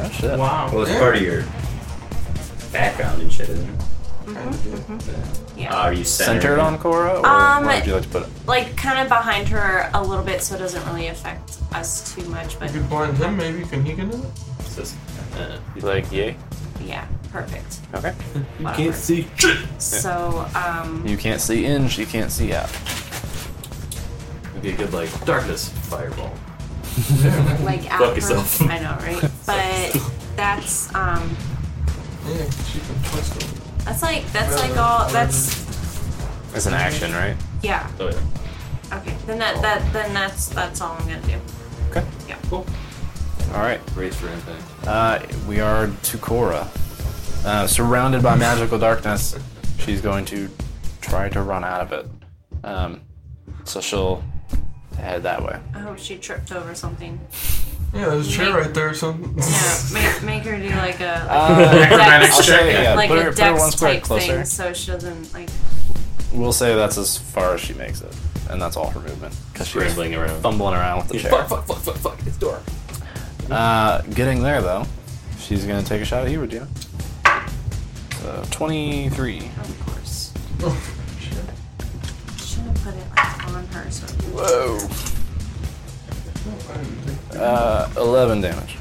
Oh shit.
Wow.
Well, it's part of your background and shit, isn't it?
Mm-hmm,
Yeah.
Uh,
Uh,
Are you centered,
Centered on Cora, or
Um,
where would you like to put it?
like kind of behind her a little bit, so it doesn't really affect us too much. But
You could blind him, maybe. Can he get in it?
It's just, uh,
Like yay.
yeah, perfect.
Okay.
you
Whatever.
can't see shit.
So um,
You can't see in. She can't see out.
It'd be a good like darkness fireball.
like out
Fuck
her-
yourself.
I know, right? But that's um,
Yeah, she can twist him.
that's like that's like all that's
It's an action, right?
yeah.
Oh yeah.
Okay, then that that then that's that's all I'm gonna do.
Okay.
Yeah.
Cool.
All right.
Raise for impact.
Uh, we are to Cora. Uh, surrounded by magical darkness, she's going to try to run out of it. Um, so she'll head that way.
I hope she tripped over something.
Yeah, there's a chair right there or something.
Yeah, make make her do like a
Acrobatics
I'll say,
check.
Uh, yeah,
like
put
a
her, put her one
dex
square
type
closer.
thing, so she doesn't like.
We'll say that's as far as she makes it, and that's all her movement because she was
Scrambling around.
fumbling around with the chair.
Fuck, fuck, fuck, fuck, fuck. It's dark.
Uh, getting there though, she's gonna take a shot at you, Regina. So twenty-three.
Of course. Should have put it like, on her so it would-
Whoa. Uh, eleven damage.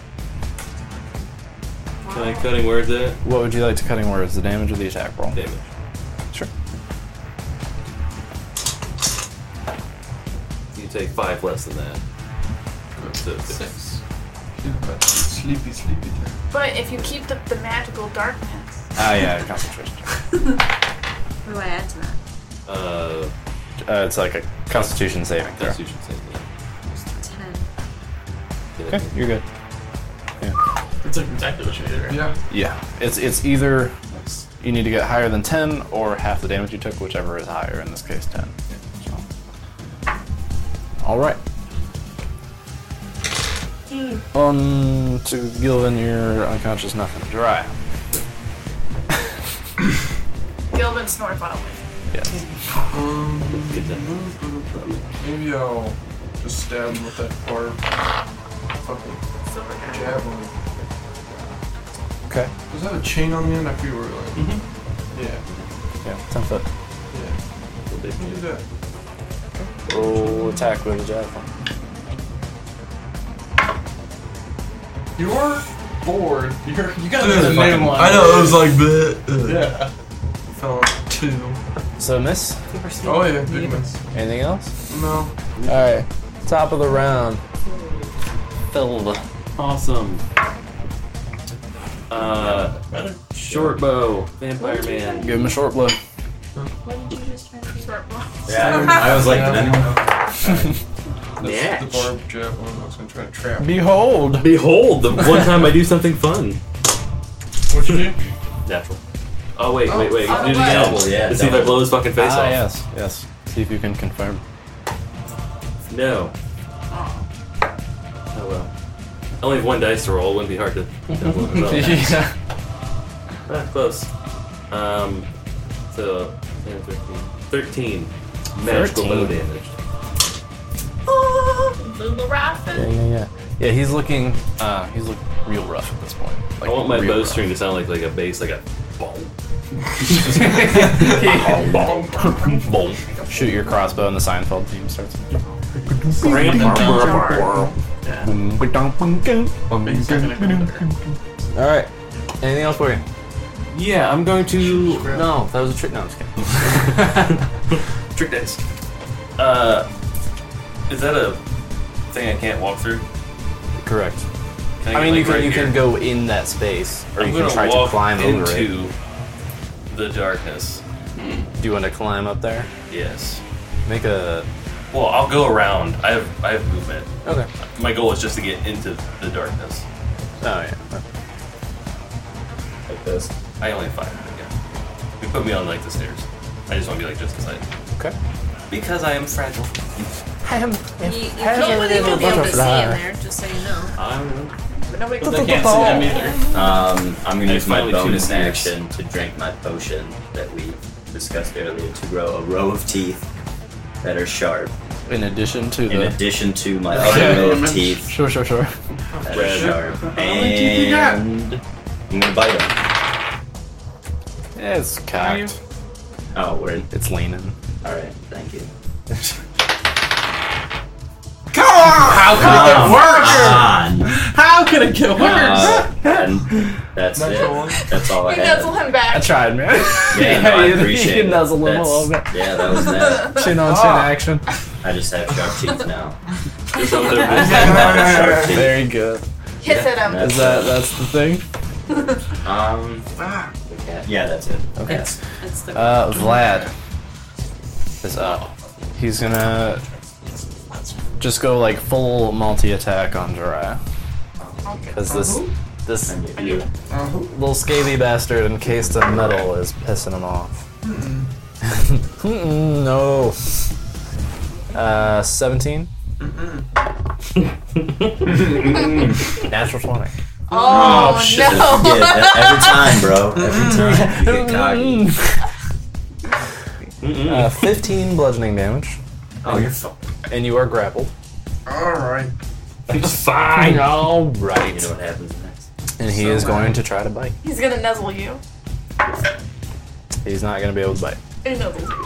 Can I cutting words it?
What would you like to cutting words? The damage or the attack roll?
Damage.
Sure.
You take five less than that. So six.
She's about to be sleepy, sleepy time.
But if you keep the, the magical darkness,
Ah, yeah, concentration.
What do I add to that?
Uh,
Uh, it's like a Constitution saving throw.
that's you should say.
Ten.
Yeah.
Okay, you're good.
It's like exactly what you did, right?
Yeah.
Yeah, it's it's either you need to get higher than ten or half the damage you took, whichever is higher. In this case, ten. So. All right. On to Gilvin, you're unconscious, nothing. Dry.
Gilvin Snorfile.
Yes.
Um,
Good then.
maybe I'll just stab him with that barb. Fucking
Silver guy.
javelin.
Okay.
Does that have a chain on the end? I forget where like. Yeah.
Yeah, ten foot.
Yeah. Can do that.
Roll attack with a javelin.
You're bored. You're, you got another
another
fucking.
new one.
I know. It was like the.
Yeah.
Fell on two.
So miss.
Oh yeah, big miss.
Anything else?
No.
All right. Top of the round. Filled.
Awesome. Uh,
Better.
short bow, vampire man.
Give him a short blow.
Yeah, I was like,
The
Yeah.
barb javelin. I was Oh, gonna try to trap.
Behold.
Behold, the one time I do something fun.
What'd you do?
Natural. Oh wait, wait, wait. do it again.
double, yeah,
Let's see if I
double.
blow his fucking face
Ah,
off.
yes, yes. See if you can confirm.
No. Oh well. I only have one dice to roll. It wouldn't be hard to double it. Well, ah, close. Um, so, yeah, 13. 13 magical bow damage.
Lula
Yeah,
Raffin.
yeah, yeah. Yeah, he's looking. Uh, he's look real rough at this point. Like,
I want my
real
bowstring to sound like like a bass, like a boom, boom.
rough. Shoot your crossbow, and the Seinfeld theme starts. All right. Anything else for you?
Yeah, I'm going to
No, that was a trick. No, I'm just kidding.
trick dice. Uh, is that a thing I can't walk through?
Correct.
Can
I
get,
mean, you
like,
can
right
you
here?
can go in that space, or
I'm
you can
gonna
try to
walk
climb over it.
into the darkness.
Do you want to climb up there?
Yes.
Make a.
Well, I'll go around. I have I have movement.
Okay.
My goal is just to get into the darkness.
Oh yeah.
like this.
I only have five. Yeah. You put me on like the stairs.
I just want to be like just inside.
Okay.
Because I am fragile.
I am.
You, you can't you won't be able to see in there, just so you know.
I'm.
But nobody
But
can
they
see
can't see them either.
Um, I'm gonna
I
use my
finally tuned
bonus
the axe.
action to drink my potion that we discussed earlier to grow a row of teeth that are sharp.
In addition to
In
the.
addition to my other row of teeth
Sure, sure, sure.
that are sharp,
teeth you got?
and I'm gonna bite them.
Yeah, it's cocked.
Oh, we're in.
It's leaning.
All right, thank you.
Come on!
How
Ah,
Come
could
on.
How could it get
ah.
Uh, and that's
Natural one.
it. That's all I
You nuzzle
had.
him
I
back.
tried, man.
Yeah, no, I
you-
appreciate
you
it.
nuzzle him a little bit.
That's- Yeah, that was that.
Chin on chin action.
I just have sharp teeth now.
There's no other
I just
business.
have sharp teeth.
Very good.
Hiss at him.
That's
Is that that's the thing?
Um. Yeah, that's it. Okay.
It's, it's the
Uh, Vlad is up. He's gonna just go like full multi attack on Jiraiya. Because this this little scaly bastard encased in metal is pissing him off. Mm-mm, no. Uh, 17? Natural 20.
Oh,
shit! I
no.
forget. E- Every time, bro. Every time you
Mm-hmm.
get cocky.
Uh, 15 bludgeoning damage.
Oh, you're fine.
And you are grappled.
Alright.
Fine. Alright.
You know what happens next.
And he is going to try to bite.
He's gonna nuzzle you.
He's not going to be able to bite.
He nuzzles you.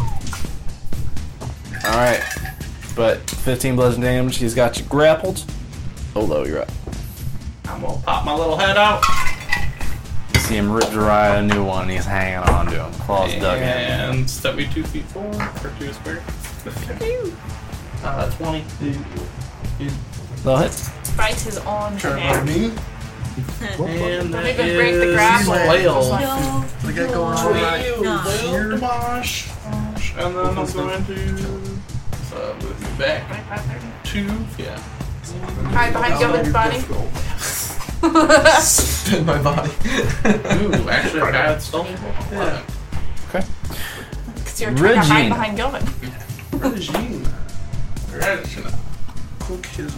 All right, but 15 bludgeon damage. He's got you grappled. Olo, you're up.
I'm gonna pop my little head out.
You see him rip Jiraiya a new one. He's hanging on to him. Claws dug in.
And step me two feet forward for two square. Uh, 20.
They'll hit.
Bites his own
Turn
hand.
on me.
And
Don't
that
even break the
is
grapple. Just
Flail.
like-
no.
We got going on right.
Flail,
No.
Flail, Dimash. Dimash. And then I'm going to. So move me back.
25, 30.
Two. Yeah.
Hide behind Gilbert's body.
Spin my body.
Ooh, actually, I got stolen.
Yeah.
Okay.
Because you're trying to hide
Regine.
behind Gilbert.
Regime. Cook his.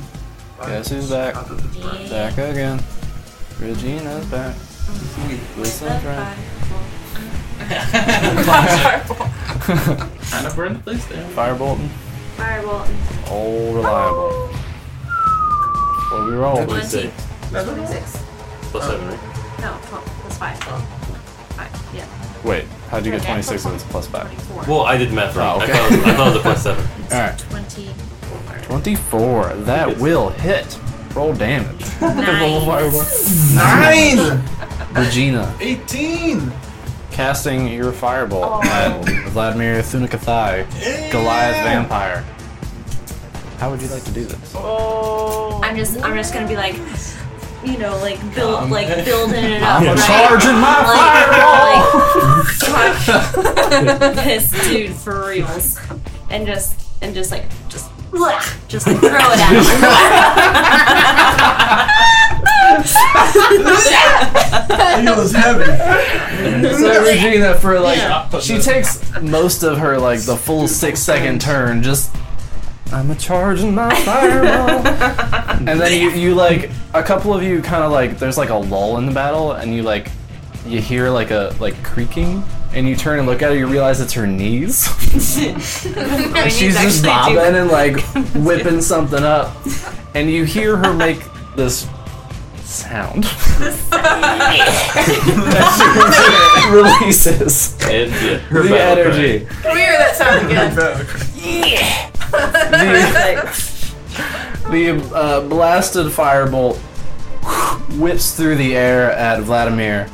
Guess who's back?
Out of his brain.
Back again. Regina's back. With a friend.
Kind of burn the place down.
Firebolting.
Firebolt.
All reliable. What we roll?
One teeth. Six.
Plus seven, right?
No, 12. That's five.
Oh.
Five. Yeah.
Wait, how'd you get 26 when it's plus 5?
24.
Well, I did math wrong.
Oh, okay.
I, thought it was, I thought it was a plus seven.
Alright.
24.
24. That will hit. Roll damage.
Nice.
Nine!
Regina.
18!
casting your firebolt
Oh.
at Vladimir Thunikathai, Goliath vampire. How would you like to do this?
Oh.
I'm just I'm just gonna be like you know, like
Um.
build like building it up.
I'm
right?
charging my
like, like, this dude for reals. And just and just like just blech, just like throw it at him.
He was heavy.
So Regina, for like,
Yeah.
she takes most of her like the full six second turn. Just I'm a charging my firebolt, and then you you like a couple of you kind of like there's like a lull in the battle, and you like you hear like a like creaking. And you turn and look at her, you realize it's her knees.
When
She's
you
just bobbing
actually do-
and like whipping something up, and you hear her make this sound. As she releases
And yeah, her
the
battle cry.
energy.
Weird, that sounds good.
The, the uh, blasted firebolt whips through the air at Vladimir,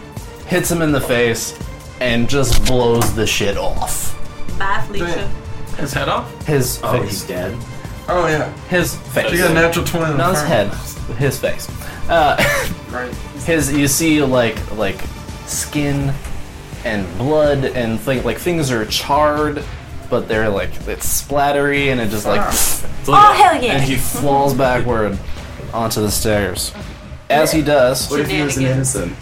hits him in the face, and just blows the shit off
Bye, Felicia.
His head off?
his
Oh, he's
face.
dead.
Oh, yeah.
His face.
You got a natural 20 on the
Not his
fire.
head, his face. Uh,
Right.
his you see like like skin and blood and thing like things are charred, but they're like it's splattery and it just like
It's like
Oh, hell yeah.
and he falls backward onto the stairs. As he does,
What if he was an innocent?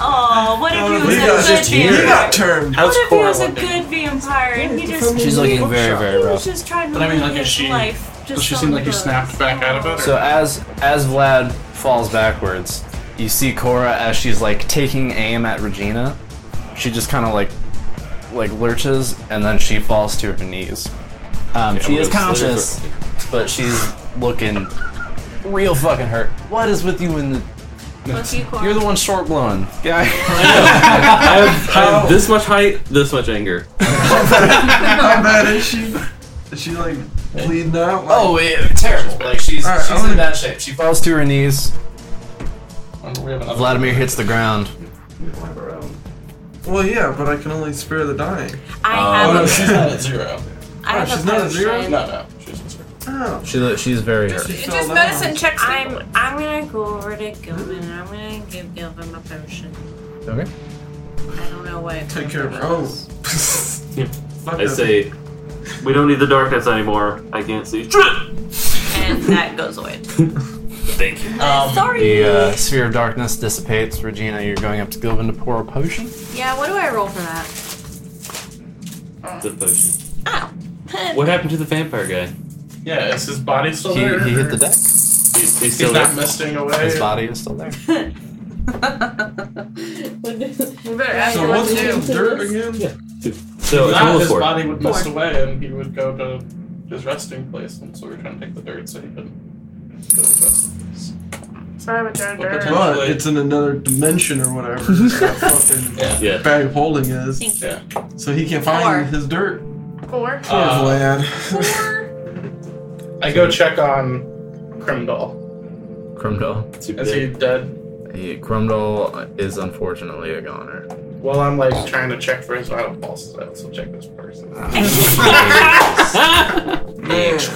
Oh, what if he was
he
a good
got just here. He got
vampire?
turned.
What if he was a good vampire and he just
She's looking very, very
he was
rough.
just trying to
But I
live
mean, like,
his
is she-
life?
Does
Just
she
on
seem
the
like he
books.
snapped back out of it?
So as as Vlad falls backwards, you see Cora as she's like taking aim at Regina. She just kind of like like lurches and then she falls to her knees. Um, she is conscious, but she's looking real fucking hurt. What is with you in the?
Look, you
You're the one short blowing. Yeah.
I have, I have this much height, this much anger.
How bad is she? Is she like bleeding out? Like,
Oh, it, terrible. Like she's
All right, I'm
she's in
gonna-
bad shape. She falls to her knees.
Remember, we have another-
Vladimir hits the ground.
Well, yeah, but I can only spare the dying.
I
Oh,
have,
no, she's not at zero.
a, I have
she's
a
not a zero?
potion.
No, no, she's at zero.
Oh,
She lo- she's very hurt.
she fell
Just
down.
uh,
medicine checks.
I'm I'm gonna go over to Gilvin and I'm gonna give Gilvin a potion.
Okay.
I don't know what.
Take care of her.
potion
Oh.
is.
Fuck
I
that.
say, we don't need the darkness anymore. I can't see.
And that goes away.
Thank you.
Um,
Sorry.
The uh, sphere of darkness dissipates. Regina, you're going up to Gilvin to pour a potion.
Yeah. What do I roll for that?
The potion.
Oh.
What happened to the vampire guy?
Yeah, is his body still
He,
there?
he hit the
or-
deck.
He's, he's
He's
still
not
there.
misting away.
His body is still there.
We better ask
So
her what
what's
to do.
with the dirt again?
So
If
it's
not,
almost
his
four.
body would mist away and he would go to his resting place. And so we were trying to take the dirt so he could go to his resting place.
Sorry about your
What the
dirt.
fuck?
But it's in another dimension or whatever. that fucking
Yeah.
Yeah.
bag of holding is.
Thank you.
Yeah.
So he can't
Or-
find his dirt.
Four.
Poor
Uh,
Vlad.
I go check on Krimdall.
Crumdall.
It's too
Is he
big.
dead?
Crumdall is unfortunately a goner.
Well, I'm like trying to check for his vital pulses. I also check this person.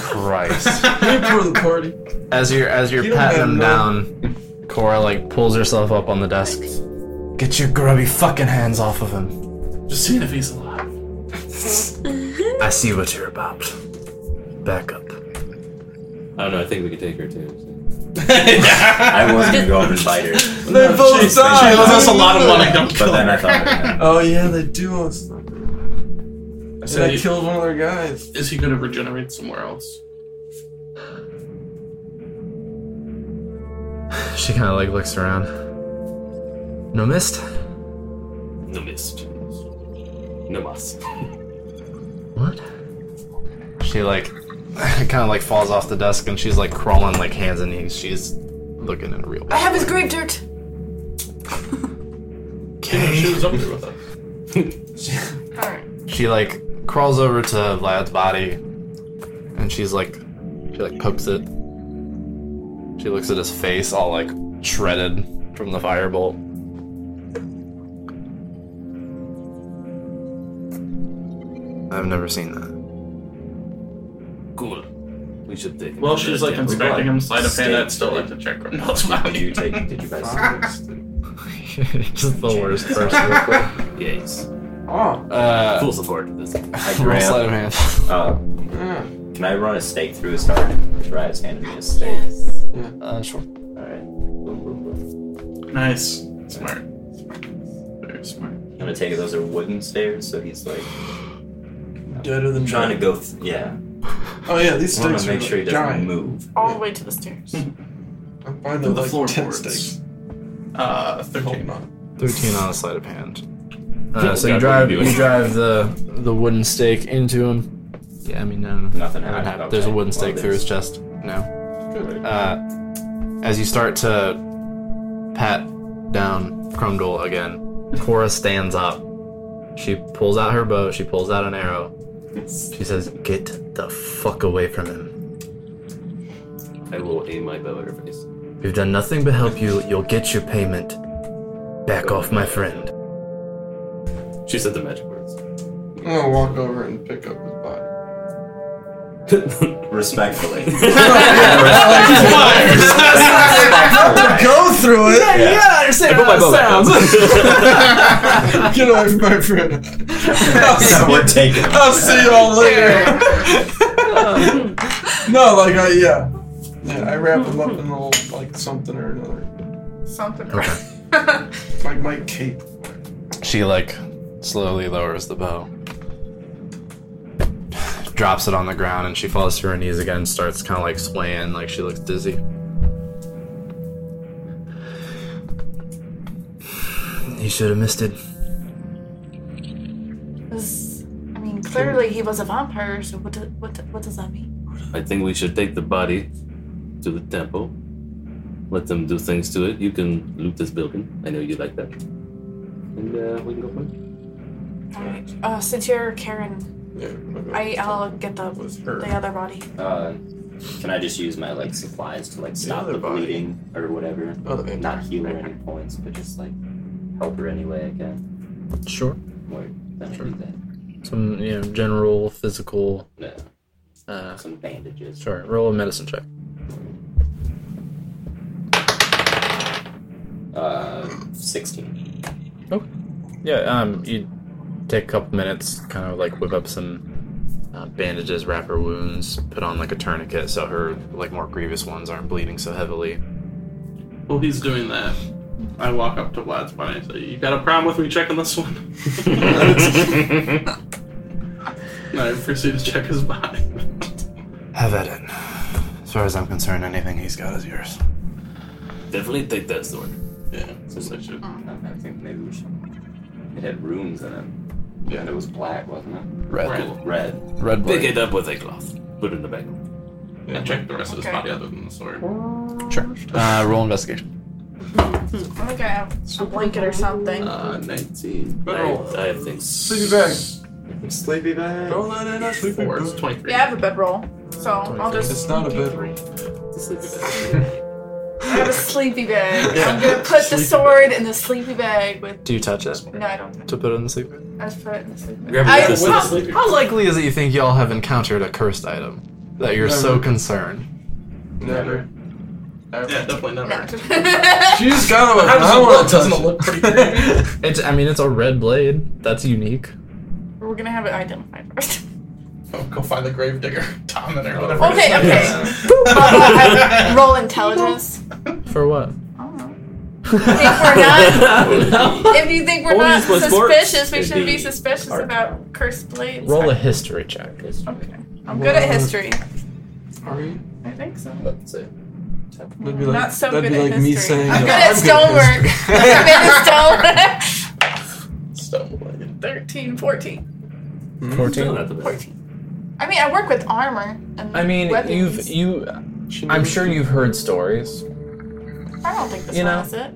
Christ.
Hey, poor the party.
As you're as you're
You don't
patting
have
him
no-
down, Cora like pulls herself up on the desk. Get your grubby fucking hands off of him.
Just seeing if he's alive.
I see what you're about. Back up.
I don't know. I think we could take her too.
I was gonna go up and fight her,
They
Oh,
both died.
She owes us a lot of money. Don't
but
kill
then I
her.
thought,
Oh yeah, they do us.
I
And I
said,
killed one of their guys.
is he going to regenerate somewhere else?
She kind of like looks around. No mist.
No mist. No mas.
What? She like kind of like falls off the desk and she's like crawling like hands and knees. She's looking in real.
I have his grave dirt.
She was up there with us.
Alright.
She like crawls over to Vlad's body and she's like she like pokes it. She looks at his face all like shredded from the firebolt. I've never seen that.
Cool. We should take.
Well, she's like
Yeah, we
inspecting him sleight of hand.
Steak.
I'd still like to check Grimdall's
did oh, you
body.
take? Did you guys? do this?
Just the worst person.
Yes.
Oh.
Uh,
Full support. This.
I
roll sleight
grab.
of hand.
Uh,
Mm.
can I run a stake through his heart? Dryas handed me a stake.
Uh, sure.
All right. Boom, boom, boom.
Nice. Smart. Very smart.
I'm gonna take it. Those are wooden stairs, so he's like
Deader than
trying to go. Th- yeah.
Oh yeah, these
I want
stakes
to
are
make sure he
like,
doesn't
giant.
move.
All the way to the stairs.
I'm finding
Through the
like ten
floorboards.
stakes.
Uh,
Hold
13.
on.
13 on a sleight of hand. Uh, so
God,
you drive
what are you doing?
you drive the the wooden stake into him. Yeah, I mean no, no, no.
Nothing
Nothing
happened.
happened. There's a
Okay.
wooden
Well,
stake through
there's-
his chest. No. Uh, as you start to pat down Crumdall again, Cora stands up. She pulls out her bow. She pulls out an arrow. She says, "Get the fuck away from him.
I will aim my bow at her face.
We've done nothing but help you. You'll get your payment. Back off, my friend."
She said the magic words.
I'm gonna walk over and pick up his body.
Respectfully.
Go through it.
I understand how that sounds.
Get away from my friend.
so we're taking him.
I'll see y'all later. no, like I yeah, yeah. I wrap him up in a little like something or another.
Something.
Like my cape.
She like slowly lowers the bow, drops it on the ground, and she falls to her knees again. and Starts kind of like swaying, like she looks dizzy. You should have missed it.
This- I mean, clearly he was a vampire. So what? Do, what? do- What does that mean?
I think we should take the body to the temple. Let them do things to it. You can loot this building. I know you like that. And uh, we can go find.
All right. Uh, since you're Karen,
Yeah.
I I'll get the
With her.
the other body.
Uh, can I just use my like supplies to like stop
other
the,
body.
bleeding or whatever?
Other than
Not heal her any points, but just like help her any way I can.
Sure.
Word. Then I do that.
Some you know general physical.
No.
Uh,
Some bandages.
sure. Roll a medicine check.
Uh, sixteen.
Yeah, um, you take a couple minutes, kind of like whip up some uh, bandages, wrap her wounds, put on like a tourniquet so her like more grievous ones aren't bleeding so heavily.
Well, he's doing that. I walk up to Vlad's body and say, You got a problem with me checking this one? and I proceed to check his body.
Have at it. As far as I'm concerned, anything he's got is yours.
Definitely take that sword.
Yeah, that's what I should.
I
Mm.
I think maybe we should. It had runes in it.
Yeah.
And it was black, wasn't
Red,
Right.
it? Red.
red, red
Pick it up with a cloth. Put it in the bag.
I checked the rest of his
Okay.
body other than the sword.
Sure. Uh, roll investigation.
I think I have a blanket or something.
Uh, 19.
I,
Oh,
I have things.
Sleepy bag.
Sleepy bag.
Don't let in a sleepy
Four. It's
bag.
23.
yeah, I have a bedroll, so I'll just.
It's not a bedroll.
I have a sleepy bag. I'm gonna put the sword in the sleepy bag with.
Do you touch it
No, I don't.
to put it in the sleeper?
I just put it in the sleepy bag.
Grab it
I-
with the sleep-
I'll-
sleepy
How likely is it you think y'all have encountered a cursed item that you're so
Never.
concerned?
Never. Never.
Yeah, definitely never.
She's got a
How does it
power
look? Doesn't it
touch.
look pretty creepy?
It's. I mean, it's a red blade. That's unique.
We're gonna have it identified first.
Oh, go find the gravedigger, Tommen, or whatever.
Okay,
his name
okay.
is.
Uh, roll intelligence.
For what?
I don't know. If we're not, if you think we're
Only
not
use my sports.
suspicious, we shouldn't be
Indeed.
suspicious about cursed blades.
Roll a history check.
Okay. I'm good at history.
Are you?
I think so.
Let's see.
That'd be like,
Not so
that'd
good
be
at
like me
history.
saying uh,
I'm good
that
at stonework. I'm good at stonework.
Stone
13, 14,
Still
14.
not the best.
14. I mean, I work with armor. And
I mean,
weapons.
you've you.
She
I'm
knows
sure you've heard stories.
I don't think this
you
one
know.
is it.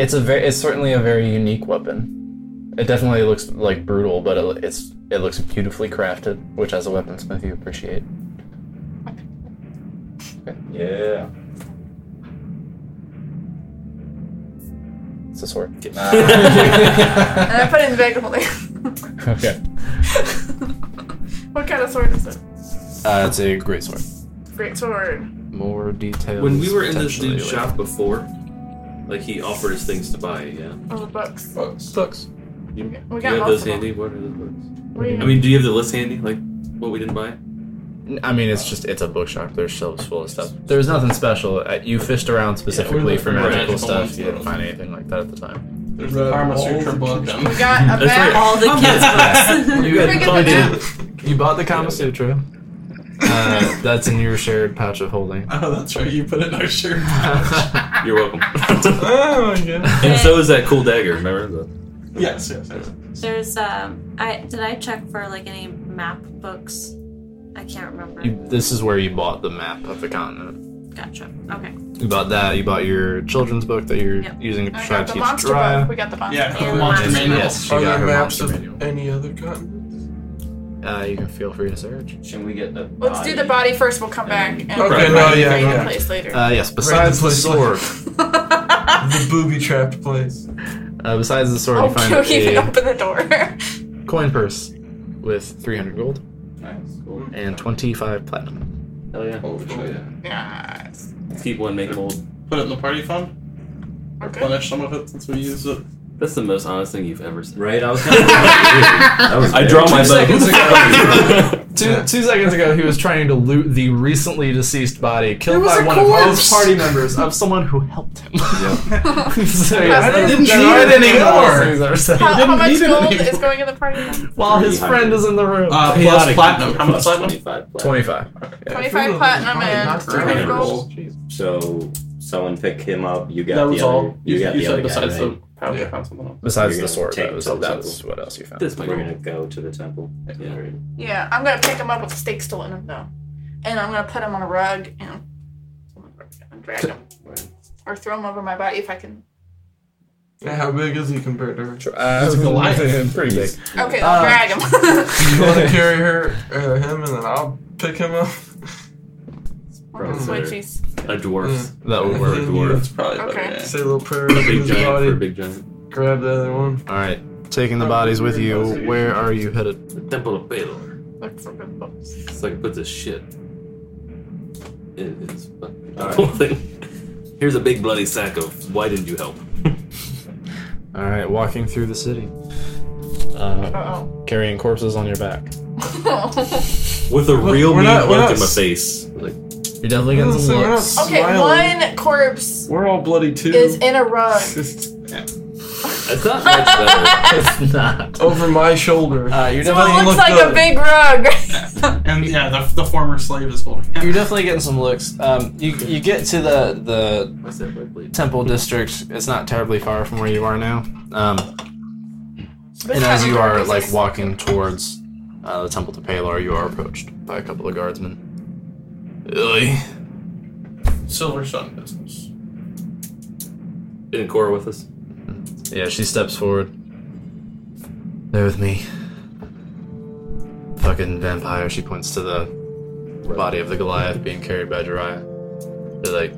It's a very, it's certainly a very unique weapon. It definitely looks like brutal, but it, it's it looks beautifully crafted, which as a weaponsmith you appreciate.
Yeah.
It's a sword.
And I put it in the bag of holding.
okay.
what kind of sword is it?
Uh, it's a great sword.
Great sword.
More details.
When we were in this
potentially
dude's
later.
shop before, like he offered us things to buy. Yeah.
Oh, the books.
books.
Books.
You,
We
do you
got
have those
most of
handy?
them.
What are the books?
We-
I mean, do you have the list handy? Like what we didn't buy?
I mean, it's just it's a bookshop. There's shelves full of stuff. There's nothing special. Uh, you fished around specifically
looking
for
for
magical
magical
stuff.
ones.
You didn't find anything like that at the time.
There's
the
a
Karma
all
Sutra
the
book.
kids-
we got a
right.
bag.
All
the kids' books.
You,
Pretty good at
you bought the Kama Sutra. Uh, that's in your shared pouch of holding.
Oh, that's right. You put it in our shirt.
You're welcome.
oh, yeah.
and so is that cool dagger. Remember the
Yes, yes, yes.
There's um I did I check for like any map books? I can't remember.
You, this is where you bought the map of the continent.
Gotcha. Okay.
You bought that. You bought your children's book that you're
Yep.
using to
I
try
uh, got
to
the
teach
monster
Jiraiya.
book. We got the monster
Yeah,
book.
the
And
monster
last-
manual.
Yes, she
Are
got
there
her
maps
monster
of
manual.
any other continent?
Uh, you can feel free to search.
Should we get the
Let's do the body first. We'll come back and
Okay,
find
no,
the
yeah,
right
yeah.
place later.
Uh, yes. Besides the
place.
sword,
the booby trapped place.
uh, besides the sword, you
oh,
find
you even
a
open the door.
coin purse with 300 gold
Nice, cool.
and 25 platinum.
hell yeah?
Oh, yeah.
yes.
Keep one, make them old.
Put it in the party fund.
Okay.
Replenish some of it since we used it
That's the most honest thing you've ever said.
Right? I was kind of. that was
I draw
very-
my
seconds
bow.
Two, two seconds ago, he was trying to loot the recently deceased body killed
There was
by
a
one of
corpse!
his party members of someone who helped him. so, yeah,
I
that's-
didn't
that's
need
all
it
he's
anymore.
ever said.
How, how much
need it
gold
anymore.
is going in the party? then?
While his friend is in the room.
Uh, plus
Chaotic
platinum.
How much
Plus
platinum?
25. plus.
25.
Twenty-five platinum and
Three
three
hundred
gold.
gold.
So someone pick him up. You got
That
the
was
other.
all.
You,
You-
got
you
the
said
other guy.
Besides
Right?
the pound,
Yeah.
pound something else.
Besides
You're
the
gonna
sword,
take
that was,
those
that
ones.
was what else you found.
This might
We're gonna
be
go to the temple.
Yeah.
Yeah, I'm gonna pick him up with the stake still in him though, and I'm gonna put him on a rug and and drag him or throw him over my body if I can.
Yeah, how big is he compared to her?
Uh, it's a Goliath. Pretty big.
Okay, I'll
Uh,
drag him.
You want to carry her, uh, him, and then I'll pick him up.
One of the
Probably.
switchies.
a
Mm.
dwarf.
That would
Yeah,
work.
That's probably
Okay.
better.
yeah.
Say a little prayer
A
to
big
his
giant for a
body.
big giant.
Grab the other one.
All right. Taking the bodies with you, where are you headed?
The temple of Baylor.
Look for good books.
It's like puts a shit. It is fucking
All right.
whole thing. Here's a big bloody sack of why didn't you help?
All right, walking through the city. Uh,
Uh
carrying corpses on your back.
oh.
With a real
we're
mean
not- we're
look
not
in my
s-
face. Like
You're definitely
Oh,
getting
so
some
we're not
looks.
okay,
smiling.
one corpse
We're all bloody too.
is in a rug.
it's not much better.
It's not.
Over my shoulder.
Uh, you're
So it
definitely
look
looks like
good.
a big rug.
And yeah, the, the former slave is holding him.
you're definitely getting some looks. Um, you you get to the the
What's that red blade?
temple district. It's not terribly far from where you are now. Um,
This
and as
kind
you
of
are
rug
like
is-
walking towards uh, the temple to Palor, you are approached by a couple of guardsmen. Oi.
Silver Sun business.
Didn't Cora with us?
Yeah, she steps forward. There with me. Fucking vampire. She points to the body of the Goliath being carried by Jiraiya. They're like,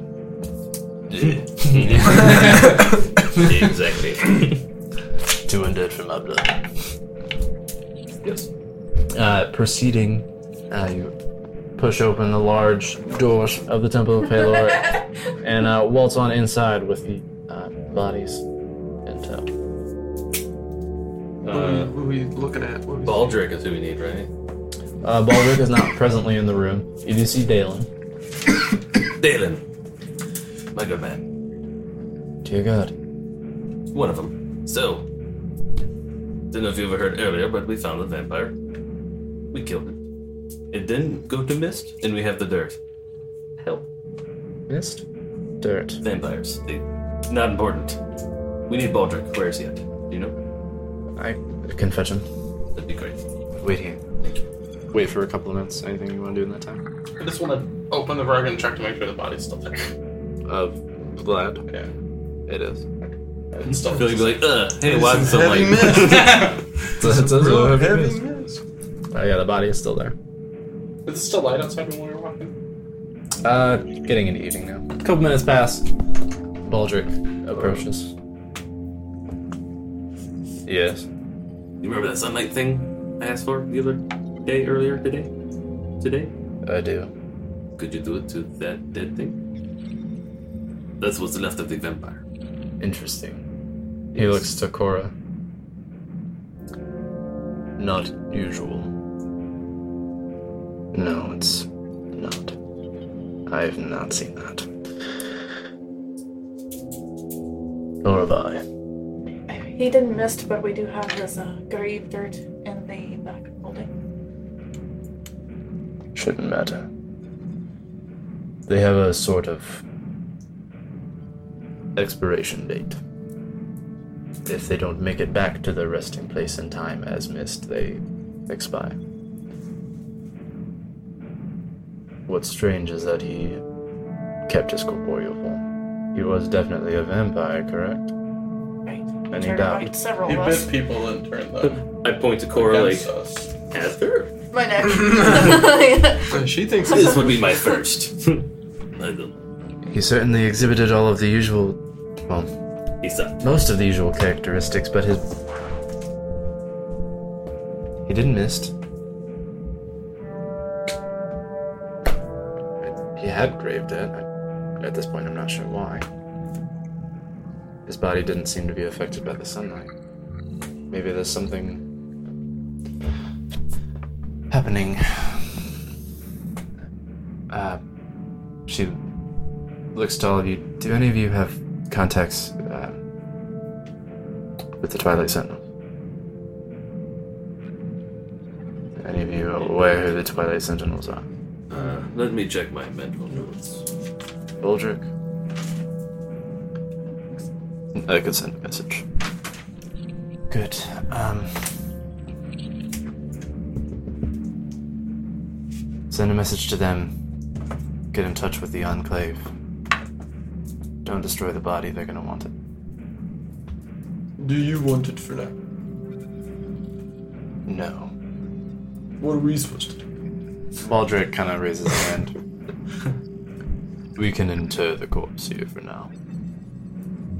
exactly.
two undead from up
Yes.
uh, proceeding, uh, you push open the large doors of the Temple of Palor and uh, waltz on inside with the uh, bodies uh, in tow.
what, are we,
Uh,
what are we looking at? What are we
Baldric is who we need, right?
Uh, Baldric is not presently in the room. You do see Dalen.
Dalen. My good man.
Dear God.
One of them. So, didn't know if you ever heard earlier, but we found the vampire. We killed it. It didn't go to mist, and we have the dirt. Help.
Mist? Dirt.
Vampires. They, not important. We need Baldric. Where is he at? Do you know?
I can fetch him.
That'd be great.
Wait here. Wait for a couple of minutes. Anything you want to do in that time?
I just want to open the rug and check to make sure the body's still there.
Of blood.
Yeah.
Um, It is.
It's
I
still
feel like you'd be like, uh, hey, why is
Some
it so
heavy
light?
mist. Real heavy
I
mist.
got the body is still there.
Is it still light outside when we were walking?
Uh, getting into evening now. A couple minutes pass. Baldric approaches. Yes.
You remember that sunlight thing I asked for the other day, earlier today? Today?
I do.
Could you do it to that dead thing? That's what's left of the vampire.
Interesting. He looks to Cora. Not usual. No, it's not. I have not seen that. Nor have I.
He didn't mist, but we do have this uh, grave dirt in the back holding.
Shouldn't matter. They have a sort of expiration date. If they don't make it back to their resting place in time as missed, they expire. What's strange is that he kept his corporeal form. He was definitely a vampire, correct?
Right.
And he
Terrified
died.
several
He
of us.
bit people and turned them
I point to Cora like,
against us.
as her.
My neck.
Uh, She thinks
This would be my first. I don't-
He certainly exhibited all of the usual, well,
he sucked.
most of the usual characteristics, but his. He didn't miss. He had grave debt. I- At this point, I'm not sure why. His body didn't seem to be affected by the sunlight. Maybe there's something happening. Uh, she looks to all of you. Do any of you have contacts uh, with the Twilight Sentinel? Any of you aware who the Twilight Sentinels are?
Uh, let me check my mental notes.
Baldrick. I could send a message. Good. Um, send a message to them. Get in touch with the Enclave. Don't destroy the body, they're gonna want it.
Do you want it for now?
No.
What are we supposed to do?
Baldrick kind of raises his hand. we can inter the corpse here for now.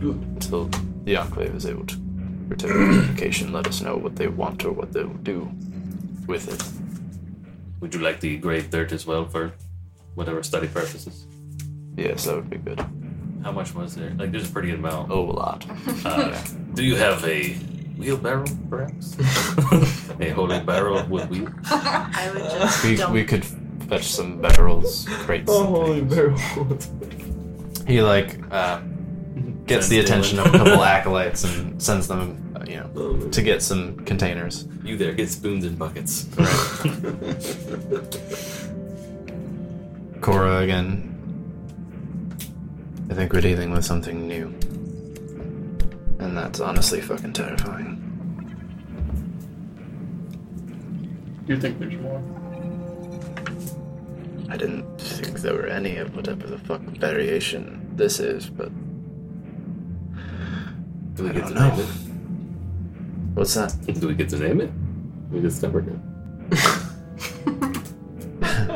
Until the Enclave is able to return the communication, let us know what they want or what they'll do with it.
Would you like the grave dirt as well for whatever study purposes?
Yes, that would be good.
How much was there? Like, there's a pretty good amount.
Oh, a lot.
Uh, do you have a wheelbarrow, perhaps? a holding barrel with wheel?
I would just
We,
don't.
we could fetch some barrels, crates.
Oh,
and things. He like uh, gets
Sends
the
Dylan.
attention of a couple acolytes and sends them, uh, you know, to get some containers.
You there, get spoons and buckets.
Cora again. I think we're dealing with something new, and that's honestly fucking terrifying.
You think there's more?
I didn't think there were any of whatever the fuck variation this is, but
Do we
I
get to
don't know.
name
what's that?
it? Do we get to name it? We discovered it.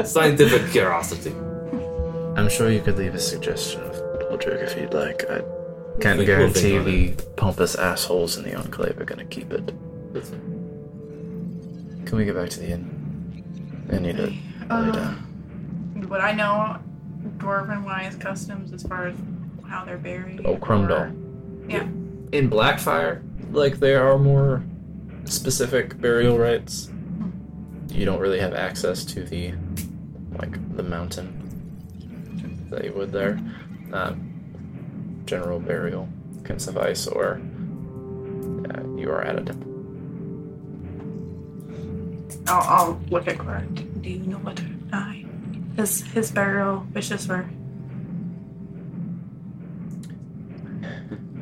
Scientific curiosity.
I'm sure you could leave a suggestion of Baldrick if you'd like. I can't
think we'll
guarantee
think on
the pompous assholes in the Enclave are gonna keep it. Can we get back to the inn? I need to lay down.
Would I know dwarven wise customs as far as how they're buried?
Oh,
or-
Crumdall.
Yeah.
In Blackfire, like there are more specific burial rites. You don't really have access to the, like the mountain that you would there. Um, general burial can suffice, or uh, you are at a temple.
I'll, I'll look at Clark. Do you know what I his his burial wishes were?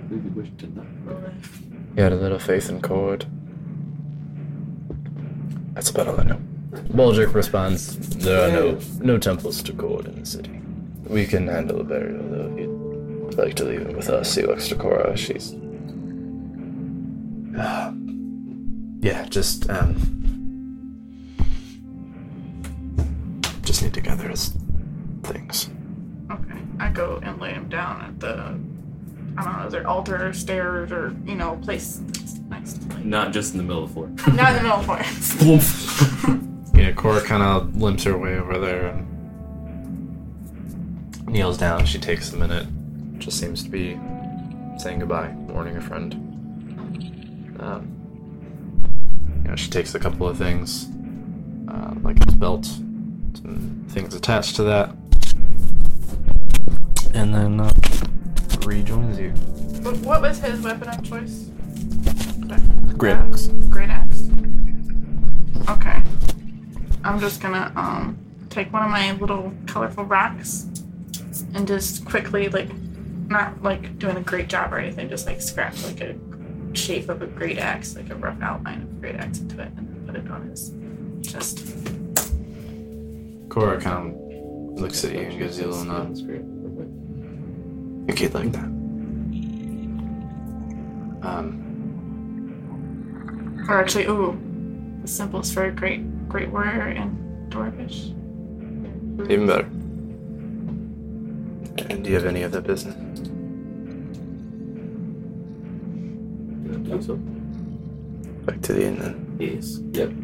Maybe we should not.
He had a little faith in Cord. That's about all I know. Baldric responds, There are no no temples to Cord in the city. We can handle the burial, though, if you'd like to leave it with us. He looks to Cora. She's. Ah. yeah, just. um... Just need to gather his things.
Okay. I go and lay him down at the I don't know, is there altar or stairs or you know, place that's nice to lay.
Not just in the middle of the floor.
Not in the middle of forest.
Yeah, Cora kind of limps her way over there and kneels down. She takes a minute, just seems to be saying goodbye, warning a friend. Um, you know, she takes a couple of things, uh, like his belt, some things attached to that, and then uh, rejoins you.
What, what was his weapon of choice?
Great
axe. Great axe. Okay. I'm just gonna um take one of my little colorful rocks and just quickly like not like doing a great job or anything, just like scratch like a shape of a great axe, like a rough outline of a great axe into it and then put it on his chest.
Cora kind of looks at you and gives you a little nod. A kid like that. Um,
Or actually, ooh, the symbols for a great great warrior and dwarvish.
even better. And do you have any other business?
Do so?
Back to the inn then.
Yes. Yep.